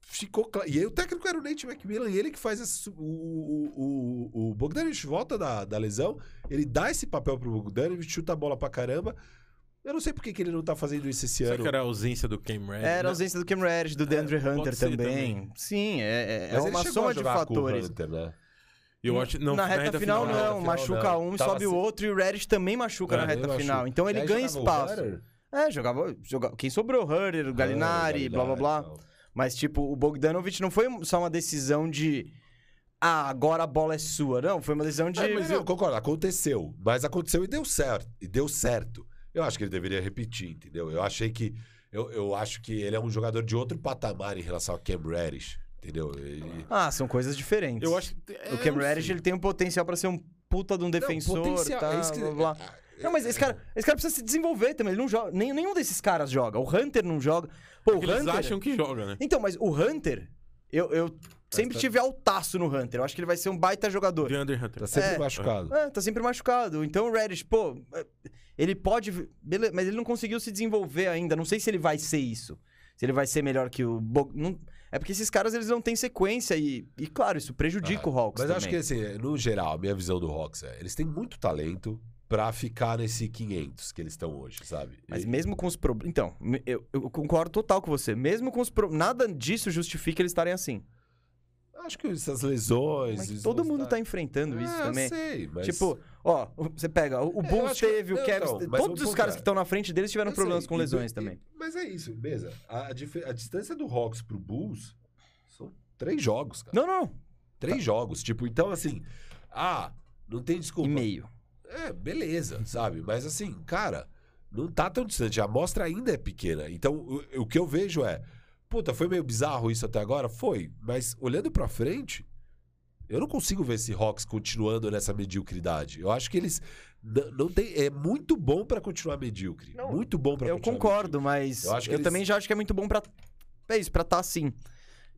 ficou claro. E aí o técnico era o Nate McMillan e ele que faz esse- o, o, o, o Bogdanovich volta da, da lesão, ele dá esse papel pro Bogdanovich, chuta a bola pra caramba. Eu não sei por que, que ele não tá fazendo isso esse Será ano. que era a ausência do Cam Reddish? É, Era a Não, ausência do Cam Reddish, É, do DeAndre Hunter pode ser também. também. Sim, é, é- é Mas ele uma chegou a soma de jogar com o fatores. Hunter, né? Eu acho, não, na, reta final, na reta não, final, machuca não. um e Tava sobe o assim- outro, e o Reddish também machuca na É, reta eu acho. final. Então E ele aí ganha jogava o espaço. Hunter? É, jogava, joga- Quem sobrou, Hunter, o Galinari, blá blá blá. Então. Mas, tipo, o Bogdanovich não foi só uma decisão de. Ah, agora a bola é sua. Não, foi uma decisão de. É, mas eu concordo, aconteceu. Mas aconteceu e deu certo. E deu certo. Eu acho que ele deveria repetir, entendeu? Eu achei que. Eu, eu acho que ele é um jogador de outro patamar em relação ao Cam Reddish, entendeu? Ele- Ah, são coisas diferentes. Eu acho que. é, O Cam não sei. Reddish, ele tem um potencial pra ser um puta de um defensor, potencial, tá, é isso que- blá, blá. é, Não, mas esse cara, esse cara precisa se desenvolver também. Ele não joga. nem- nenhum desses caras joga. O Hunter não joga. Pô, o Porque Eles Hunter... acham que joga, né? Então, mas o Hunter... Eu, eu sempre tá. tive altaço no Hunter. Eu acho que ele vai ser um baita jogador. DeAndre Hunter. Tá sempre É. machucado. É, tá sempre machucado. Então o Reddish, pô, é, ele pode. Beleza, mas ele não conseguiu se desenvolver ainda. Não sei se ele vai ser isso. Se ele vai ser melhor que o. Bog- não- É porque esses caras eles não têm sequência e, e claro, isso prejudica o Hawks. Mas também. acho que, assim, no geral, a minha visão do Hawks é: eles têm muito talento pra ficar nesse 500 que eles estão hoje, sabe? Mas E- mesmo com os problemas. Então, me- eu, eu concordo total com você. Mesmo com os problemas. Nada disso justifica eles estarem assim. Acho que essas lesões. Mas isso todo não mundo está- tá enfrentando isso É, eu também. sei, mas- Tipo, ó, você pega, o, o É, eu Bulls acho que- teve, o Não, Kevin. então, mas todos o os ponto caras é- que estão na frente deles tiveram Eu tá problemas sei, com e- lesões e- também. mas é isso, beleza. A, a dif- a distância do Hawks pro Bulls são três jogos, cara. Não, tá. não. Três jogos. Tipo, então assim. Ah, não tem E desculpa. meio. É, beleza, sabe? Mas assim, cara, não tá tão distante. A amostra ainda é pequena. Então, o, o que eu vejo é. Puta, foi meio bizarro isso até agora? Foi. Mas olhando pra frente, eu não consigo ver esse Hawks continuando nessa mediocridade. Eu acho que eles. n- Não tem, é muito bom pra continuar medíocre. Não, muito bom pra Eu continuar medíocre. concordo, mas eu, Eu acho que eles- também já acho que é muito bom pra. É isso, pra estar tá assim.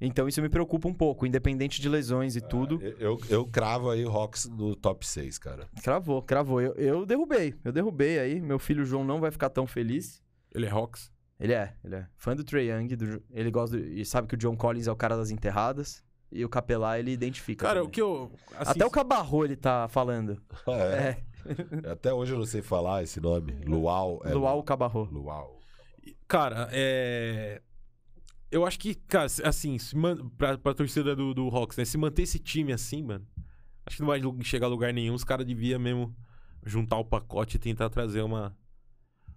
Então isso me preocupa um pouco, independente de É. lesões e tudo. Eu, eu, eu cravo aí o Hawks no top 6, cara. Cravou, cravou. Eu, eu derrubei, eu derrubei aí. Meu filho João não vai ficar tão feliz. Ele é Hawks. Ele é, ele é fã do Trae Young, do- ele gosta do- e sabe que o John Collins é o cara das enterradas e o Capelá ele identifica. Cara, também. o que eu. assim, Até o Cabarro ele tá falando. É. É, Até hoje eu não sei falar esse nome. Luau. É Luau Cabarro. Luau. Cara, é. Eu acho que, cara, se- assim, se man... pra, pra torcida do, do Hawks, né? Se manter esse time assim, mano, acho que não vai lu- chegar a lugar nenhum. Os caras deviam mesmo juntar o pacote e tentar trazer uma,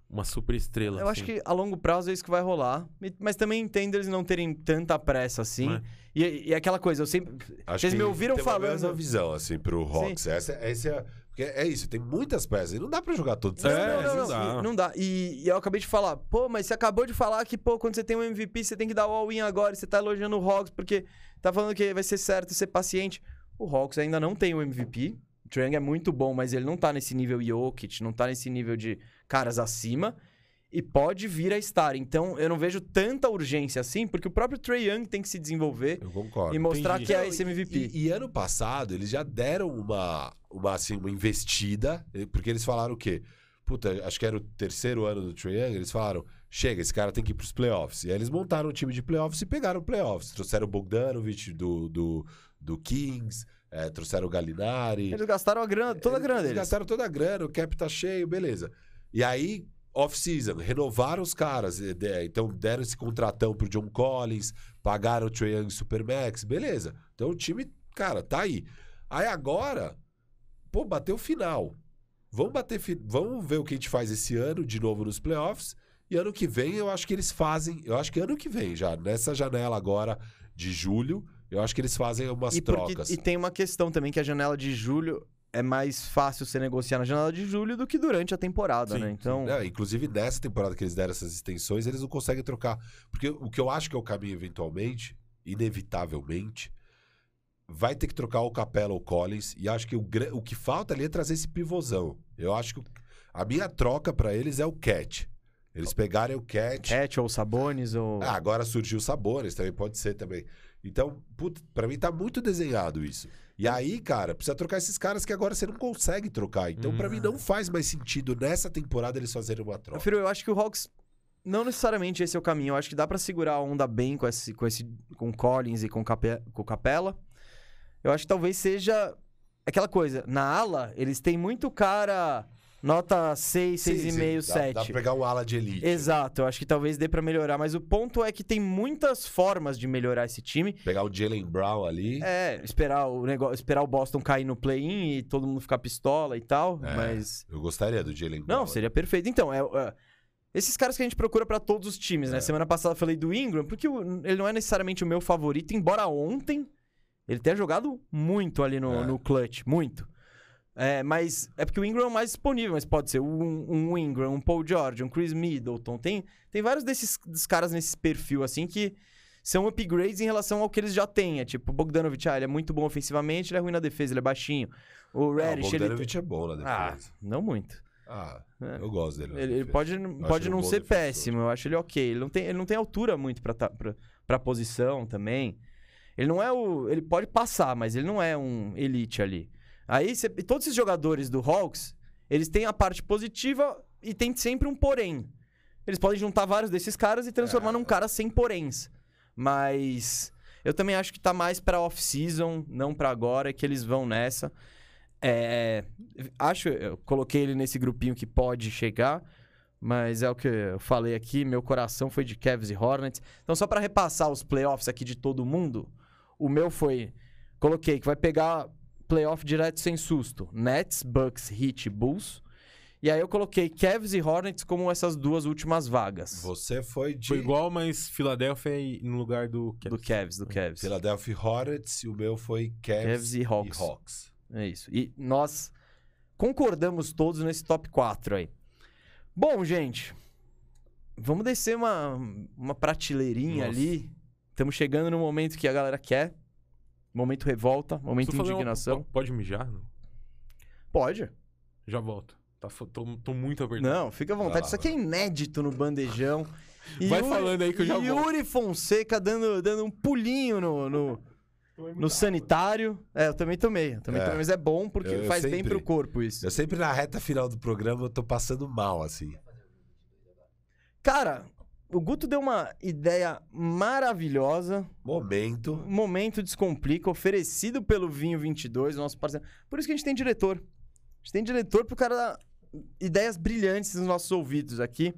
uma super estrela. assim. Eu acho que a longo prazo é isso que vai rolar, e- mas também entendo eles não terem tanta pressa assim. Né? É. E, e aquela coisa, eu sempre Acho Vocês me ouviram tem uma falando. mesma visão, assim, pro Hawks. Essa, essa é, porque é isso, tem muitas peças. E não dá pra jogar todos. Não, esses não, caras. É, não dá. E, não dá. E, e eu acabei de falar, pô, mas você acabou de falar que, pô, quando você tem um MVP, você tem que dar o all-in agora, e você tá elogiando o Hawks, porque tá falando que vai ser certo, ser paciente. O Hawks ainda não tem o MVP. O Trae Young é muito bom, mas ele não tá nesse nível Jokic, não tá nesse nível de caras acima. e pode vir a estar. Então, eu não vejo tanta urgência assim, porque o próprio Trey Young tem que se desenvolver Eu concordo. e mostrar entendi. que é esse MVP. Então, E, e ano passado eles já deram uma, uma, assim, uma investida, eh, porque eles falaram o quê? Puta, acho que era o terceiro ano do Trae Young, eles falaram, chega, esse cara tem que ir pros playoffs. E aí eles montaram um time de playoffs e pegaram playoffs. Trouxeram o Bogdanovich do, do, do Kings, eh, trouxeram o Galinari. Eles gastaram a grana, toda a grana Eles deles. gastaram toda a grana, o cap tá cheio, beleza. E aí, off-season, renovaram os caras. e de- Então, deram esse contratão pro John Collins, pagaram o Trae Young Supermax, beleza. Então, o time, cara, tá aí. Aí agora, pô, bateu final. Vamos bater, fi- vamos ver o que a gente faz esse ano de novo nos playoffs. E ano que vem eu acho que eles fazem, eu acho que ano que vem já, nessa janela agora de julho, eu acho que eles fazem umas E, porque- trocas. e tem uma questão também que a janela de julho é mais fácil você negociar na janela de julho do que durante a temporada, Sim, né? sim. Então, Não, É, inclusive, nessa temporada que eles deram essas extensões, eles não conseguem trocar. Porque o que eu acho que é o caminho, eventualmente, inevitavelmente, vai ter que trocar o Capela ou o Collins. E acho que o, gran- o que falta ali é trazer esse pivôzão. Eu acho que o- a minha troca pra eles é o Cat. Eles pegarem o Cat. Cat ou Sabonis ou É. Ah, agora surgiu sabores, também pode ser também. Então, puta, pra mim tá muito desenhado isso. E aí, cara, precisa trocar esses caras que agora você não consegue trocar. Então, pra mim não faz mais sentido nessa temporada eles fazerem uma Eu, troca. Firu, eu acho que o Hawks. Não necessariamente esse é o caminho. Eu acho que dá pra segurar a onda bem com esse, com esse, com o Collins e com o Cape- com o Capela. Eu acho que talvez seja aquela coisa. Na ala, eles têm muito cara nota 6, Sim, sim, 6,5, dá- Dá pra 7. pegar um ala de elite. Exato, eu acho que talvez dê pra melhorar, mas o ponto é que tem muitas formas de melhorar esse time. Pegar o Jalen Brown ali. É, esperar o negócio, esperar o Boston cair no play-in e todo mundo ficar pistola e tal, É. mas Eu gostaria do Jalen Brown. Não, seria perfeito. Então, é, é, esses caras que a gente procura pra todos os times, É. né? Semana passada eu falei do Ingram, porque o- ele não é necessariamente o meu favorito, embora ontem ele tenha jogado muito ali no, É. no clutch, muito. É, mas é porque o Ingram é o mais disponível, mas pode ser um, um Ingram, um Paul George, um Chris Middleton. Tem, tem vários desses, desses caras nesse perfil, assim, que são upgrades em relação ao que eles já têm. É tipo, o Bogdanovich, ah, ele é muito bom ofensivamente, ele é ruim na defesa, ele é baixinho. O Ah, Reddish, o ele... Bogdanovich é bom na Ah, defesa. não muito. Ah, É. eu gosto dele. na Ele, ele defesa. pode, ele pode um não bom ser defensor. péssimo, eu acho ele ok. Ele não tem, ele não tem altura muito pra, tá, pra, pra posição também. Ele não é o. Ele pode passar, mas ele não é um elite ali. Aí cê- e todos esses jogadores do Hawks, eles têm a parte positiva e tem sempre um porém. Eles podem juntar vários desses caras e É. transformar num cara sem poréns. Mas eu também acho que tá mais pra off-season, não pra agora, que eles vão nessa. É, acho, eu coloquei ele nesse grupinho que pode chegar, mas é o que eu falei aqui, meu coração foi de Cavs e Hornets. Então só pra repassar os playoffs aqui de todo mundo, o meu foi, coloquei que vai pegar playoff direto sem susto, Nets, Bucks, Heat, Bulls. E aí eu coloquei Cavs e Hornets como essas duas últimas vagas Você foi de Foi igual, mas Filadélfia e- no lugar do... do Cavs, do Cavs. Philadelphia Hornets e o meu foi Cavs, Cavs e Hawks. E Hawks. É isso. E nós concordamos todos nesse top 4 aí. Bom, gente, vamos descer uma, uma prateleirinha Nossa. ali. Estamos chegando no momento que a galera quer. Momento revolta, momento Preciso fazer uma- indignação. po- Pode mijar? Não. Pode. Já volto. Tá fo- tô, tô muito apertado. Não, fica à Vai vontade. lá, Isso aqui é inédito no bandejão. Vai falando aí que eu já Yuri volto. Yuri Fonseca dando, dando um pulinho no, no, no sanitário. É, eu também tomei. Eu também É. tomei, mas é bom porque Eu- eu faz bem sempre- pro corpo isso. Eu sempre na reta final do programa eu tô passando mal, assim. Cara, o Guto deu uma ideia maravilhosa. Momento. Momento Descomplica, oferecido pelo Vinho 22, nosso parceiro. Por isso que a gente tem diretor. A gente tem diretor pro cara dar ideias brilhantes nos nossos ouvidos aqui.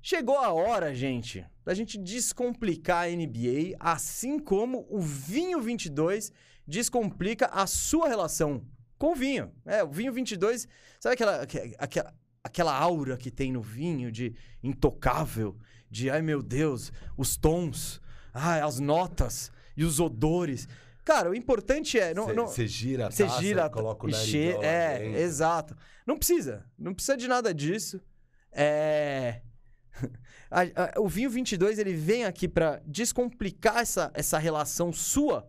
Chegou a hora, gente, da gente descomplicar a NBA, assim como o Vinho 22 descomplica a sua relação com o vinho. É, o Vinho 22, sabe aquela, aque- aquela, aquela aura que tem no vinho de intocável, de ai meu Deus, os tons, ai, as notas e os odores. Cara, o importante é. não- Você não- gira a você taça, gira a ta- coloca o e narizão che- lá É, dentro. exato. Não precisa. Não precisa de nada disso. É... a- a- o Vinho 22, ele vem aqui pra descomplicar essa, essa relação sua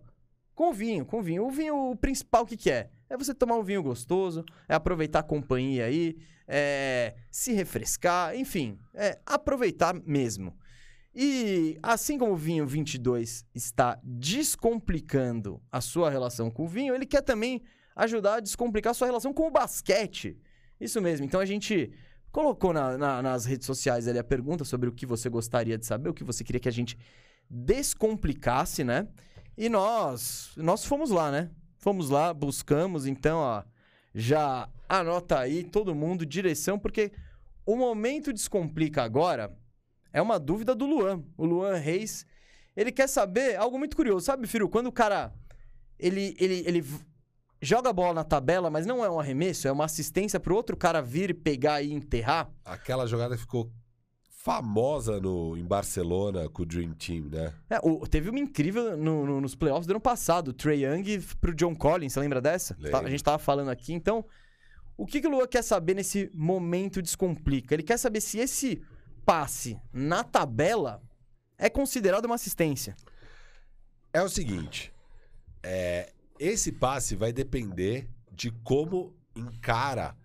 com o vinho, com o vinho. O vinho, o principal, o que que é? É você tomar um vinho gostoso, é aproveitar a companhia aí, é se refrescar, enfim, é aproveitar mesmo. E assim como o vinho 22 está descomplicando a sua relação com o vinho, ele quer também ajudar a descomplicar a sua relação com o basquete. Isso mesmo. Então a gente colocou na- na- nas redes sociais ali a pergunta sobre o que você gostaria de saber, o que você queria que a gente descomplicasse, né? E nós, nós fomos lá, né? Fomos lá, buscamos, então, ó, já anota aí todo mundo direção, porque o momento descomplica agora é uma dúvida do Luan, o Luan Reis. Ele quer saber algo muito curioso, sabe, Firu? Quando o cara ele ele, ele v- joga a bola na tabela, mas não é um arremesso, é uma assistência pro outro cara vir pegar e enterrar. Aquela jogada que ficou famosa no, em Barcelona com o Dream Team, né? É, o- teve uma incrível no- no- nos playoffs do ano passado. O Trae Young f- pro John Collins, você lembra dessa? Lembro. Tá- a gente tava falando aqui. Então, o que, que o Luan quer saber nesse momento descomplica? Ele quer saber se esse passe na tabela é considerado uma assistência. É o seguinte: é, esse passe vai depender de como encara.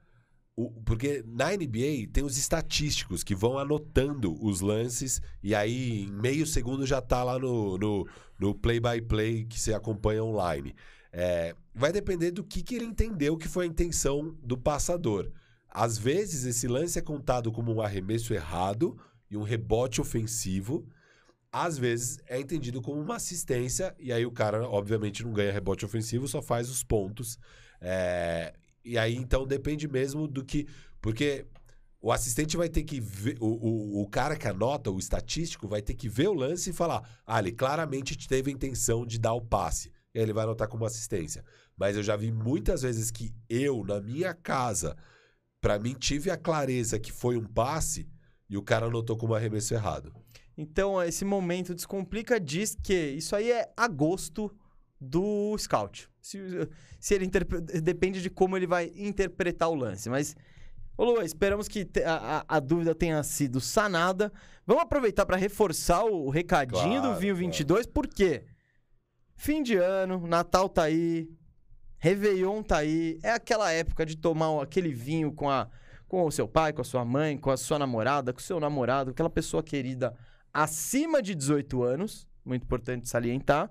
o- porque na NBA tem os estatísticos que vão anotando os lances e aí em meio segundo já tá lá no, no, no play-by-play que você acompanha online. É, vai depender do que, que ele entendeu que foi a intenção do passador. Às vezes esse lance é contado como um arremesso errado e um rebote ofensivo às vezes é entendido como uma assistência, e aí o cara, obviamente, não ganha rebote ofensivo, só faz os pontos. É, E aí, então, depende mesmo do que. Porque o assistente vai ter que ver. O, o, o cara que anota, o estatístico, vai ter que ver o lance e falar: ah, ele claramente teve a intenção de dar o passe. E aí ele vai anotar como assistência. Mas eu já vi muitas vezes que eu, na minha casa, pra mim, tive a clareza que foi um passe e o cara anotou como arremesso errado. Então, esse momento descomplica diz que isso aí é a gosto do scout. Se, se ele interpre- depende de como ele vai interpretar o lance, mas Ô Luan, esperamos que te- a, a- a dúvida tenha sido sanada. Vamos aproveitar para reforçar o, o recadinho Claro, do Vinho 22, porque fim de ano, Natal tá aí, Réveillon tá aí, é aquela época de tomar um- aquele vinho com, a, com o seu pai, com a sua mãe, com a sua namorada, com o seu namorado, aquela pessoa querida acima de 18 anos, muito importante salientar.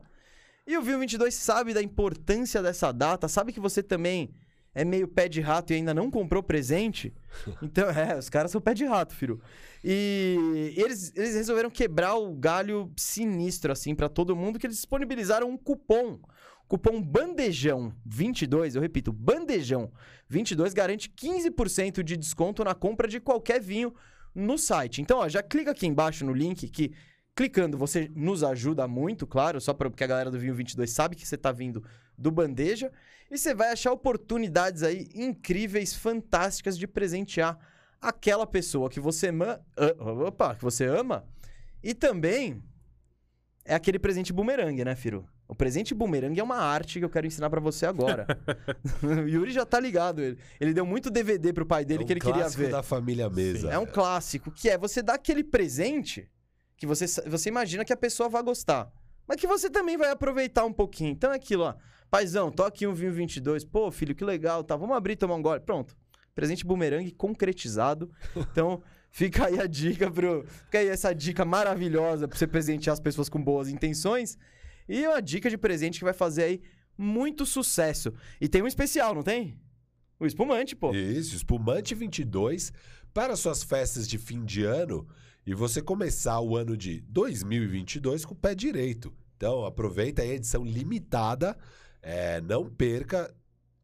E o Vinho 22 sabe da importância dessa data, sabe que você também é meio pé de rato e ainda não comprou presente. Então, é, os caras são pé de rato, filho. E eles, eles resolveram quebrar o galho sinistro, assim, pra todo mundo, que eles disponibilizaram um cupom. Cupom Bandejão22, eu repito, Bandejão22 garante 15% de desconto na compra de qualquer vinho no site. Então, ó, já clica aqui embaixo no link que clicando você nos ajuda muito, claro, só pra- porque a galera do Vinho 22 sabe que você tá vindo do Bandeja. E você vai achar oportunidades aí incríveis, fantásticas de presentear aquela pessoa que você ama, opa, que você ama. E também é aquele presente bumerangue, né, Firo? O presente bumerangue é uma arte que eu quero ensinar pra você agora. o Yuri já tá ligado. Ele, ele deu muito DVD pro pai dele É um que ele queria clássico ver. da família mesa. É um clássico, que é você dar aquele presente que você, sa- você imagina que a pessoa vai gostar, mas que você também vai aproveitar um pouquinho. Então é aquilo, ó. Paizão, toque um vinho 22. Pô, filho, que legal, tá? Vamos abrir e tomar um gole. Pronto. Presente bumerangue concretizado. Então, fica aí a dica pro... Fica aí essa dica maravilhosa pra você presentear as pessoas com boas intenções. E uma dica de presente que vai fazer aí muito sucesso. E tem um especial, não tem? O espumante, pô. Isso, espumante 22 para suas festas de fim de ano e você começar o ano de 2022 com o pé direito. Então, aproveita aí a edição limitada, é, não perca.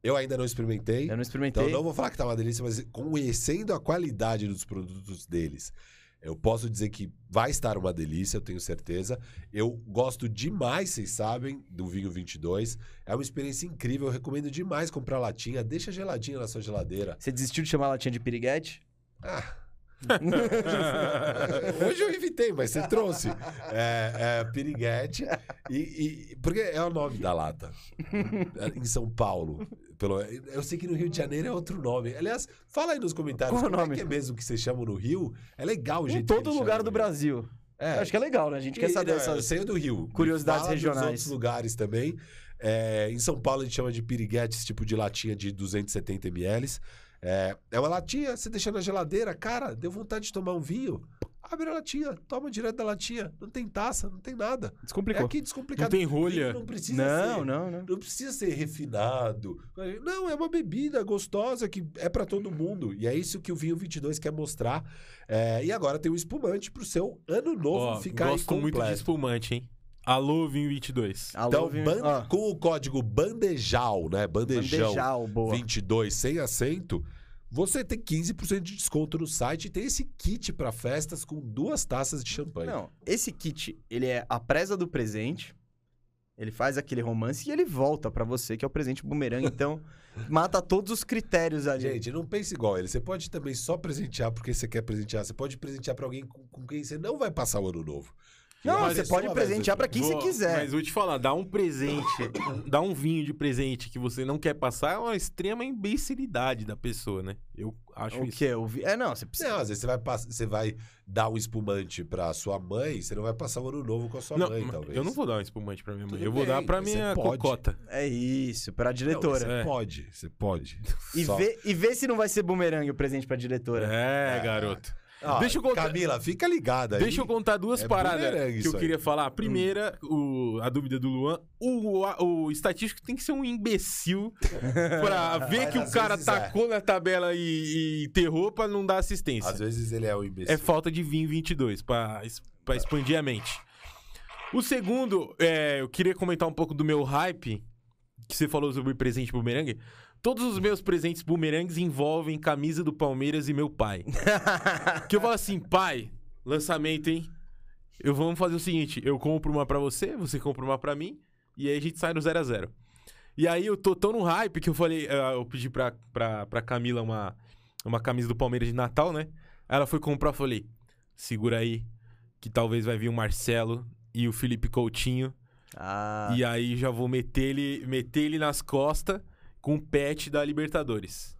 Eu ainda não experimentei. Eu não experimentei. Então não vou falar que tá uma delícia, mas conhecendo a qualidade dos produtos deles, eu posso dizer que vai estar uma delícia, eu tenho certeza. Eu gosto demais, vocês sabem, do vinho 22. É uma experiência incrível, eu recomendo demais comprar latinha, deixa geladinha na sua geladeira. Você desistiu de chamar a latinha de piriguete? Ah. Hoje eu evitei, mas você trouxe. É, é, piriguete. E, e- porque é o nome da lata. Em São Paulo. Pelo, eu sei que no Rio de Janeiro é outro nome. Aliás, fala aí nos comentários Qual é o como é nome? que é mesmo que vocês chamam no Rio. É legal o jeito em que todo eles lugar chamam do no Rio. Brasil. É, Eu acho que é legal, né? A gente quer E, saber não, Eu essas... sei do Rio. curiosidades Fala dos regionais. outros lugares também. É, em São Paulo a gente chama de piriguete esse tipo de latinha de 270 ml. É, é uma latinha, você deixa na geladeira, cara, deu vontade de tomar um vinho. Abre a latinha, toma direto da latinha. Não tem taça, não tem nada. É Descomplicou. aqui descomplicado. Não tem rolha. Vinho Não precisa Não, ser. não, não. Não precisa ser refinado. Não, é uma bebida gostosa que é pra todo mundo. E é isso que o Vinho 22 quer mostrar. É, e agora tem um espumante pro seu ano novo Ó, ficar gosto incompleto. muito de espumante, hein? Alô, Vinho 22. Alô, Então, Vinho- ban- Ó, com o código bandejal, né? Bandejão, bandejal, boa. 22 sem acento, você tem 15% de desconto no site e tem esse kit pra festas com duas taças de champanhe. Não, esse kit, ele é a presa do presente, ele faz aquele romance e ele volta pra você, que é o presente bumerangue, então mata todos os critérios ali. Gente, não pense igual ele. Você pode também só presentear porque você quer presentear. Você pode presentear pra alguém com, com quem você não vai passar o ano novo. não, Mas você é só pode uma vez, presentear pra né? quem você Vou- quiser. Mas vou te falar, dar um presente, dar um vinho de presente que você não quer passar é uma extrema imbecilidade da pessoa, né? Eu acho O isso. quê? O vi- É, não, você precisa... Não, às vezes você vai, pass- você vai dar um espumante pra sua mãe, você não vai passar o ano novo com a sua Não, mãe, talvez. eu não vou dar um espumante pra minha mãe. Tudo eu vou bem, dar pra mas minha você pode. cocota. É isso, é pra Não, diretora. Você É. pode, você pode. E, Só- vê, e vê se não vai ser bumerangue o presente pra diretora. É, garoto. Ah, Deixa eu contar- Camila, fica ligada aí. Deixa eu contar duas é paradas bumerangue que isso eu aí. Hum. queria falar. A primeira, o- a dúvida do Luan. O, a- o estatístico tem que ser um imbecil pra ver Mas que o às cara vezes é. tacou na tabela e, e enterrou pra não dar assistência. Às vezes ele é um imbecil. É falta de vinho 22 pra es- pra expandir a mente. O segundo, é, eu queria comentar um pouco do meu hype que você falou sobre presente bumerangue. Todos os meus presentes bumerangues envolvem camisa do Palmeiras e meu pai. que eu falo assim, pai, lançamento, hein? Eu vamos fazer o seguinte, eu compro uma pra você, você compra uma pra mim e aí a gente sai no 0 a 0. E aí eu tô tão no hype que eu falei, ah, eu pedi pra, pra, pra Camila uma, uma camisa do Palmeiras de Natal, né? Aí Ela foi comprar, eu falei, segura aí, que talvez vai vir o Marcelo e o Felipe Coutinho. Ah, E aí já vou meter ele, meter ele nas costas com o pet da Libertadores.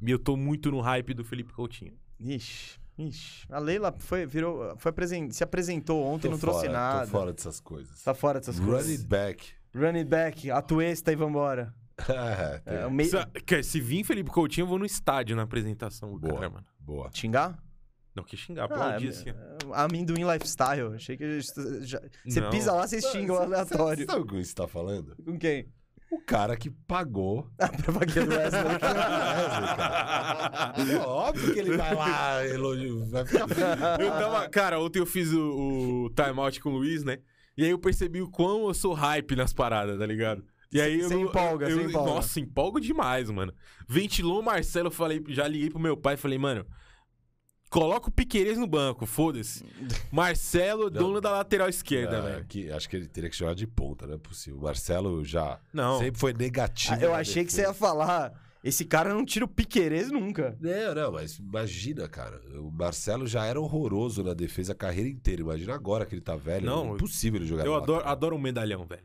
E eu tô muito no hype do Felipe Coutinho. ixi, ixi. A Leila foi, virou, foi apresen- se apresentou ontem, Tô não trouxe fora, nada. Tô fora dessas coisas. Tá fora dessas Run coisas. it back. Running back, atuesta e vambora. É, tem- É, o meio... Se, quer, se vir Felipe Coutinho, eu vou no estádio na apresentação. do Boa. Cara, mano. Boa. Xingar? Não, que xingar, aplaudir é- assim. ó. Amendoim lifestyle. Achei que. já- já- Você Não. pisa lá, você xinga o Você aleatório. sabe com que você tá falando? Com quem? O cara que pagou. A propaganda do Wesley. né? Ah, É, Óbvio que ele vai lá, elogio, vai ficar feliz. Eu tava, cara, ontem eu fiz o, o timeout com o Luiz, né? E aí eu percebi o quão eu sou hype nas paradas, tá ligado? E aí eu, Você empolga, eu, você empolga. Nossa, empolgo demais, mano. Ventilou o Marcelo, eu falei, já liguei pro meu pai e falei, mano, coloca o Piqueires no banco, foda-se. Marcelo, dono da lateral esquerda, Ah, velho. que- acho que ele teria que chamar de ponta, não é possível. O Marcelo já Não. sempre foi negativo. Ah, Eu na achei que você ia defesa. falar. Esse cara não tira o piqueires nunca. Não, É, não, mas imagina, cara. O Marcelo já era horroroso na defesa a carreira inteira. Imagina agora que ele tá velho. Não, é impossível ele jogar Eu na adoro, lateral. adoro um medalhão, velho.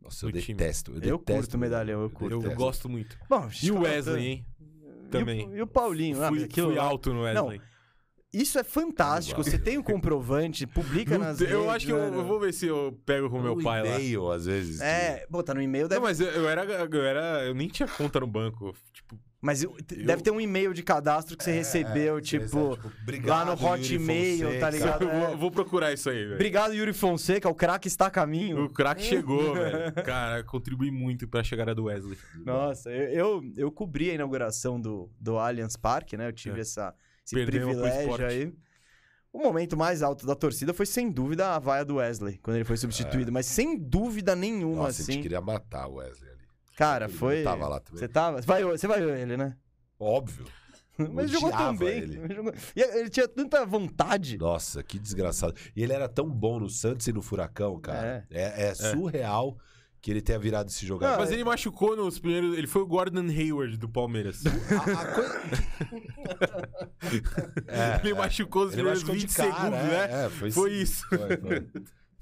Nossa, eu no time. detesto. Eu, Eu detesto curto medalhão, eu curto. Eu detesto. gosto muito. Bom, E o Wesley, hein? E o- Também. E o Paulinho. ah, fui, aquilo fui lá. alto no Wesley. Isso é fantástico. Igual. Você tem o comprovante, publica Não nas te- eu redes, né? acho que eu, mano. eu vou ver se eu pego com meu Um pai lá. e-mail, às vezes. que- É, botar no e-mail Não, deve. mas eu, eu era, eu era. Eu nem tinha conta no banco. Tipo, Mas eu- deve ter um e-mail de cadastro que você recebeu, é, tipo, você recebe, lá obrigado, no Yuri Hotmail, Fonseca. tá ligado? eu É. vou, vou procurar isso aí, velho. Obrigado, Yuri Fonseca. O craque está a caminho. O craque chegou, velho. Cara, contribui muito pra chegada do Wesley. Nossa, eu, eu, eu cobri a inauguração do, do Allianz Parque, né? Eu tive É. essa, esse Perdemos pro esporte. privilégio aí. O momento mais alto da torcida foi, sem dúvida, a vaia do Wesley, quando ele foi substituído. Mas sem dúvida nenhuma, Nossa, a assim. gente queria matar o Wesley ali. Cara, Ele foi. não tava lá também. Você tava? Vai, você vai ver ele, né? Óbvio. Mas jogou tão Odiava bem. ele. mas jogou- E ele tinha tanta vontade. Nossa, que desgraçado. E ele era tão bom no Santos e no Furacão, cara. É, é surreal que ele tenha virado esse jogador. Mas ele machucou nos primeiros. Ele foi o Gordon Hayward do Palmeiras. A- a coisa- ele machucou nos Ele primeiros É, machucou de 20 cara, segundos, é, né? é, foi, Foi sim, isso. foi, foi.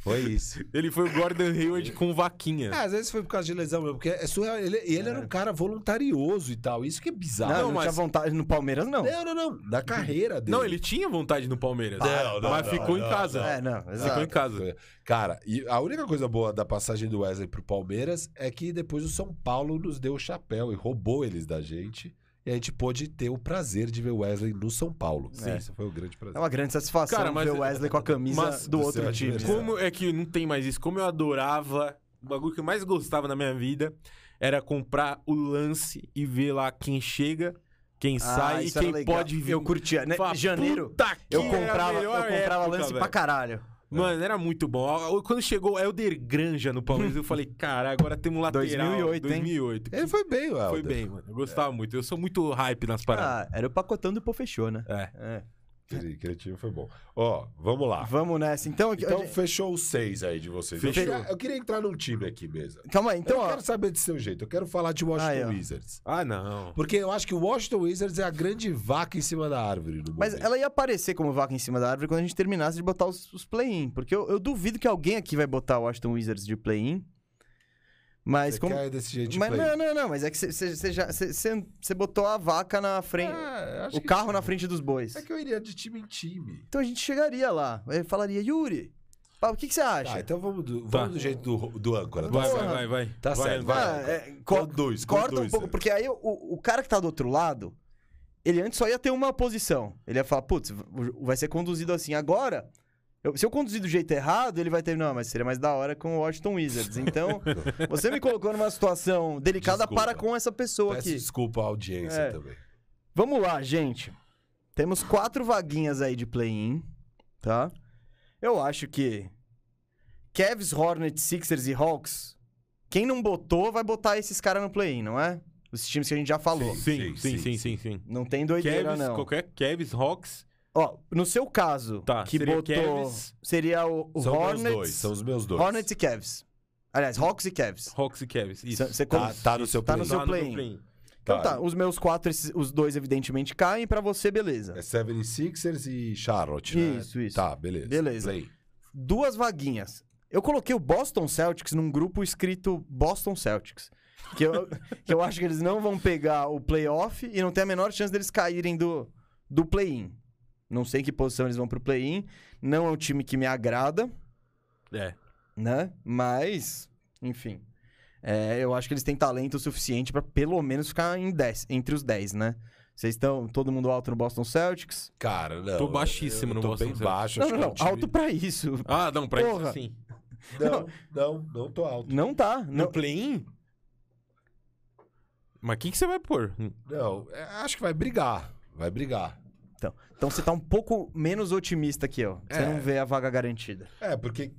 Foi isso. Ele foi o Gordon Hayward com vaquinha. É, às vezes foi por causa de lesão mesmo, porque é surreal. Ele, e ele era um cara voluntarioso e tal. Isso que é bizarro. Não, Não, não mas- tinha vontade no Palmeiras, não. Não, não, não. Na carreira dele. Não, ele tinha vontade no Palmeiras. Não, não, mas não, ficou não, em casa. É, não, Ficou em exato. casa. Cara, e a única coisa boa da passagem do Wesley pro Palmeiras é que depois o São Paulo nos deu o chapéu e roubou eles da gente. E a gente pôde ter o prazer de ver o Wesley no São Paulo. Sim. Isso foi o grande É prazer. uma grande satisfação Cara, mas- é ver o Wesley com a camisa mas- do do outro seu time. adversário. Como é que não tem mais isso? Como eu adorava. O bagulho que eu mais gostava na minha vida era comprar o lance e ver lá quem chega, quem Ah, sai e isso era quem legal. pode vir. Eu curtia, né? Fala, Janeiro, "Puta que eu era a comprava, eu melhor comprava época, lance pra velho." caralho. Mano, era muito bom. Quando chegou o Helder Granja no Palmeiras, eu falei, cara, agora temos lateral. 2008, hein? É, 2008. Ele foi bem, Helder. Foi bem, mano. Eu gostava muito. Eu sou muito hype nas paradas. Ah, era o pacotão do Pô Fechou, né? É. É. Aquele, aquele time foi bom. Ó, vamos lá. Vamos nessa. Então, Então gente- fechou os seis aí de vocês. Eu Fechou. queria, eu queria entrar num time aqui mesmo. calma aí. Então, eu ó, quero saber de seu jeito. Eu quero falar de Washington Aí, ó. Wizards. Ah, não. Porque eu acho que o Washington Wizards é a grande vaca em cima da árvore no mas momento. ela ia aparecer como vaca em cima da árvore quando a gente terminasse de botar os, os play-in. Porque eu, eu duvido que alguém aqui vai botar o Washington Wizards de play-in. Mas Você como. quer desse jeito de Mas play? não, não, não. Mas é que você já. Você botou a vaca na frente. É, acho o que- carro na frente dos bois. É que eu iria de time em time. Então a gente chegaria lá. Ele falaria, Yuri, pá, o que, que você acha? Tá, então vamos do, Tá. vamos do jeito do, do âncora. tá Vai, vai, certo. vai, vai. Tá Vai, certo, vai. vai. Ah, é, Com co- dois, com corta um dois, pouco, é. porque aí o, o cara que tá do outro lado, ele antes só ia ter uma posição. Ele ia falar, putz, o- vai ser conduzido assim. Agora, eu- se eu conduzir do jeito errado, ele vai ter, não, mas seria mais da hora com o Washington Wizards. Então, você me colocou numa situação delicada Desculpa. para com essa pessoa Peço aqui. desculpa à audiência É. também. Vamos lá, gente. Temos quatro vaguinhas aí de play-in, tá? Eu acho que Cavs, Hornets, Sixers e Hawks, quem não botou vai botar esses caras no play-in, não é? Os times que a gente já falou. Sim, Sim, sim, sim, sim, sim, sim. Não tem doideira, Cavs, não. qualquer Cavs, Hawks. Ó, no seu caso, Tá, que seria botou... Cavs. Seria o, o são Hornets... meus dois, são os meus dois. Hornets e Cavs. Aliás, Hawks e Cavs. Hawks e Cavs. Isso. Cê- cê Tá, cons- tá no seu tá play. no seu Lá play-in. Então tá, os meus quatro, esses- os dois evidentemente caem, pra você, beleza. É 76ers e Charlotte, né? Isso, isso. Tá, beleza. Beleza. Play. duas vaguinhas. Eu coloquei o Boston Celtics num grupo escrito Boston Celtics. Que eu, que eu acho que eles não vão pegar o playoff e não tem a menor chance deles caírem do, do play-in. Não sei em que posição eles vão pro play-in. Não é um time que me agrada, É. né? Mas, enfim. É, eu acho que eles têm talento suficiente pra pelo menos ficar em 10, entre os 10, né? Vocês estão todo mundo alto no Boston Celtics? Cara, não. Tô baixíssimo eu, no eu tô Boston bem Celtics. baixo. Não, acho não, que é não. um time- Alto pra isso. Ah, não, pra Porra. isso sim. Não, não, não tô alto. Não tá. Não, No play-in? Mas quem que você vai pôr? Não, é, acho que vai brigar. Vai brigar. Então, então você tá um pouco menos otimista que eu. Você É. não vê a vaga garantida. É, porque.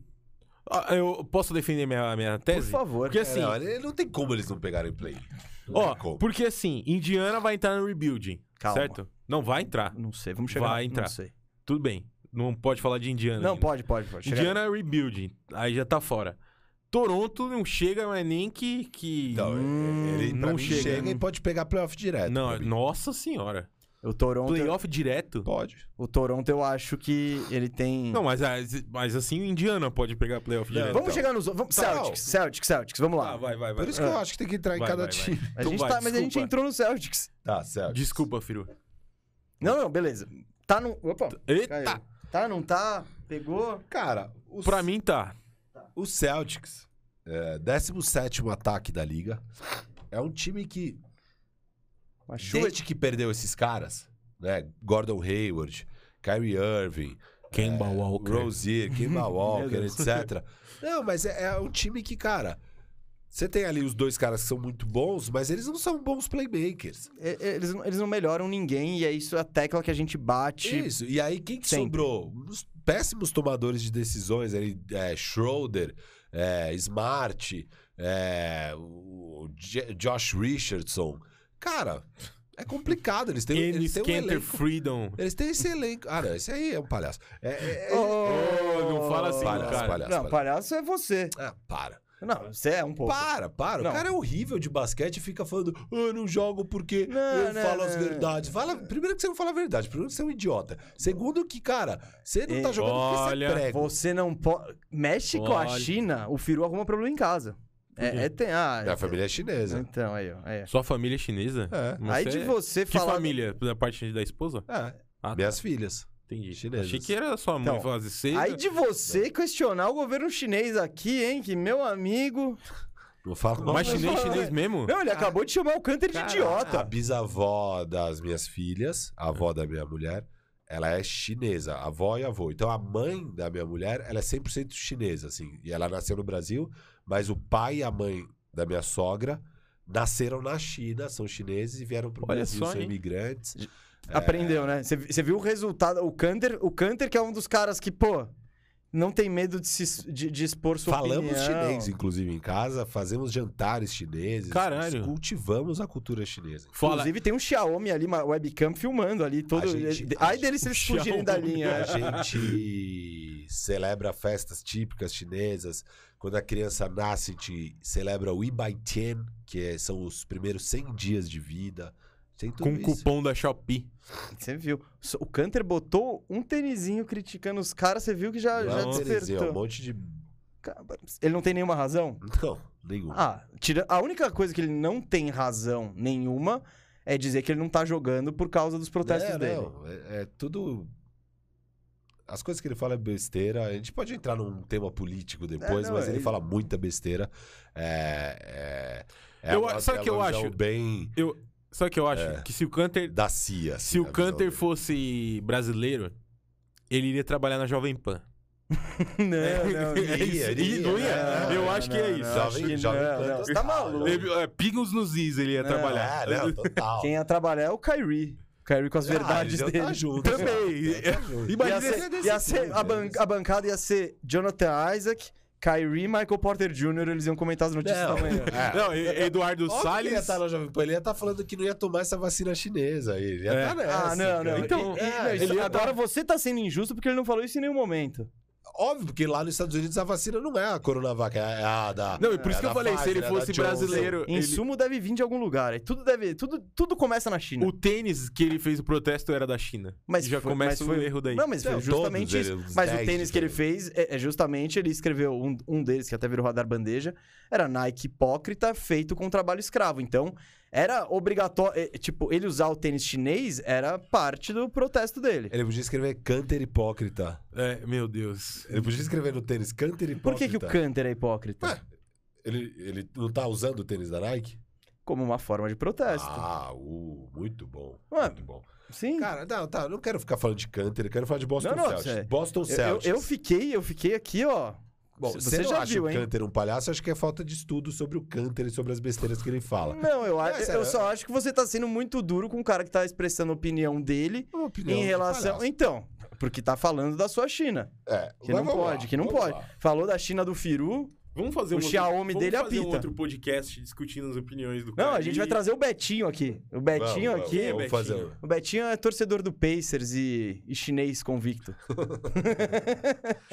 Ah, eu posso defender minha, minha Por tese? favor. Porque é, assim, não, ele- não tem como eles não pegarem play. Não tem ó, como. porque assim, Indiana vai entrar no rebuilding, Calma. certo? Não, vai entrar. Não sei, vamos chegar. Vai lá. entrar. Não sei. Tudo bem. Não pode falar de Indiana. Não, ainda. pode, pode, pode. Chegar- Indiana é rebuilding. Aí já tá fora. Toronto não chega, mas nem que. que... Então, ele pra Hum, não mim, chega. né? chega. e pode pegar playoff direto. não, é pra mim. nossa senhora. O é Toronto, é- Playoff direto? pode. o Toronto eu acho que ele tem. Não, é, mas, as- mas assim o Indiana pode pegar playoff Não, direto. vamos então. chegar nos outros. Vamos... Tá, não. Celtics, Celtics, Celtics, vamos lá. Tá, vai, vai, vai. Por isso que eu acho que tem que entrar em Vai, cada vai, vai. time. A Então gente vai, tá, mas a gente desculpa. entrou no Celtics. Tá, certo. Desculpa, Firu. Não, não, beleza. Tá no. Opa. Eita! caiu. Tá, não tá? Pegou? Cara, o, Pra mim tá. o Celtics, é, 17 ataque da liga, é um time que Achou. Desde que perdeu esses caras, né? Gordon Hayward, Kyrie Irving, é, Kemba Walker. Rozier, Kimba Walker, Deus. etc. Não, mas é, é um time que, cara, você tem ali os dois caras que são muito bons, mas eles não são bons playmakers. E- Eles, não- eles não melhoram ninguém e é isso a tecla que a gente bate. Isso. E aí, quem que Sempre. sobrou? Uns péssimos tomadores de decisões ali, é, Schroeder, é, Smart, é, o J- Josh Richardson. Cara, é complicado. Eles têm, eles Ennis, têm um Canter, elenco Freedom. Eles têm esse elenco. Ah, não, esse aí é um palhaço. É, é- é- Oh, não fala assim, Palhaço, cara. palhaço. Não, palhaço é você. Ah, para. Não, você é um pouco. Para, para. Não. O cara é horrível de basquete e fica falando, "Ah, eu não jogo porque Não, eu não, falo as não. verdades. Fala, primeiro que você não fala a verdade, primeiro que você é um idiota. Segundo que, cara, você não tá Ei, jogando porque olha, você é prego. Você não pode. Mexe com a Olha. China, o Firu arruma problema em casa. É, é tem. Ah, Minha família é chinesa. Então, aí, ó. aí, ó. Sua família é chinesa? É. Você- Aí de você Que falar. família? Da parte da esposa? É. Ah, Minhas filhas. Entendi. Chinesas. Achei que era sua mãe assim, Então, fazer cedo. Aí de você questionar o governo chinês aqui, hein? Que meu amigo. Não falo mal, Mas chinês, né? chinês mesmo? Não, ele acabou de chamar o Canter de Cara, Então, A idiota. bisavó das minhas filhas, a avó da minha mulher, ela é chinesa, avó e avô. Então a mãe da minha mulher, ela é 100% chinesa, assim. E ela nasceu no Brasil, mas o pai e a mãe da minha sogra nasceram na China, são chineses e vieram pro Olha Brasil, só, são hein? imigrantes. é. Aprendeu, né? Você- Você viu o resultado. O Canter, o Kanter que é um dos caras que, pô, não tem medo de, se, de, de expor sua Falamos opinião. chinês, inclusive, em casa, fazemos jantares chineses, Caralho. cultivamos a cultura chinesa. Fala. Inclusive, tem um Xiaomi ali, uma webcam filmando ali. Todo... A gente- um Ai deles se eles Xiaomi. fugirem da linha. A gente celebra festas típicas chinesas. Quando a criança nasce, a gente celebra o Ibaitian, que é- são os primeiros 100 dias de vida. Tem tudo Com um isso. cupom da Shopee. Você viu. So- O Canter botou um tênisinho criticando os caras, você viu que já, Não, já é um desenho, é um despertou. monte de... Cara, Ele não tem nenhuma razão? Não, nenhum. Ah, tira... a única coisa que ele não tem razão nenhuma é dizer que ele não tá jogando por causa dos protestos Não, dele. não, É, é tudo... As coisas que ele fala é besteira. A gente pode entrar num tema político depois, não, mas é- ele fala muita besteira. É... é... é Eu uma- a- sabe é que eu uma visão acho? bem Eu, sabe o que eu acho? Que se o Canter, da CIA. assim, se É. a o visão Canter dele. fosse brasileiro, ele iria trabalhar na Jovem Pan. não, não. É isso. Ih, não ia? não, Eu não, acho que é não, isso. não, Jovem- acho que jovem não, Pan não. tá- Você tá maluco? Ele- é, Pingos nos is ele ia Não, trabalhar. É, não, total. Quem ia trabalhar é o Kyrie. O Kyrie com as Ah, verdades eles iam dele. tá junto, Também. né? Tá junto. Ia Imagina ser- esse- ia ser- né? a, ban- a bancada ia ser Jonathan Isaac, Kyrie, Michael Porter Jr. Eles iam comentar as notícias Não. da manhã. É. Não, e- Eduardo Óbvio que ele ia Salles. tá estar na Jovem Pan, ele ia estar falando que não ia tomar essa vacina chinesa. aí, Ele ia É. estar nessa. Ah, não, não. cara. Então, É, e- não, isso- ele ia agora você tá sendo injusto porque ele não falou isso em nenhum momento. Óbvio, porque lá nos Estados Unidos a vacina não é a Coronavac, é a da. Não, e por isso é que eu da falei, se Pfizer, ele é da fosse Johnson. brasileiro. ele- Insumo deve vir de algum lugar. E tudo deve, tudo, tudo começa na China. O tênis que ele fez o protesto era da China. Mas já foi- mas começa foi- o erro daí. Não, mas foi Não, justamente todos isso. eles, uns Mas o 10 tênis que ele fez é, é justamente ele escreveu um, um deles que até virou radar bandeja era Nike hipócrita feito com trabalho escravo. Então era obrigatório, é, tipo ele usar o tênis chinês era parte do protesto dele. Ele podia escrever Canter Hipócrita. É, meu Deus. Ele podia escrever no tênis Canter Hipócrita. Por que, que o Canter é hipócrita? Ué. Ele, ele não tá usando o tênis da Nike? Como uma forma de protesto. Ah, uh, muito bom. Ué, muito bom. Sim. Cara, não, tá, eu não quero ficar falando de Canter, eu quero falar de Boston Não, não, Celtics. cê- Boston Eu- eu, Celtics. eu fiquei, eu fiquei aqui, ó. Bom, você você, não já acha viu, o hein? Canter um palhaço, acho que é falta de estudo sobre o Canter e sobre as besteiras que ele fala. Não, eu, a- É, sério, eu só acho que você tá sendo muito duro com o cara que tá expressando a opinião dele É uma opinião em de relação. palhaço. Então, porque tá falando da sua China. É, Que mas não vamos lá, pode, que não vamos pode. lá. Falou da China do Firu. Vamos fazer O um outro- Xiaomi vamos dele fazer um apita. outro podcast discutindo as opiniões do Não, cara. é a gente vai E- trazer o Betinho aqui. O Betinho Vamos, aqui. Vamos, vamos Betinho? fazer. O Betinho é torcedor do Pacers e, e chinês convicto.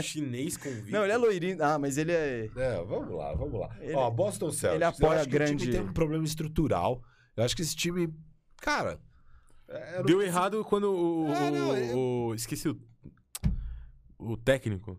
Chinês convicto. um- Não, ele é loirinho. Ah, mas ele é. É, vamos lá, vamos lá. Ele- Ó, Boston Celtics. ele eu apoia acho que o time grande- tem um problema estrutural. Eu acho que esse time, cara, é, eu não- Deu errado quando o, É, não, o- eu- o- Esqueci o. O técnico.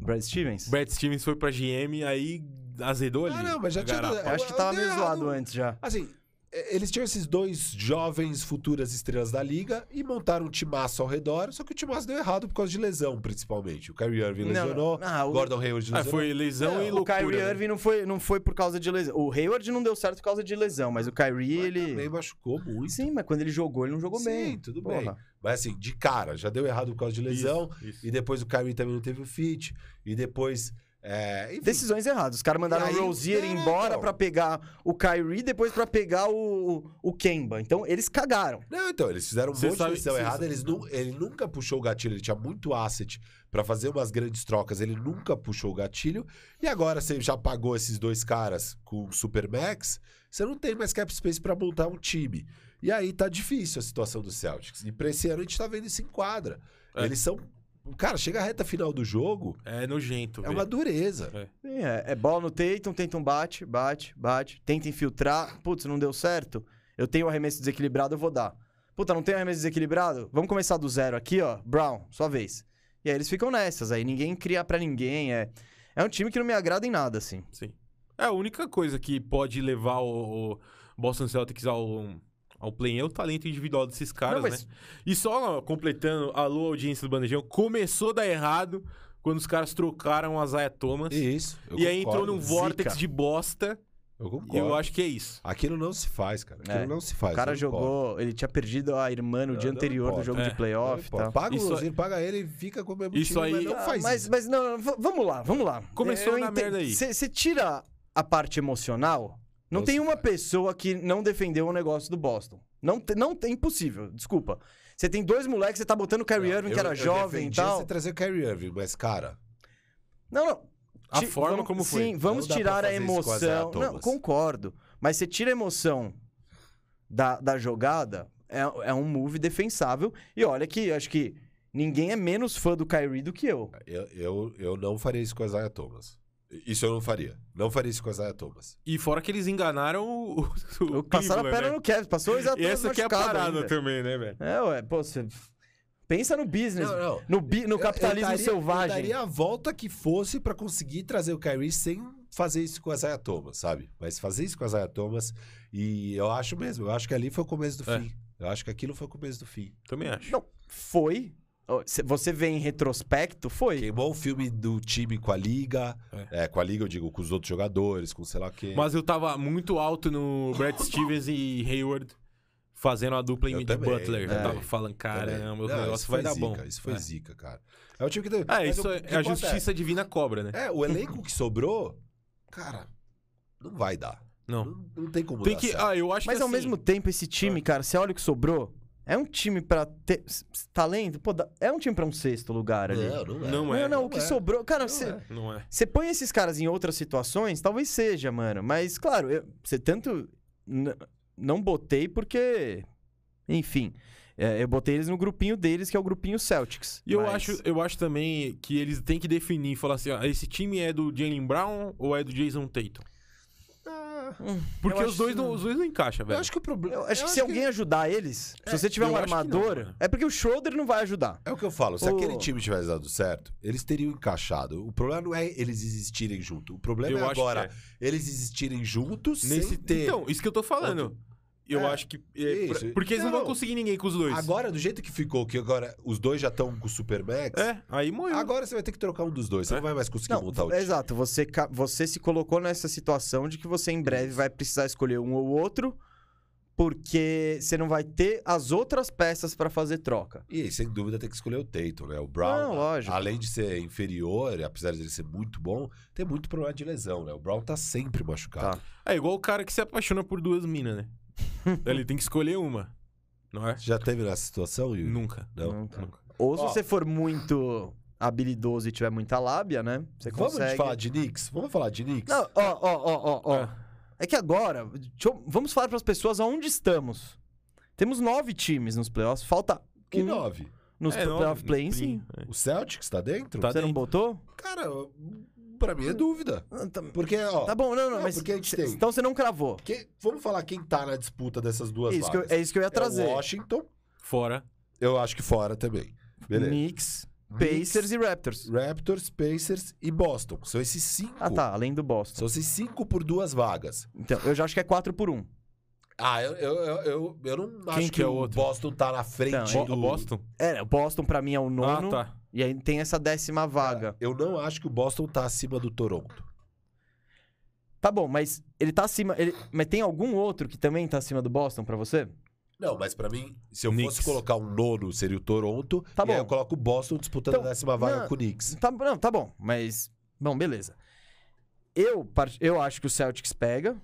Brad Stevens? Brad Stevens foi pra GM, aí azedou ali. Ah, não, mas já a tinha garapa. Eu acho que tava deu meio errado. zoado antes já. Assim, é, eles tinham esses dois jovens futuras estrelas da liga e montaram um timaço ao redor, só que o timaço deu errado por causa de lesão, principalmente. O Kyrie Irving Não, lesionou, não, o- Gordon Hayward Ah, lesionou. foi lesão Não, e O loucura. Kyrie né? Irving não foi, não foi por causa de lesão. O Hayward não deu certo por causa de lesão, mas o Kyrie, Também ele. machucou muito. Sim, mas quando ele jogou, ele não jogou Sim, bem. tudo Porra. bem. Mas assim, de cara, já deu errado por causa de lesão. Isso, isso. E depois o Kyrie também não teve o fit. E depois. É, enfim, Decisões erradas. Os caras mandaram E aí, né, então? o Rozier não, embora não. pra pegar o Kyrie, depois pra pegar o, o- o Kemba. Então, eles cagaram. Não, então, eles fizeram um Cê monte sabe- de decisão cê errada. sabe- Eles nu- ele nunca puxou o gatilho, ele tinha muito asset pra fazer umas grandes trocas. Ele nunca puxou o gatilho. E agora você já pagou esses dois caras com o Supermax, você não tem mais cap space pra montar um time. E aí tá difícil a situação do Celtics. E pra esse ano a gente tá vendo isso em quadra. É. Eles são Cara, chega a reta final do jogo, É nojento. é uma velho. dureza. Sim, é, é bola no Tatum, Tatum bate, bate, bate, tenta infiltrar. Putz, não deu certo. Eu tenho o arremesso desequilibrado, eu vou dar. Puta, não tem arremesso desequilibrado? Vamos começar do zero aqui, ó. Brown, sua vez. E aí eles ficam nessas, aí ninguém cria pra ninguém. É, é um time que não me agrada em nada, assim. Sim. É a única coisa que pode levar o, o Boston Celtics ao, ao play é o talento individual desses caras, Não, mas- né? E só ó, completando, alô, audiência do Bandejão, começou a dar errado quando os caras trocaram a Zaya Thomas. E, Isso. eu aí entrou concordo. num vórtex Zica. de bosta. Eu concordo. E eu acho que é isso. Aquilo não se faz, cara. Aquilo É. não se faz. o cara não pode. jogou, ele tinha perdido a irmã no Não, dia não anterior do importa. jogo É, de Não playoff e importa. tal. Paga o Isso aí- Lozinho, paga ele e fica com o mesmo Isso time, aí- mas não Ah, faz mas, isso. mas não, não, v- vamos lá, vamos lá. Começou Eu na ente- merda aí. Você você tira a parte emocional. Não Nossa, tem uma cara. pessoa que não defendeu o negócio do Boston. Não, te- não tem impossível, desculpa. Você tem dois moleques, você tá botando o Kyrie Irving, que era jovem e defendia tal. você trazer o Kyrie Irving, mas, cara, Não, não. A forma como foi. Sim, vamos Não dá tirar pra a fazer isso com a Isaiah emoção. Não, Thomas. concordo. Mas você tira a emoção da, da jogada, é, é um move defensável. E olha que acho que ninguém é menos fã do Kyrie do que eu. eu, eu, eu não faria isso com a Zaya Thomas. Isso eu não faria. Não faria isso com a Zaya Thomas. E fora que eles enganaram o, o, o Passaram a Cleveland, perna né? no Kevin, passou o E exatamente. essa que é a parada também, né, velho? É, ué, pô, você. Pensa no business. Não, não. No, bi- no Eu- eu capitalismo daria- Eu selvagem. daria a volta que fosse pra conseguir trazer o Kyrie sem fazer isso com a Zaya Thomas, sabe? Mas fazer isso com a Zaya Thomas, e eu acho mesmo, eu acho que ali foi o começo do É. fim. Eu acho que aquilo foi o começo do fim. Também acho. Não, foi. Ó, cê- Você vê em retrospecto, foi. Queimou o filme do time com a liga. É. com a liga eu digo, com os outros jogadores, com sei lá quem. Mas eu tava muito alto no Brad Stevens e Hayward fazendo a dupla em Eu mid também, Butler. também. Eu tava falando, É. Também. caramba, o Não, isso negócio foi vai dar zica, bom. Isso foi é. zica, cara. É o time que... Ah, Mas isso o- é que a importa justiça divina cobra, né? É, é, o elenco que sobrou, cara, não vai dar. Não. Não, não tem como Tem dar que. certo. Ah, eu acho Mas é que ao assim, mesmo tempo, esse time, cara, você olha o que sobrou. É um time pra ter s- s- talento? Pô, dá- é um time pra um sexto lugar ali. Não, não é. Não é. não, não, o que é. sobrou. Cara, Não você. é. Não é. Você põe esses caras em outras situações, talvez seja, mano. Mas, claro, eu- você tanto. n- Não botei porque. Enfim. é, eu botei eles no grupinho deles, que é o grupinho Celtics. E eu, mas- acho, eu acho também que eles têm que definir, falar assim, ó, esse time é do Jalen Brown ou é do Jason Tatum? Ah, Porque eu os acho dois, que não, os dois não encaixa, velho. Eu acho que o problema... Eu acho que se alguém ajudar eles, se você tiver eu um acho que não, armador, mano. é porque o Schroeder não vai ajudar. É o que eu falo, se Ô. aquele time tivesse dado certo, eles teriam encaixado. O problema não é eles existirem junto. O problema Eu é acho que agora é. eles existirem juntos Nesse sem ter. Então, isso que eu tô falando. Eu É, acho que. é, isso. pra- Porque eles não, Não. vão conseguir ninguém com os dois. Agora, do jeito que ficou, que agora os dois já estão com o Supermax, É, aí morreu. agora você vai ter que trocar um dos dois. Você É. não vai mais conseguir Não, montar o time. exato. Você, ca- você se colocou nessa situação de que você em breve vai precisar escolher um ou outro, porque você não vai ter as outras peças pra fazer troca. E aí, sem dúvida, tem que escolher o Tatum, né? O Brown, Não, a- lógico. além de ser inferior, apesar de ele ser muito bom, tem muito problema de lesão, né? O Brown tá sempre machucado. Tá. É igual o cara que se apaixona por duas minas, né? Ele tem que escolher uma. Não é? Você Já teve nessa situação, Yuri? Nunca. Não. Nunca. Ou se Ó. Tá. você for muito habilidoso e tiver muita lábia, né? Você Vamos consegue. falar de Knicks? Vamos falar de Knicks? Não, ó, ó, ó, ó, ó. É que agora, deixa eu- vamos falar pras pessoas aonde estamos. Temos nove times nos playoffs, falta Que um nove? nos É, não, playoff play-in, sim. sim. É. O Celtics tá dentro? Tá Você não dentro. botou? Cara, pra mim é dúvida. Porque, ó... Tá bom, não, não, Não, mas porque a gente cê- tem. então você não cravou. que- vamos falar quem tá na disputa dessas duas Isso que eu- vagas. é isso que eu ia trazer. É o Washington, Fora. eu acho que fora também. Beleza. Uhum. Knicks, Knicks, Pacers e Raptors. Raptors, Pacers e Boston. São esses cinco. Ah, tá, além do Boston. São esses cinco por duas vagas. Então, eu já acho que é quatro por um. Ah, eu, eu, eu, eu, eu não acho que que, é o o outro? Boston tá na frente Não, Bo- do... Boston? É, o Boston pra mim é o nono. Ah, tá. E aí tem essa décima vaga. Eu não acho que o Boston tá acima do Toronto. Tá bom, mas ele tá acima. ele- Mas tem algum outro que também tá acima do Boston pra você? Não, mas pra mim, se eu Knicks. fosse colocar um nono, seria o Toronto. Tá e bom. aí eu coloco o Boston disputando Então, a décima vaga não. com o Knicks. Tá, não, tá bom, mas. Bom, beleza. Eu, par- eu acho que o Celtics pega.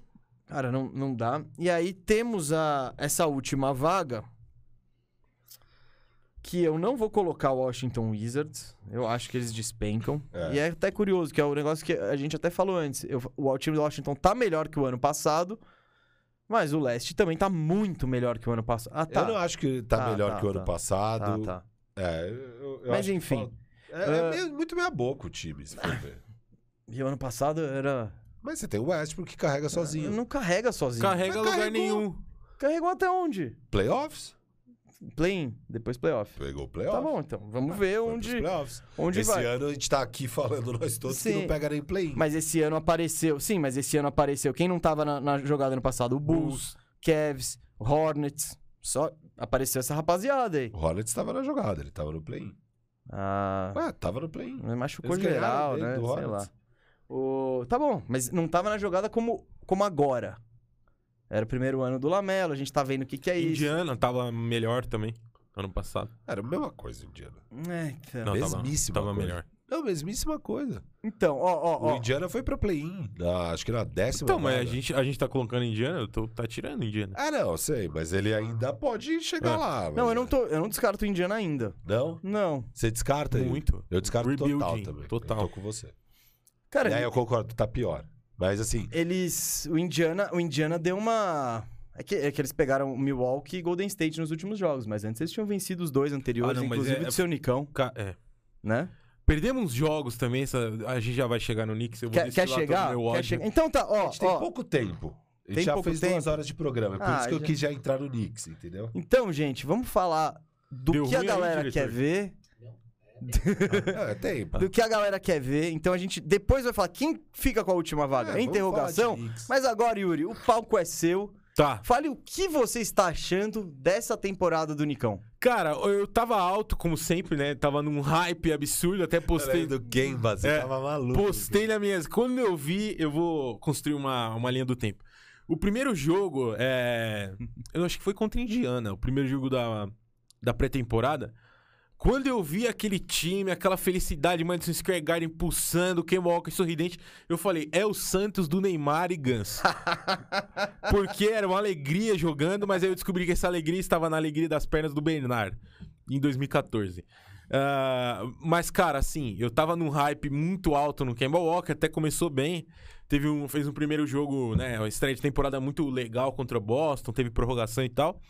Cara, não, não dá. E aí temos a, essa última vaga. Que eu não vou colocar o Washington Wizards. Eu acho que eles despencam. É. E é até curioso, que é o negócio que a gente até falou antes. Eu- o time do Washington tá melhor que o ano passado. Mas o leste também tá muito melhor que o ano passado. Ah, tá. Eu não acho que tá Tá, melhor tá, que o tá. ano passado. tá, tá. É, eu, eu Mas acho que enfim. fala- É, é meio- muito meia boca o time, se for ver. E o ano passado era. Mas você tem o Westbrook que carrega sozinho. Não carrega sozinho. Carrega Mas lugar carregou. nenhum. Carregou até onde? Playoffs? Play-in, depois playoff. Pegou Tá playoffs. bom, então. Vamos ver Foi pros onde, playoffs. onde Esse vai. ano a gente tá aqui falando nós todos que Sim. não pega nem play-in. Mas esse ano apareceu. Sim, mas esse ano apareceu. Quem não tava na, na jogada ano passado? O Bulls, Cavs, Hornets. Só apareceu essa rapaziada aí. O Hornets tava na jogada, ele tava no play-in. Ah. Ah, tava no play-in. Mas Machucou Eles ganharam geral, dele, né? do Sei Hornets. lá. O... Tá bom, mas não tava na jogada como, como agora. Era o primeiro ano do Lamelo, a gente tá vendo o que, que é Indiana tava melhor também ano passado. Era a mesma coisa, Indiana. isso. É, então. Não, tava, mesmíssima tava coisa. melhor. Não, mesmíssima coisa. Então, ó, ó, O ó. Indiana foi pra play-in. na- acho que na décima. Então, mas a vaga. gente, a gente tá colocando Indiana, eu tô tá tirando Indiana. Ah, não, sei, mas ele ainda pode chegar É. lá. mas- Não, eu não, tô, eu não descarto o Indiana ainda. Não? Não. Você descarta ele? Muito. Eu descarto total Rebuilding, também. total. Eu tô com você. Cara, e aí eu concordo, tá pior. Mas assim, eles. O Indiana, o Indiana deu uma. É que, é que eles pegaram o Milwaukee e Golden State nos últimos jogos, mas antes eles tinham vencido os dois anteriores, Ah, não, mas inclusive é- do seu Nicão, Ca- É. né? Perdemos jogos também, essa- a gente já vai chegar no Knicks. Eu vou Quer, quer destilar todo chegar? o meu Quer ódio. chegar? Então tá, a ó. gente tem ó. pouco tempo. A gente Tem já pouco fez duas tempo. horas de programa. É por Ah, isso que eu já- quis já entrar no Knicks, entendeu? Então, gente, vamos falar do Deu que a ruim aí, galera diretor? Tá. quer ver. Ah, é tempo. do que a galera quer ver. Então a gente depois vai falar quem fica com a última É, vaga. vamos Interrogação. falar de Knicks. Mas agora, Yuri, o palco é seu. Tá. Fale o que você está achando dessa temporada do Nicão. Cara, eu tava alto, como sempre, né? Tava num hype absurdo, até postei. Gostei do game, você É, tava maluco. Postei na minha. Quando eu vi, eu vou construir uma, uma linha do tempo. O primeiro jogo é. Eu acho que foi contra a Indiana, o primeiro jogo da, da pré-temporada. Quando eu vi aquele time, aquela felicidade, Madison Square Garden pulsando, Ken Walker sorridente, eu falei, é o Santos do Neymar e Gans. Porque era uma alegria jogando, mas aí eu descobri que essa alegria estava na alegria das pernas do Bernard em 2014. Ah, mas, cara, assim, eu tava num hype muito alto no Kemba Walker, até começou bem. Teve um, fez um primeiro jogo, né? Uma estreia de temporada muito legal contra o Boston, teve prorrogação e tal.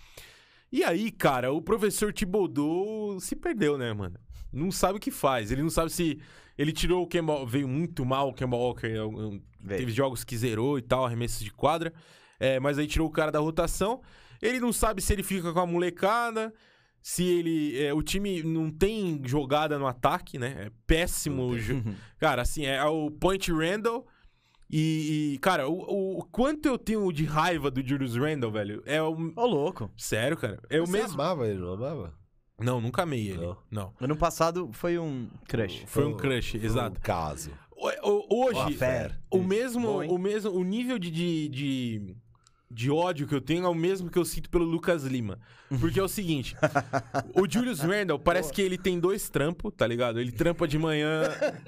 E aí, cara, o professor Thibodeau se perdeu, né, mano? Não sabe o que faz. Ele não sabe se. Ele tirou o Kemba. Veio muito mal o Kemba Walker. é um- Veio. Teve jogos que zerou e tal, arremessos de quadra. É, mas aí tirou o cara da rotação. Ele não sabe se ele fica com a molecada. Se ele. é, o time não tem jogada no ataque, né? É péssimo. o jo- Cara, assim, é o Point Randall. E, e, cara, o, o- o quanto eu tenho de raiva do Julius Randall, velho, é o. Ô, louco. Sério, cara. Eu Você é mesmo. amava ele, não amava? Não, nunca amei ele. Não. Não. Ano passado foi um crush. Foi um crush, foi exato. Um caso. O- o- Uma hoje, fera. o mesmo, Bom, hein? o mesmo, o nível de, de, de, de ódio que eu tenho é o mesmo que eu sinto pelo Lucas Lima. Porque é o seguinte, o Julius Randle parece que ele tem dois trampos, tá ligado? Ele trampa de manhã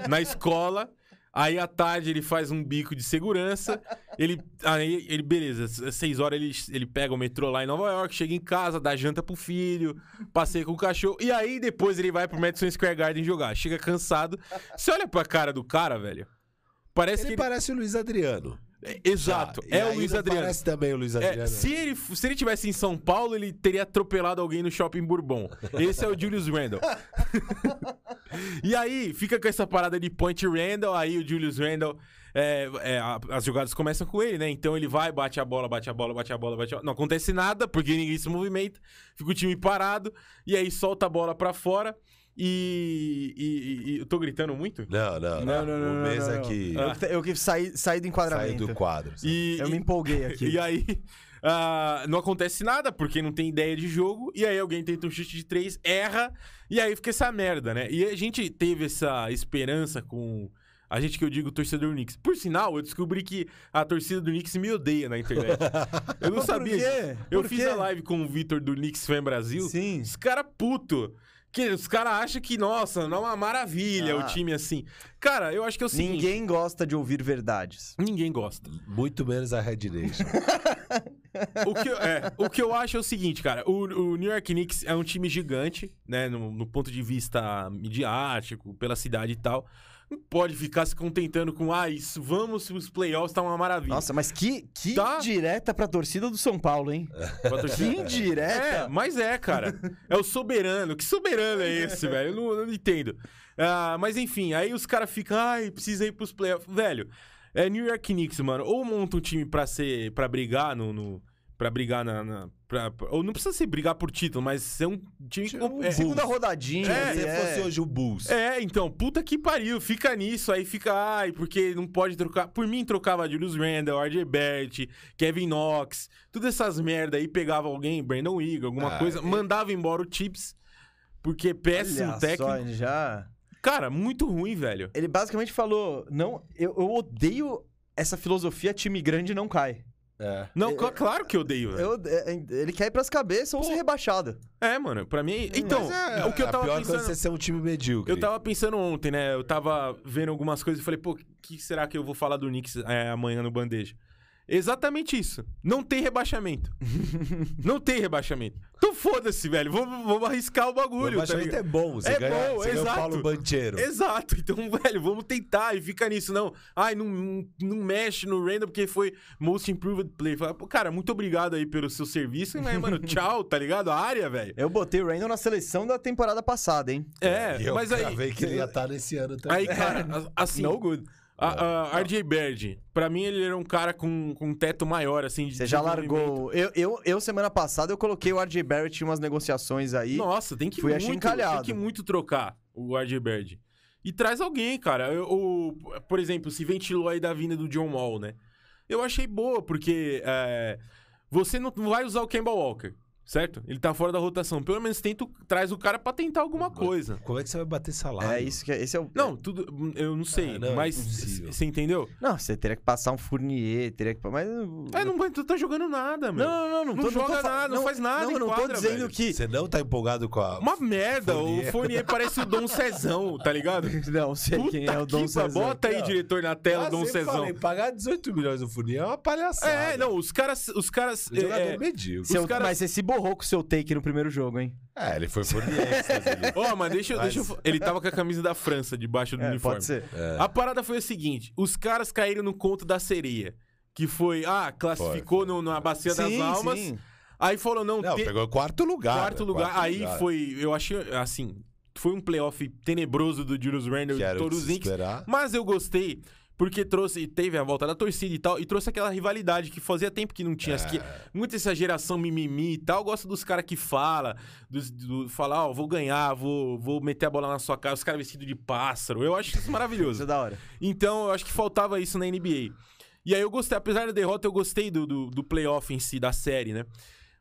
na escola, aí à tarde ele faz um bico de segurança, ele, aí ele beleza, às seis horas ele, ele pega o metrô lá em Nova York, chega em casa, dá janta pro filho, passeia com o cachorro, e aí depois ele vai pro Madison Square Garden jogar. Chega cansado. Você olha pra cara do cara, velho, parece Ele que ele parece o Luiz Adriano. é, Exato, Ah, e é o aí Luiz não Adriano. Parece também o Luiz É, Adriano. se, ele, f- se ele tivesse em São Paulo, ele teria atropelado alguém no shopping Bourbon. Esse é o Julius Randle. e aí, fica com essa parada de point Randall, aí o Julius Randle. é, é, a- as jogadas começam com ele, né? Então ele vai, bate a bola, bate a bola, bate a bola, bate a bola. Não acontece nada, porque ninguém se movimenta, fica o time parado, e aí solta a bola pra fora. E. e- e- eu tô gritando muito? Não, não, Não, não, não, O não, mês não, não. aqui Eu, que- eu que saí, saí do saiu enquadramento. do quadro. assim. sabe? E, Eu e- me empolguei aqui. E aí, ah, não acontece nada, porque não tem ideia de jogo. E aí alguém tenta um chute de três, erra, e aí fica essa merda, né? E a gente teve essa esperança com. A gente que eu digo torcedor do Knicks. Por sinal, eu descobri que a torcida do Knicks me odeia na internet. Eu não Mas por sabia. quê? disso. Eu Por fiz quê? a live com o Vitor do Knicks Fan Brasil. Sim. Os caras puto. Que os caras acham que, nossa, não é uma maravilha Ah. o time assim. Cara, eu acho que é o seguinte. Ninguém gosta de ouvir verdades. Ninguém gosta. Muito menos a Red Nation. O que, eu- é, o que eu acho é o seguinte, cara. O, o New York Knicks é um time gigante, né? No, no ponto de vista midiático, pela cidade e tal. Não pode ficar se contentando com, ah, isso, vamos os playoffs, tá uma maravilha. Nossa, mas que, que Tá. direta pra torcida do São Paulo, hein? É. Pra torcida- Que indireta. É, mas é, cara. É o soberano. Que soberano é esse, velho? Eu não, eu não entendo. Ah, mas enfim, aí os caras ficam, ai, precisa ir pros playoffs. Velho, é New York Knicks, mano. Ou monta um time pra ser. para brigar no. no pra brigar na. na- pra- pra- ou não precisa se brigar por título, mas ser um time. Tipo com- um é, Segunda rodadinha. É, ali, Se fosse hoje o Bulls. é, então, puta que pariu, fica nisso, aí fica, ai, porque não pode trocar. Por mim, trocava Julius Randle, RJ Bert, Kevin Knox, todas essas merda aí, pegava alguém, Brandon Eagle, alguma Ah, coisa, mandava embora o Chips, porque péssimo Olha técnico. só, já. Cara, muito ruim, velho. Ele basicamente falou: não, eu, eu odeio essa filosofia time grande não cai. É. É. Não, cl- claro que eu odeio, velho. Eu- é, é, ele quer ir pras cabeças ou ser rebaixado. É, mano, pra mim. Então, Mas é, o que eu a tava pior pensando. coisa é você ser um time medíocre. Eu tava pensando ontem, né? Eu tava vendo algumas coisas e falei, pô, o que será que eu vou falar do Knicks é, amanhã no Bandeja? Exatamente isso. Não tem rebaixamento. não tem rebaixamento. Então foda-se, velho. Vamos, vamos arriscar o O bagulho. tá rebaixamento ligado? é bom. Você É ganha, bom, você ganha o exato. Paulo Banchero. Exato. Então, velho, vamos tentar e fica nisso. Não, ai, não, não mexe no random porque foi Most Improved Play. Fala, pô, cara, muito obrigado aí pelo seu serviço. Mas, mano, tchau, tá ligado? A área, velho. Eu botei o Randall na seleção da temporada passada, hein? É, E eu mas aí... cravei que ele ia estar nesse ano também. Aí, cara, a- assim. No good. A, a RJ Bird, pra mim ele era um cara com, com um teto maior, assim. de Você já desenvolvimento. largou. Eu, eu, eu, semana passada, eu coloquei o RJ Barrett em umas negociações aí. É Nossa, tem que Fui muito, achincalhado. tem que muito trocar o RJ Bird. E traz alguém, cara. Eu- o- por exemplo, se ventilou aí da vinda do John Wall, né? Eu achei boa, porque é, você não vai usar o Kemba Walker, certo? Ele tá fora da rotação. Pelo menos tenta, o- traz o cara pra tentar alguma coisa. Como é que você vai bater salário? É isso que é. Esse é o. Não, tudo. Eu não sei, Ah, não, é mas. impossível. Você entendeu? Não, você teria que passar um Fournier, teria que. Mas. É, não, tu tá jogando nada, meu. não, Não joga fa- nada, não faz nada Não, em eu não tô quadra, dizendo velho. que. Você não tá empolgado com a... Uma merda, o Fournier. Fournier parece o Dom Cezão, tá ligado? Não, sei Puta quem é o Dom que pa- Cezão. Bota aí, Não. diretor, na tela, Dom Ah, sempre Cezão. falei, pagar 18 milhões no Funil é uma palhaçada. um É, não, os caras. Os caras. Um jogador é, é, medíocre. Seu- os caras- Mas você se borrou com o seu take no primeiro jogo, hein? É, ele foi Fournier. que vocês viram. Ó, mas deixa, eu- Mas- deixa eu. Ele tava com a camisa da França debaixo do É, uniforme. pode ser. A parada foi a seguinte: os caras caíram no conto da sereia. Que foi, ah, classificou Foi, foi. no- na Bacia das Sim, Almas. sim. Aí falou, não, Não, te- pegou quarto lugar. quarto né? lugar. Quarto aí lugar. foi, eu achei, assim, foi um playoff tenebroso do Julius Randle Que e era o todos de os se Knicks. esperar. Mas eu gostei porque trouxe, teve a volta da torcida e tal, e trouxe aquela rivalidade que fazia tempo que não tinha. Acho que É. muita essa geração mimimi e tal. Eu gosto dos caras que fala, dos, do, falar, ó, vou ganhar, vou, vou meter a bola na sua cara, os caras vestidos de pássaro. Eu acho isso Isso é maravilhoso. da hora. Então, eu acho que faltava isso na NBA. E aí eu gostei, apesar da derrota, eu gostei do, do, do playoff em si, da série, né?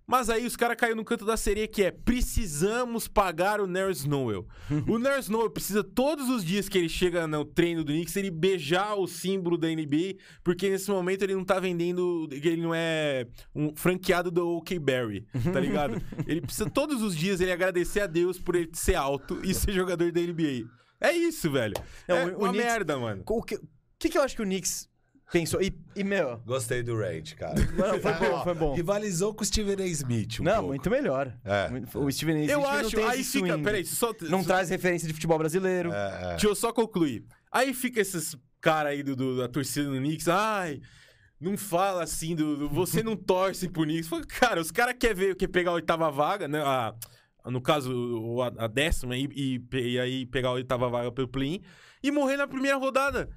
Mas aí os caras caíram no canto da sereia que é precisamos pagar o Nerys Noel. o Nerys Noel precisa todos os dias que ele chega no treino do Knicks ele beijar o símbolo da NBA, porque nesse momento ele não tá vendendo, ele não é um franqueado do OK Barry, tá ligado? ele precisa todos os dias ele agradecer a Deus por ele ser alto e ser jogador da NBA. É isso, velho. Não, é o- o uma Knicks- merda, mano. O que, o que, que eu acho que o Knicks pensou? E, e, meu. Gostei do range, cara. Não, foi bom, foi bom. Rivalizou com o Steven A. Smith um não, pouco. muito melhor. É. Muito- O Steven A. Smith Eu não acho, tem aí esse fica, swing. peraí, só, Não tá. só- traz referência de futebol brasileiro. É, é. Deixa eu só concluir. Aí fica esses cara aí do, do- da torcida do Knicks, ai, não fala assim, do, do- você não torce pro Knicks. Fala, Cara, os caras querem ver, quer pegar a oitava vaga, né? a- no caso, o- a, a décima, e, e, pe- e aí pegar a oitava vaga pelo play-in e morrer na primeira rodada.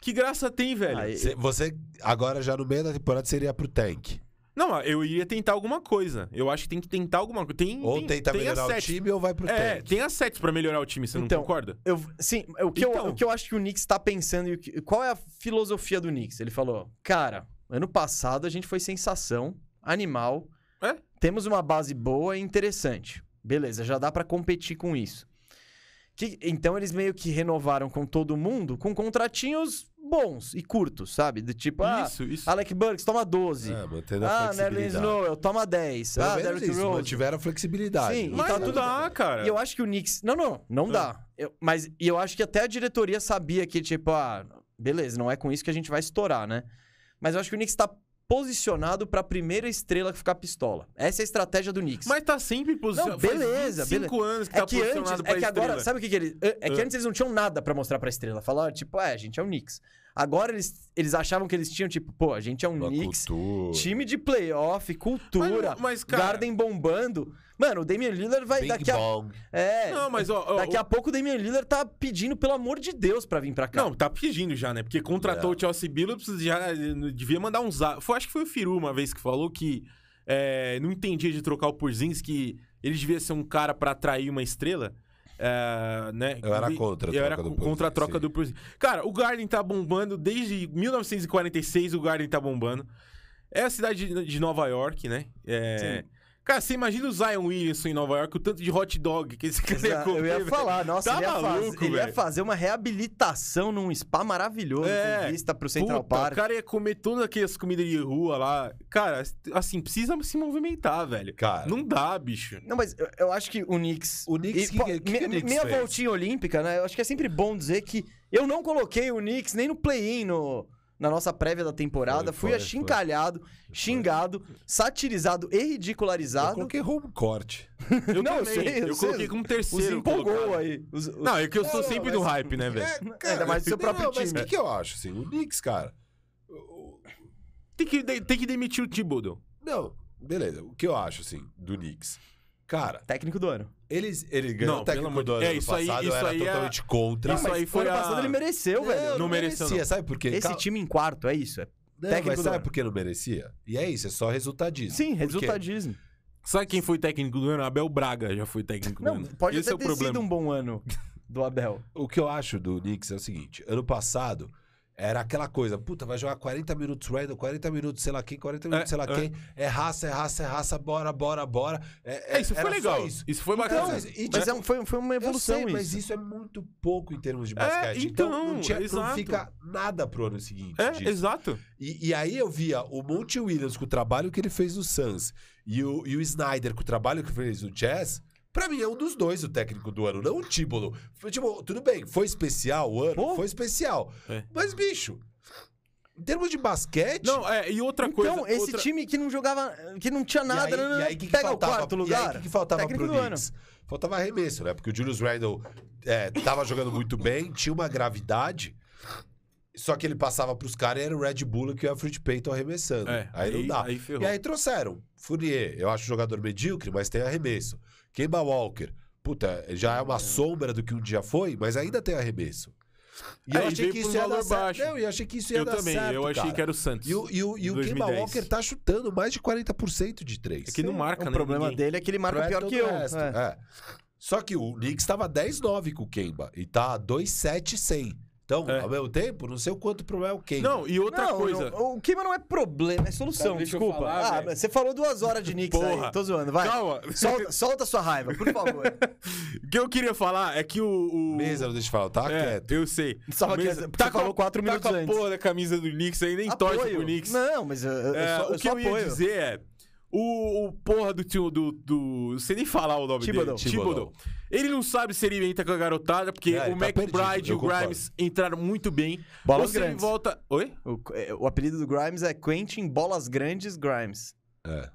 Que graça tem, velho. Aí- Cê- Você, agora já no meio da temporada, seria pro tank. Não, eu iria tentar alguma coisa. Eu acho que tem que tentar alguma coisa. Tem, Ou tem, tenta tem melhorar o assets. time ou vai pro É, tank. tem assets pra melhorar o time, você Então, não concorda? Eu, sim, o que, Então. eu, o que eu acho que o Knicks tá pensando e o que- qual é a filosofia do Knicks? Ele falou: "Cara, ano passado a gente foi sensação, animal. É? Temos uma base boa e interessante. Beleza, já dá pra competir com isso." Que- então eles meio que renovaram com todo mundo com contratinhos bons e curtos, sabe? Do tipo, ah, isso, isso. Alec Burks toma 12. É, mantendo a ah, Nerlin flexibilidade. Snow, toma 10. Pelo ah, menos Derrick isso, tipo, Rose. mantiveram a flexibilidade. Sim, Não Mas tá não tudo dá, cara. E eu acho que o Knicks. Não, não, não Hum. dá. Eu- mas e eu acho que até a diretoria sabia que, tipo, ah, beleza, não é com isso que a gente vai estourar, né? Mas eu acho que o Knicks tá posicionado pra primeira estrela que ficar pistola. Essa é a estratégia do Knicks. Mas tá sempre posicionado. Não, beleza, Cinco anos que é tá que posicionado antes, pra é que agora, estrela. sabe o que, que eles. É, é que Ah. antes eles não tinham nada pra mostrar pra estrela. Falaram, tipo, é, a gente é o Knicks. Agora eles, eles achavam que eles tinham, tipo, pô, a gente é um Uma Knicks, cultura. time de playoff, cultura, Mas- mas, cara- Garden bombando. Mano, o Damian Lillard vai Big daqui a... Bang. É, Não, mas ó, ó, daqui ó- a pouco o Damian Lillard tá pedindo, pelo amor de Deus, pra vir pra cá. Não, tá pedindo já, né? Porque É. contratou o Chelsea Billups, já eh, devia mandar um zap. Foi, acho que foi o Firu uma vez que falou que eh, não entendia de trocar o Porzins, que ele devia ser um cara pra atrair uma estrela. eh, né? Eu era E- contra a eu era troca do co- contra a Porzingis, troca sim. do Porzingis. Cara, o Garden tá bombando desde 1946, o Garden tá bombando. É a cidade de- de Nova York, né? É... Cara, você imagina o Zion Williamson em Nova York, o tanto de hot dog que esse cara ia Exa- comer. Eu ia velho. falar, nossa, Tá ele, ia maluco, fazer, ele ia velho. fazer uma reabilitação num spa maravilhoso, É, com vista pro Central Puta, Park. O cara ia comer todas aquelas comidas de rua lá. Cara, assim, precisa se movimentar, velho. Cara. Não dá, bicho. Não, mas eu, eu acho que o Knicks. O Knicks, que- pô, é- que- que me- o Knicks Meia fez? voltinha olímpica, né? Eu acho que é sempre bom dizer que eu não coloquei o Knicks nem no play-in no- na nossa prévia da temporada. Fui Foi, foi, achincalhado, xingado, satirizado e Eu ridicularizado. coloquei home court. Eu Não, eu também. sei, eu sei. coloquei como Os terceiro. empolgou colocado. aí. Os- os- Não, é que eu sou Não, sempre mas- do hype, né, velho? É, Ainda mais do seu É, não, próprio Mas o time. que, que eu acho, assim? O Knicks, cara. o- Tem, que, de- tem que demitir o Thibodeau. Não, beleza. O que eu acho, assim, do Knicks? Cara, Técnico do ano. eles, ele ganhou Não, o pelo técnico amor de- do ano é, ano isso aí- passado, eu isso era aí é- totalmente contra. Isso Mas aí foi ano a- passado ele mereceu, velho. não, Não tipo mereceu, merecia, não. sabe por quê? Esse Cal- time em quarto, é isso. é- Não, técnico mas do sabe ano. por que não merecia? E é isso, é só resultadismo. Sim, Por quê? resultadismo. Sabe quem foi técnico do ano? Abel Braga já foi técnico do Não, ano. pode Esse é até o ter problema. sido um bom ano do Abel. O que eu acho do Knicks é o seguinte: ano passado era aquela coisa, puta, vai jogar 40 minutos Randall, 40 minutos sei lá quem, 40 minutos É, sei lá é. quem, é raça, é raça, é raça, bora, bora, bora. É, isso foi era só legal. Isso. isso. foi Então, bacana. mas- e Mas é um- foi, foi uma Eu evolução sei, isso. mas isso é muito pouco em termos de basquete. então, então, não, tinha- não exato. fica nada pro ano seguinte. É, disso. exato. E, e aí eu via o Monte Williams com o trabalho que ele fez no Suns e o, e o Snyder com o trabalho que fez no Jazz. Pra mim é um dos dois o técnico do ano, não o Tíbolo. Foi, Tipo, tudo bem, foi especial o ano, Pô. foi especial. É. Mas, bicho, em termos de basquete. Não, é, e outra coisa. Então, esse outra- time que não jogava, que não tinha e aí- nada, e aí, nananã, o que que pega faltava, o quarto E aí, o lugar. que, que faltava técnico pro do ano. Knicks? Faltava arremesso, né? Porque o Julius Randle é, tava jogando muito bem, tinha uma gravidade. Só que ele passava pros caras e era o Red Bull que o Alfred Payton arremessando. É, aí não aí- dá. aí ferrou. e aí trouxeram. Fournier, eu acho um jogador medíocre, mas tem arremesso. Kemba Walker, puta, já é uma sombra do que um dia foi, mas ainda tem arremesso. E É, eu e achei veio que pra um isso ia dar valor baixo. certo. Não, eu achei que isso ia Eu dar também, certo, eu achei cara. que era o Santos. E o, e o, e o Kemba 2010. Walker tá chutando mais de 40% de três. É que não marca, o né, problema ninguém. dele é que ele marca Pro pior todo que eu. o resto, é. é. Só que o Knicks tava 10-9 com o Kemba e tá 2-7-100. Então, É. ao mesmo tempo, não sei o quanto problema é o Kemba. Não, e outra Não, coisa. não, o Kima não é problema, é solução, Cara, deixa eu desculpa. falar, ah, velho. mas você falou duas horas de Knicks Porra. aí, tô zoando, vai. Calma. Solta, solta sua raiva, por favor. O que eu queria falar é que o. o- Mesa, não deixa eu falar, tá é, quieto. eu sei. Só que Mesa- você tá com a- falou quatro minutos Tá com a antes. porra da camisa do Knicks aí, nem torce pro Knicks. Não, mas eu, eu, É, só, o eu que só eu ia apoio. dizer é. O, o porra do tio do, do. Sem nem falar o nome Thibodeau. dele. Thibodeau. Ele não sabe se ele entra com a garotada, porque É, o ele tá McBride perdido, e eu o Grimes entraram muito bem. Bolas Ou se ele grandes. volta. Oi? O, é, o apelido do Grimes é Quentin Bolas Grandes Grimes.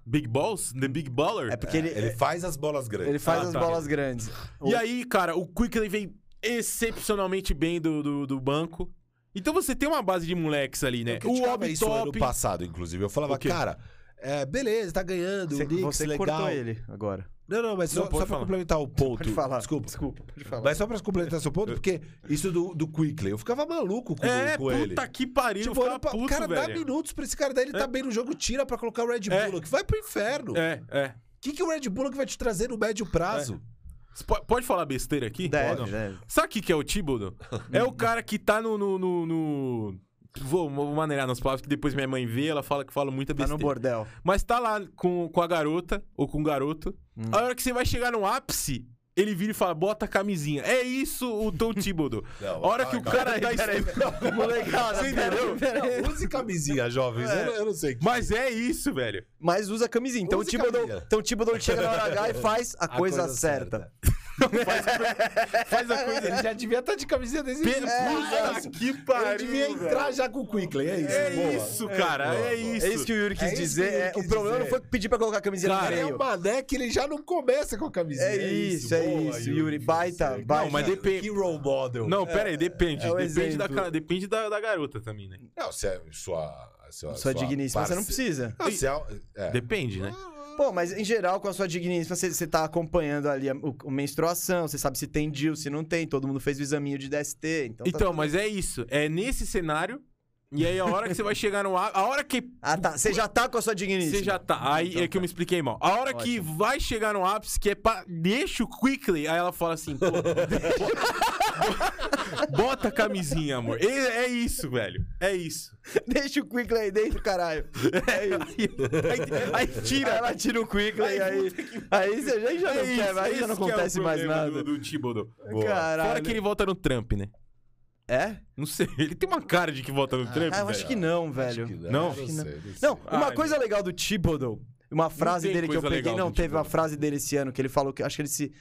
Big Balls? The Big Baller? É porque ele, É. Ele faz as bolas grandes. ele faz Ah, as tá. bolas grandes. O- E aí, cara, o Quickley vem excepcionalmente bem do, do, do banco. Então você tem uma base de moleques ali, né? Eu O criticava Obi isso ano Top. passado, inclusive. Eu falava, O quê? cara, é, beleza, tá ganhando, você o Knicks, você legal. cortou ele é agora. Não, não, mas Não, só, pode só pra falar. complementar o ponto. Pode falar. Desculpa. Desculpa, pode falar. Mas só pra complementar seu ponto, porque isso do, do Quickly, eu ficava maluco com, É, com ele. puta que pariu. Tipo, ficava olha pra- puto, cara, dá velho. minutos pra esse cara, daí ele tá bem no jogo, tira pra colocar o Red É. Bull, que vai pro inferno. O É, é. que, que o Red Bull vai te trazer no médio prazo? Você po- Pode falar besteira aqui? Deve, Pode. deve. Sabe o que que é o Thibodeau? é o cara que tá no... no, no- no- Vou, vou maneirar nas palavras, que depois minha mãe vê, ela fala que fala muita Tá no besteira. bordel. Mas tá lá com, com a garota, ou com o garoto. Hum. A hora que você vai chegar no ápice, ele vira e fala, bota a camisinha. É isso o Tom Thibodeau. Não, a hora calma, que o calma. cara tá... estu- Molecada, Você entendeu? Não, É. use camisinha, jovens. Eu, não- eu não sei. Mas é isso, velho. Mas usa camisinha. Então Use o Thibodeau, camisinha. então, o Thibodeau chega na hora H e faz a, coisa, certa. faz, a coisa- faz a coisa. Ele já devia tá estar de camiseta desse Puta que Ele pariu. É, devia entrar já com o Quickley, é isso. É boa. isso, cara. boa, É, boa. isso. É isso que o Yuri É quis isso que o dizer. Yuri é, quis o problema não dizer. foi pedir pra colocar a camiseta Cara, no É meio. o Mané que ele já não começa com a camiseta. É isso, é boa, isso, Yuri. Baita, Não, baita. mas depende- Que role model. Não, pera aí, depende. é o depende da, exemplo. cara- depende da, da garota também, né? Não, se é sua... Sua, Sua digníssima, você não parce- precisa. Não, se é, é. Depende, né? Pô, mas em geral, com a sua digníssima, você, você tá acompanhando ali a, o- a menstruação, você sabe se tem DIL, se não tem, todo mundo fez o examinho de DST, então. tá- Então, mas é isso. É nesse cenário. E aí, a hora que você vai chegar no ar. A hora que Ah, tá. Você já tá com a sua digníssima. Você já tá. Aí Então é que eu me expliquei mal. A hora que vai chegar no ápice, que é pra. Deixa o quickly. Aí ela fala assim, pô. bo- Bota a camisinha, amor. E- É, isso, velho. É isso. Deixa o Quickly aí dentro, caralho. É isso. Aí, aí- aí tira. Aí ela tira o Quickly, aí. Aí você já, já não É quer, isso, aí já esse não que é o acontece mais problema nada. Do, do Thibodeau. Caralho. Fora que ele volta no Trump, né? É? Não sei. Ele tem uma cara de que volta no Trump. Ah, eu velho. acho que não, velho. Não? Acho que Não. sei, sei. Não, uma Ah, coisa legal do Thibodeau, uma frase tem dele que eu coisa peguei, legal não, do teve uma Thibodeau. frase dele esse ano que ele falou que acho que ele se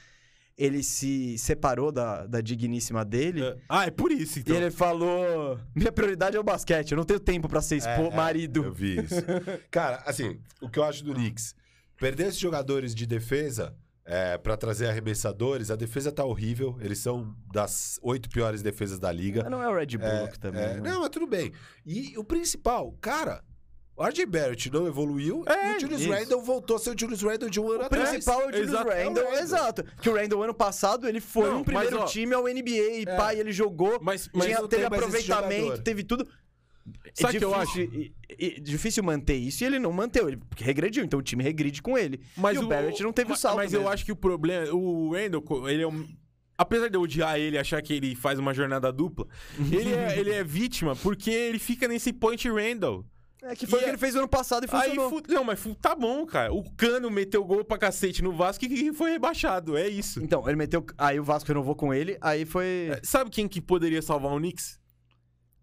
ele se separou da, da digníssima dele. É. Ah, é por isso, E então. ele falou: Minha prioridade é o basquete, eu não tenho tempo pra É, ser expo É, Eu marido. vi isso. Cara, assim, o que eu acho do Knicks? Perder esses jogadores de defesa é, para trazer arremessadores, a defesa tá horrível. Eles são das oito piores defesas da Mas liga. não é o Red Bull É, também. é, né? não, mas tudo bem. E o principal, cara, o RJ Barrett não evoluiu e o Julius É, isso. Randle voltou a ser o Julius Randle de um ano O atrás. principal é o Julius exato, é o Randle, Randle. exato. Que o Randle, ano passado, ele foi Não, um primeiro mas, ó, é. time ao NBA e pá, e ele jogou. Mas, mas tinha, não teve tem mais esse aproveitamento, jogador. teve tudo. É Sabe o que eu acho? e- e- difícil manter isso e ele não manteu, ele regrediu, então o time regride com ele. Mas e o, Barrett não teve o mas- salto. né? Mas eu mesmo. acho que o problema. O Randall, co- ele é um. Apesar de eu odiar ele, achar que ele faz uma jornada dupla, Uhum. ele é, ele é vítima porque ele fica nesse point Randall. É que foi e o que é- ele fez ano passado e Aí, funcionou. fu- não, mas fu- tá bom, cara. O Cano meteu gol pra cacete no Vasco e foi rebaixado. É isso. Então, ele meteu. Aí o Vasco renovou com ele, aí foi. É, Sabe quem que poderia salvar o Knicks?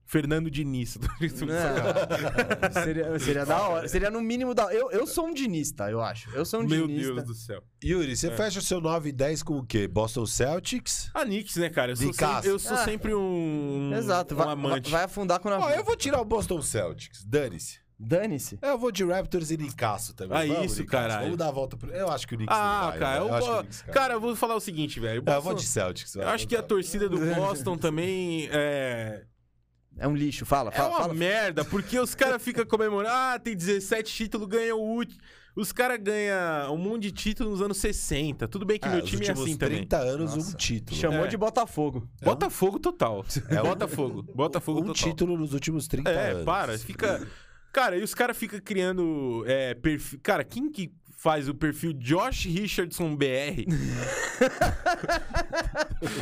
Fernando Diniz. Não, seria, seria da hora. Seria no mínimo da Eu, eu sou um dinista, eu acho. Eu sou um Meu dinista. Deus do céu. Yuri, você fecha o seu 9 e 10 com o quê? Boston Celtics? A Knicks, né, cara? Eu sou, De casa. sempre, eu sou Ah. sempre um. Exato, um vai, amante. vai afundar com o Ó, navio. eu vou tirar o Boston Celtics. Dane-se. Dane-se. Eu vou de Raptors e Nicasso também. Ah, Vamos, isso, Nicasso. caralho. Vamos dar a volta pro... Eu acho que o Knicks não Ah, vai, né? cara, eu, eu acho que é o vou- Knicks, cara. eu vou falar o seguinte, velho. Não, É, eu vou Boston- de Celtics. vai, Eu acho vou que é a dar. torcida do Boston também é, É um lixo, fala, é fala. uma fala. merda, porque os caras ficam comemorando. Ah, tem 17 títulos, ganha o último. Os caras ganham um monte de título nos anos 60. Tudo bem que Ah, meu os time é últimos assim 30 também. anos, um Nossa. título. Chamou É. de Botafogo. Botafogo total. É um- Botafogo. Botafogo um total. título nos últimos 30 É, anos. para. Fica. Cara, e os caras ficam criando é, perfil. Cara, quem que faz o perfil Josh Richardson BR?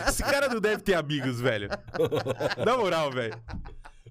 Esse cara não deve ter amigos, velho. Na moral, velho.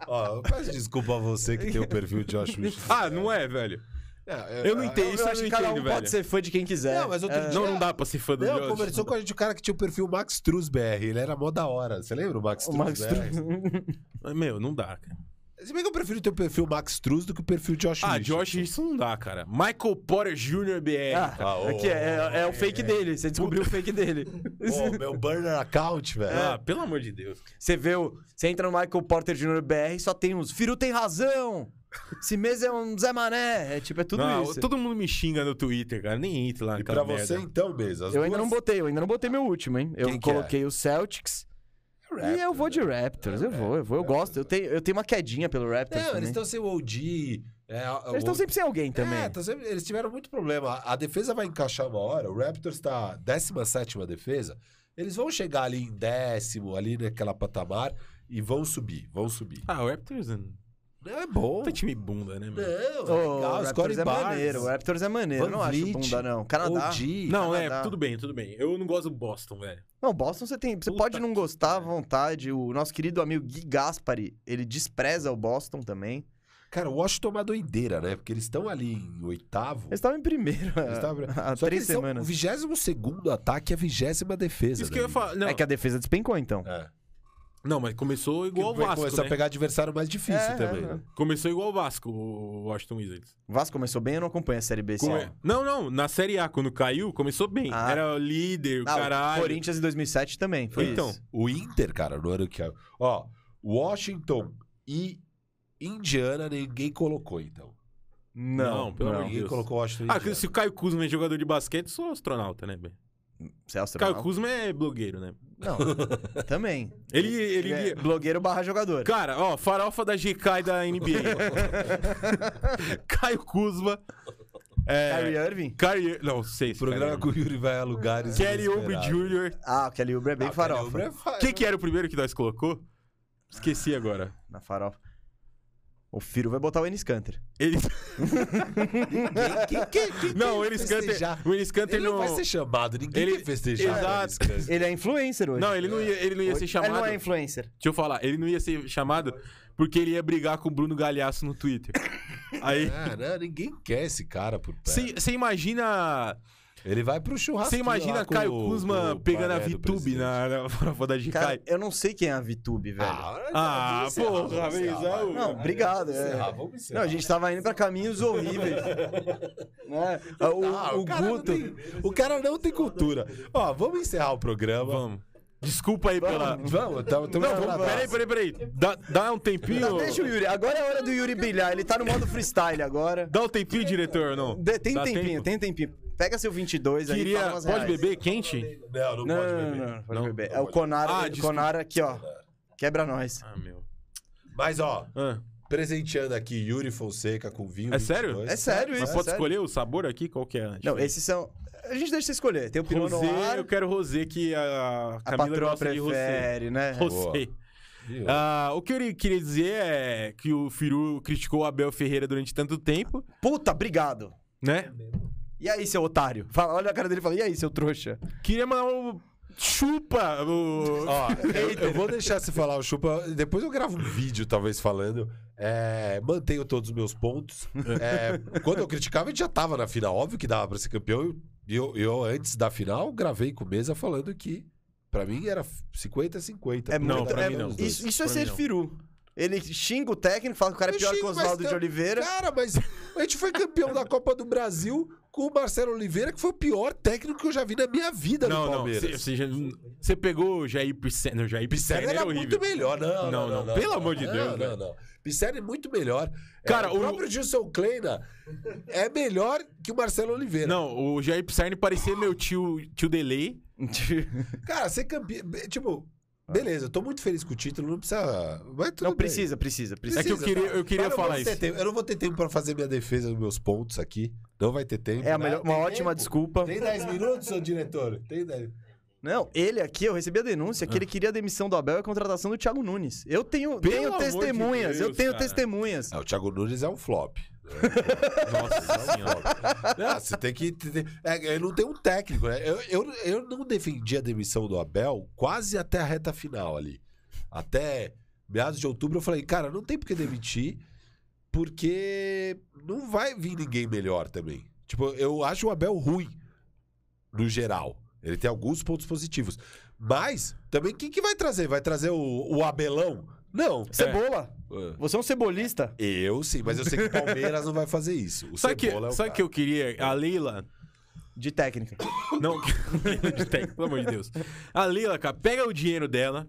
Ó, eu peço desculpa a você que tem o perfil de Josh Richardson. Ah, não é, velho. É, Eu não entendo. Isso eu acho não que cada um entendo, velho. pode ser fã de quem quiser. Não, mas outro dia... É. Não, não dá pra ser fã do Não, Josh. conversou com a gente o cara que tinha o perfil Max Truz BR. Ele era mó da hora. Você lembra o Max O Truz Max BR? Mas, Meu, não dá, cara. Se bem que eu prefiro ter o perfil Max Truz do que o perfil Josh Ah, Richardson. Josh, isso não dá, cara. Michael Porter Jr. BR. Ah, Ah, tá, ô, aqui é, é- é o fake dele. Você descobriu o fake dele. Pô, meu burner account, velho. Ah, pelo amor de Deus. Você vê o. Você entra no Michael Porter Jr. BR e só tem uns. Firu tem razão! Esse mês é um Zé Mané. É tipo, é tudo Não, isso. Todo mundo me xinga no Twitter, cara. Nem entra lá E naquela pra você, merda. então, mesmo. as Eu ainda duas- não botei, eu ainda não botei meu último, hein? Eu Quem é? que coloquei o Celtics. e eu Raptors, vou de né? Raptors, eu vou, eu vou, eu gosto. Eu tenho, eu tenho uma quedinha pelo Raptors Não, eles também. estão sem o OG. é, a- Eles o- estão sempre sem alguém É, também. tão sempre- eles tiveram muito problema. A a defesa vai encaixar uma hora. O Raptors tá 17 defesa. Eles vão chegar ali em décimo, ali naquela patamar, e vão subir, vão subir. Ah, o Raptors hum, Não é bom. tá time bunda, né, Não, meu? é Ô, legal. o Scottie Raptors é Barnes, maneiro, o Raptors é maneiro. Van eu não acho Vliet, bunda, não. Canadá. OG. Não, é, Canadá. tudo bem, tudo bem. Eu não gosto do Boston, velho. Não, Boston você tem. Você Puta pode não que gostar à pariu. vontade. O nosso querido amigo Gui Gaspari, ele despreza o Boston também. Cara, o Washington é uma doideira, né? Porque eles estão ali em oitavo. Eles estavam em primeiro Eles há, tavam- há Só que três eles são semanas. O 22 ataque é a 20 defesa. Isso que eu ia da falar. Não, É que a defesa despencou, então. liga. É. Não, mas começou igual o vai Vasco, começar né? a pegar adversário mais difícil É, também. é, né? Começou igual o Vasco, o Washington Wizards. Vasco começou bem, eu não acompanho a Série B esse Come- ano. Não, não, na Série A, quando caiu, começou bem. Ah. Era o líder, o Ah, caralho. Corinthians em 2007 também, foi Então, isso. O Inter, cara, no ano que. Ó, Washington e Indiana ninguém colocou, então. Não, Não, pelo amor de Ninguém Deus. colocou Washington e Ah, Indiana. se o Caio Kuzma é jogador de basquete, sou astronauta, né, velho? Você é astronauta? Caio Kuzma é blogueiro, né? Não, também. Ele, ele, É, blogueiro barra jogador. Cara, ó, farofa da GK e da NBA. Caio Kuzma. É, Kyrie Irving? Kyrie... Não, sei. O se programa Kyrie- que o Yuri vai a lugares. Kelly Oubre inesperados. Jr. Ah, o Kelly Oubre é bem Ah, o Kelly farofa. Oubre é fa- O que, que era o primeiro que nós colocou? Esqueci agora. Na farofa. O Firo vai botar o Enes Kanter. Ele... Quem- quem- quem- quem Não, o vai Enes festejar? Kanter... O Enes Kanter Ele um- não vai ser chamado, ninguém Ele- vai festejar. Exato. o Enes Kanter. Ele é influencer hoje. Não, ele não ia, ele não ia Hoje- ser chamado... Ele não é influencer. Deixa eu falar, ele não ia ser chamado porque ele ia brigar com o Bruno Galhaço no Twitter. É, Aí... Ah, não, ninguém quer esse cara por perto. Você imagina... Ele vai pro churrasco. Você imagina Caio Kuzma pegando a VTube né? na, na farofa da GK? Cara, eu não sei quem é a VTube, velho. Ah, porra, velho, Isaú. Não, obrigado, é. Vamos não, a gente tava indo pra caminhos horríveis. né? O, Ah, o cara não Guto... tem- o cara não tem cultura. Ó, vamos encerrar o programa. Vamos. Desculpa aí pela... Vamos, tá, tá Não, vamos, peraí, peraí, peraí. Dá, dá um tempinho. Ah, deixa o Yuri. Agora é a hora do Yuri brilhar. Ele tá no modo freestyle agora. Dá um tempinho, diretor, ou não? De- tem um Dá tempinho, tempo? tem tempinho. Pega seu 22 aí, Queria. fala umas Pode reais. beber quente? Não, não, Não, pode não, beber. não, não, pode Não? beber. É o Conar, Ah, o desculpa. Conar aqui, ó. Quebra nós. Ah, meu. Mas, ó, Ah, presenteando aqui Yuri Fonseca com vinho. É sério? 22. É sério mas isso, pode é sério. escolher o sabor aqui? Qual que é? Não, esses são... A gente deixa você escolher. Tem o Pinot Rosé, eu Noir, quero rosé que a a Camila patroa gosta de rosé. prefere, né? Rosé. Ih, ó. Ah, o que eu queria dizer é que o Firu criticou o Abel Ferreira durante tanto tempo, Puta, obrigado. né? E aí, seu otário? Fala- olha a cara dele e fala, e aí, seu trouxa? Queria mandar um chupa o... Ó, eu, eu vou deixar você falar o chupa. Depois eu gravo um vídeo, talvez, falando. É, mantenho todos os meus pontos. É, quando eu criticava, a gente já tava na final. Óbvio que dava pra ser campeão. E eu, eu, antes da final, gravei com o Mesa falando que. Pra mim era 50-50. É Não, muito... pra é- mim não. Isso, isso é Pra ser mim não. firu. Ele xinga o técnico, fala que o cara é Eu pior que xingo, o mas Oswaldo de tá- Oliveira. Cara, mas a gente foi campeão da Copa do Brasil com o Marcelo Oliveira, que foi o pior técnico que eu já vi na minha vida Não, no não. Palmeiras. Você você já- você pegou o Jair Pisserno. O Jair Pisserni Pisserno era era horrível. muito melhor, não. Não, não, pelo amor de Deus, Não, velho. não, não. Pisserni é muito melhor. Cara, É, o o- próprio Gilson Kleina é melhor que o Marcelo Oliveira. Não, o Jair Pisserni parecia meu tio, tio Delay. Tipo, Cara, ser campeão. Tipo, beleza, eu tô muito feliz com o título, não precisa. Mas tudo não, bem. precisa, precisa, precisa. É que eu queria- eu queria Mas não falar vou ter isso. tempo, Eu não vou ter tempo pra fazer minha defesa dos meus pontos aqui. Não vai ter tempo. É a né? melhor- uma Tem ótima tempo? desculpa. Tem 10 minutos, seu diretor? Tem 10. Não, ele aqui, eu recebi a denúncia que ele queria a demissão do Abel e a contratação do Thiago Nunes. Eu tenho, Ah. Pelo tenho amor de testemunhas, eu Deus, tenho cara. Ah, testemunhas. É, o Thiago Nunes é um flop. Nossa senhora. Ah, você tem que. ter- É, eu não tenho um técnico, né? Eu, eu, eu não defendi a demissão do Abel quase até a reta final ali. Até meados de outubro eu falei, cara, não tem por que demitir, porque não vai vir ninguém melhor também. Tipo, eu acho o Abel ruim, no geral. Ele tem alguns pontos positivos. Mas, também, quem que vai trazer? Vai trazer o, o Abelão? Não. É, Cebola, você é um cebolista. Eu sim, mas eu sei que o Palmeiras não vai fazer isso. O Sabe, que, Cebola é o sabe cara. que eu queria? A Leila. De técnica. Não, Leila de técnico, pelo amor de Deus. A Leila, cara, pega o dinheiro dela,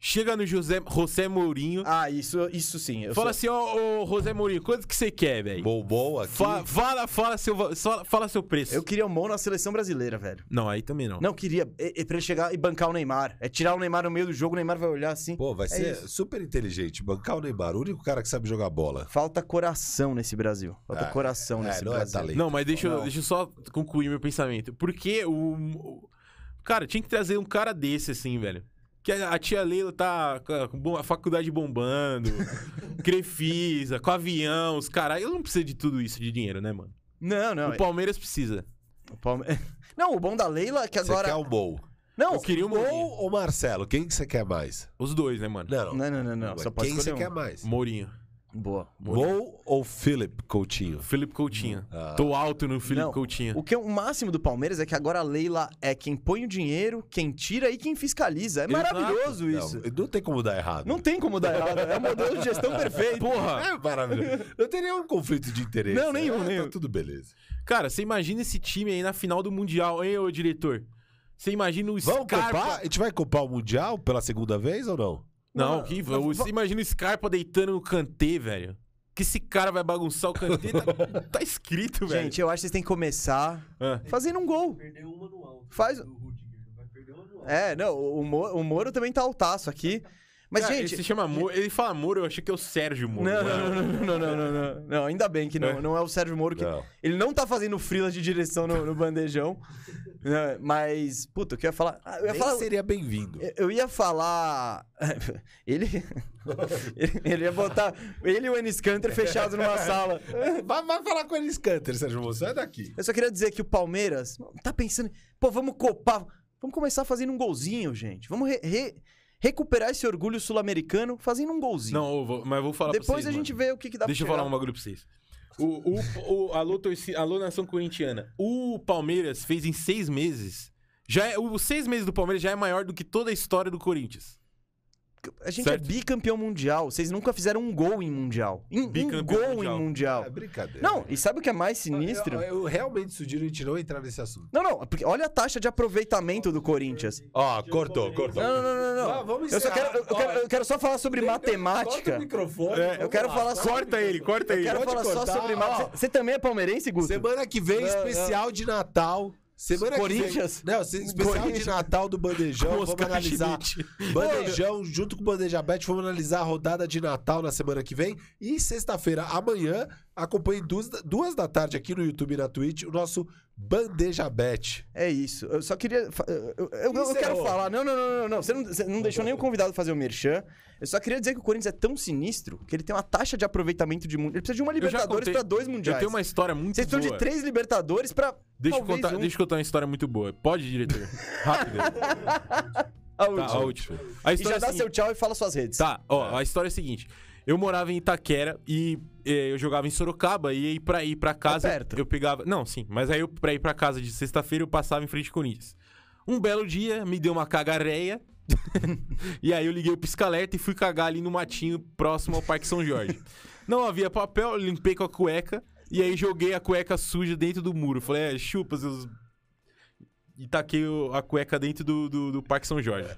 chega no José, José Mourinho, Ah, isso, isso sim. Eu fala sou- assim: Ó, ô José Mourinho, quanto que você quer, velho? Bombom aqui. Fa- Fala, fala, seu, va- fala, fala seu preço. Eu queria o Mon na seleção brasileira, velho. Não, aí também não. Não, queria. É, é pra ele chegar e bancar o Neymar. É tirar o Neymar no meio do jogo, o Neymar vai olhar assim. Pô, vai ser isso. super inteligente. Bancar o Neymar, o único cara que sabe jogar bola. Falta coração nesse Brasil. Falta Ah, coração é, nesse não é Brasil. talento. Não, mas deixa, eu- Não. deixa eu só concluir meu pensamento. Porque o. o- Cara, tinha que trazer um cara desse, assim, velho. Que a a tia Leila tá com a- com bom- a faculdade bombando, Crefisa, com avião, os caras. Eu não preciso de tudo isso de dinheiro, né, mano? não, não. é O Palmeiras precisa. o Palme- Não, o bom da Leila é que Você agora. quer o Mou? Não, Eu queria o Mourinho. Mou ou Marcelo? Quem que você quer mais? Os dois, né, mano? Não, Não, não, não, não. Só pode Quem você escolher um. quer mais? Mourinho. Boa. Gol ou Philip Coutinho? Felipe Coutinho. Ah. Tô alto no Felipe Não, Coutinho. O que é o máximo do Palmeiras é que agora a Leila é quem põe o dinheiro, quem tira e quem fiscaliza. É Exato. maravilhoso Não, isso. Não, tem como dar errado. Não tem como dar errado. É um modelo de gestão perfeito. Porra! É maravilhoso. Não tem nenhum conflito de interesse. Não, nenhum, Ah, nenhum. Tá tudo beleza. é- Cara, você imagina esse time aí na final do Mundial, hein, ô diretor? Você imagina o Vamos copar? Scarpa. A gente vai copar o Mundial pela segunda vez ou não? Não, Não, horrível. mas- Você imagina o Scarpa deitando no Kantê, velho. Que esse cara vai bagunçar o Kantê. tá, tá escrito, velho. Gente, eu acho que vocês têm que começar Ah. fazendo um gol. Perdeu uma no alto. Faz- Do Rudiger. Vai perder uma no alto. É, não, o Moro, o Moro também tá altaço aqui. Mas, Cara, gente. Ele se chama Moro. Ele fala Moro, eu achei que é o Sérgio Moro. Não, não, não, não, não, não, não, não. Não, ainda bem que não. Não é o Sérgio Moro que. Não. Ele não tá fazendo frila de direção no, no bandejão. Né, Mas, puta, o que eu ia falar? Ah, Eu ia Nem falar. É. seria bem-vindo. eu- Eu ia falar. Ele. ele- Ele ia botar. Ele e o Enes Kanter fechados numa sala. Vai, vai falar com eles, Canter, Sérgio Moço. Sai daqui. Eu só queria dizer que o Palmeiras tá pensando. Pô, vamos copar. Vamos começar fazendo um golzinho, gente. Vamos re- re- recuperar esse orgulho sul-americano fazendo um golzinho. Não, eu vou- mas eu vou falar pra Depois vocês. a mano. gente vê o que, que dá Deixa eu pra falar um bagulho pra vocês. O, o, o, alô, torci- alô, nação corintiana. O Palmeiras fez em seis meses. Já é, os seis meses do Palmeiras já é maior do que toda a história do Corinthians. A gente Certo. é bicampeão mundial. Vocês nunca fizeram um gol em mundial. Em- um Bicampeão gol mundial. em mundial. É brincadeira. Não, e sabe o que é mais sinistro? Eu, eu realmente sugiro a gente não entrar nesse assunto. Não, não, porque olha a taxa de aproveitamento do Corinthians. Ó, cortou, cortou. Não, não, não, não. não. Ah, vamos eu só encerrar. quero, eu, eu quero, eu quero só falar sobre Corta o matemática. microfone. É, Eu quero falar só. Corta ele, corta Eu ele. quero Pode falar só cortar, sobre ó. matemática. Você também é palmeirense, Guto? Semana que vem, Não, especial de Natal. Semana Corinthians. que vem. Não, se- especial Corinthians. de Natal do Bandejão. Com Vamos Oscar analisar. Bandejão, junto com o Bandeja Bet, vamos analisar a rodada de Natal na semana que vem. E sexta-feira, amanhã, acompanhe duas, da- duas da tarde aqui no YouTube e na Twitch o nosso Bandeja Bet. É isso. Eu só queria. fa- Eu, eu- eu- eu Encerrou. quero falar. Não, não, não, não, não. Você não, você não deixou nem o convidado fazer o merchan. Eu só queria dizer que o Corinthians é tão sinistro que ele tem uma taxa de aproveitamento de mundo. Ele precisa de uma Eu já Libertadores contei- pra dois mundiais. Eu tenho uma história muito Vocês boa. precisam de três Libertadores pra. Deixa eu, talvez contar, um. deixa eu contar uma história muito boa. Pode, diretor? Rápido. A Tá, última. a última. A E história já é dá a seguinte- seu tchau e fala suas redes. Tá, ó, a história é a seguinte. Eu morava em Itaquera e eh, eu jogava em Sorocaba e aí pra ir pra casa perto. eu pegava... Não, sim, mas aí eu, pra ir pra casa de sexta-feira eu passava em frente ao Corinthians. Um belo dia me deu uma cagareia e aí eu liguei o pisca-alerta e fui cagar ali no matinho próximo ao Parque São Jorge. Não havia papel, eu limpei com a cueca e aí joguei a cueca suja dentro do muro. Falei, é, chupa seus... E taquei o- a cueca dentro do, do, do Parque São Jorge.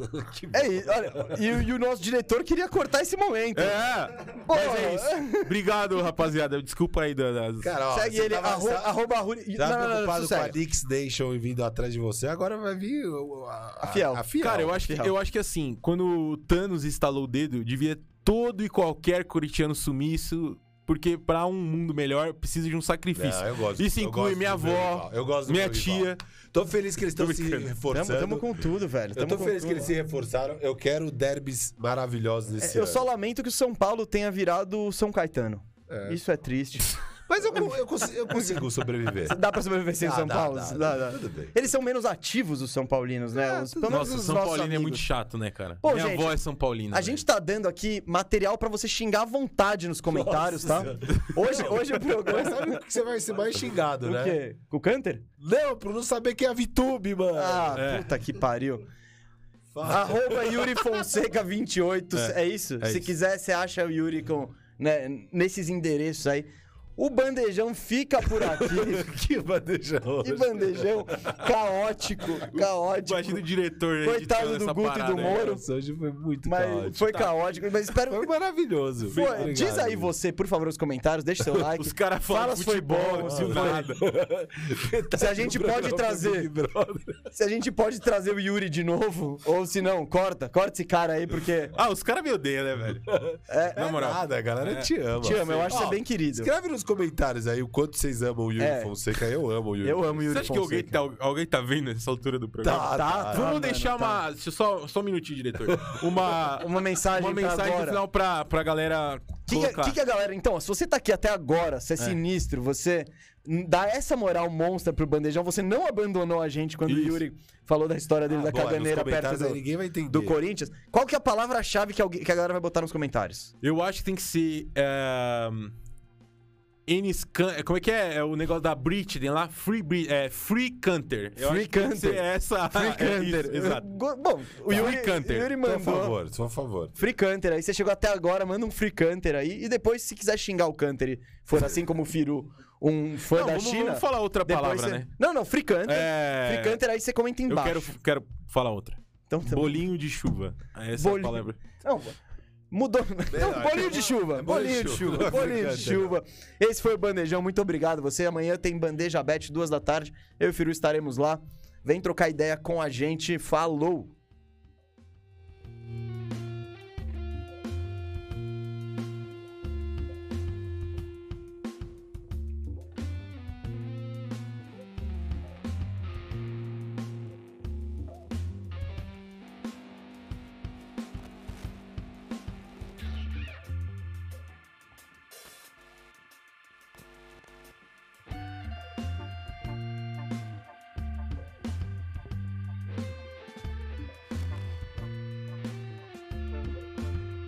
É isso. Olha, e, o- e o nosso diretor queria cortar esse momento. É! Pô, Mas é isso. Obrigado, rapaziada. Desculpa aí, Dana. Cara, ó, Segue você ele, tá tava- arro- tava- arroba Ruri. Tá Não, não, não, preocupado com a sossega. Dix Nation e vindo atrás de você, agora vai vir o- a, Fiel. a Fiel. É, Cara, eu acho, que, eu acho que assim, quando o Thanos instalou o dedo, devia todo e qualquer corintiano sumir isso, porque pra um mundo melhor precisa de um sacrifício. Não, eu gosto- isso eu inclui gosto minha do meu avó, rival. Eu gosto do minha meu rival. tia. Tô feliz que eles Tô estão se brincando. Tamo, reforçando. tamo com tudo, velho. Eu Tamo tô com feliz que tudo. eles se reforçaram. Eu quero derbys maravilhosos nesse É, Eu ano. só lamento que o São Paulo tenha virado o São Caetano. Isso é triste. Mas eu, eu, consigo, eu consigo sobreviver. Dá pra sobreviver sem o Dá, São dá, Paulo? dá, Dá, dá. dá. Tudo bem. Eles são menos ativos, os São Paulinos, né? Os, pelo menos Nossa, os São nossos Paulino é amigos. muito chato, né, cara? Pô, minha gente, avó é São Paulina. A velho. gente tá dando aqui material pra você xingar à vontade nos comentários, tá? Hoje, hoje o programa. é, Sabe o que você vai ser mais xingado, O né? quê? Com o Canter? Não, pra não saber quem é a Vitube, mano. Ah, puta que pariu. Fala. Arroba Yuri Fonseca 28, é, isso? é Se isso. quiser, você acha o Yuri com, né, nesses endereços aí. O bandejão fica por aqui. que bandejão. que bandejão caótico, caótico. Imagina o diretor editando Coitado do essa Guto e parada do aí. Moro, Nossa, hoje foi muito mas caótico. foi caótico. Mas espero. Foi maravilhoso. Foi. Muito obrigado. Diz aí você, por favor, nos comentários, deixa seu like. Os caras falam Fala se foi bom, futebol, se do foi- nada. Se a gente pode trazer, se a gente pode trazer o Yuri de novo, ou se não, corta, corta esse cara aí porque Ah, os caras me odeiam, né, velho? é, Na Na moral. Nada, a galera te ama. te amo, eu acho que você Ó, é bem querido. Escreve nos comentários aí o quanto vocês amam o Yuri É. Fonseca. Eu amo o Yuri Eu amo o Yuri Você acha que alguém Fonseca. tá, alguém tá vendo nessa altura do programa? Tá, tá. Vamos mano, tá. deixar uma. deixa eu Só, só um minutinho, diretor. Uma, uma mensagem, uma mensagem pra no agora. final pra, pra galera. Que é- que, colocar. É. que que a galera, então, se você tá aqui até agora, você é, sinistro, você Dá essa moral monstra pro bandejão. Você não abandonou a gente quando o Isso. Yuri falou da história dele da Agora, nos caganeira perto comentários aí do, ninguém vai entender. do Corinthians. Qual que é a palavra-chave que, alguém- que a galera vai botar nos comentários? Eu acho que tem que ser. ehm, N-Scan- Como é que é? É o negócio da Britney lá? Free, Brit- é, free Canter. Eu Free acho que tem que ser Canter. essa. Free é isso, Canter. exato. Go- Bom, o Tá. Yuri, Free Canter. Yuri Só a mandou. favor, só a favor. Free Canter, aí você chegou até agora, manda um Free Canter aí. E depois, se quiser xingar o Canter e for assim como o Firu, um fã Não, da vamos, China. vamos falar outra depois palavra, você- né? Não, não, Free Canter. É. Free Canter, aí você comenta Eu embaixo. quero, quero falar outra. Então, tá bom. Bolinho de chuva. Essa é Bolinho. a palavra. Não, mudou. Não, bolinho de chuva. É Bolinho de chuva. Bolinho de chuva. Esse foi o Bandejão. Muito obrigado. Você amanhã tem Bandeja Bet, duas da tarde. Eu e o Firu estaremos lá. Vem trocar ideia com a gente. Falou!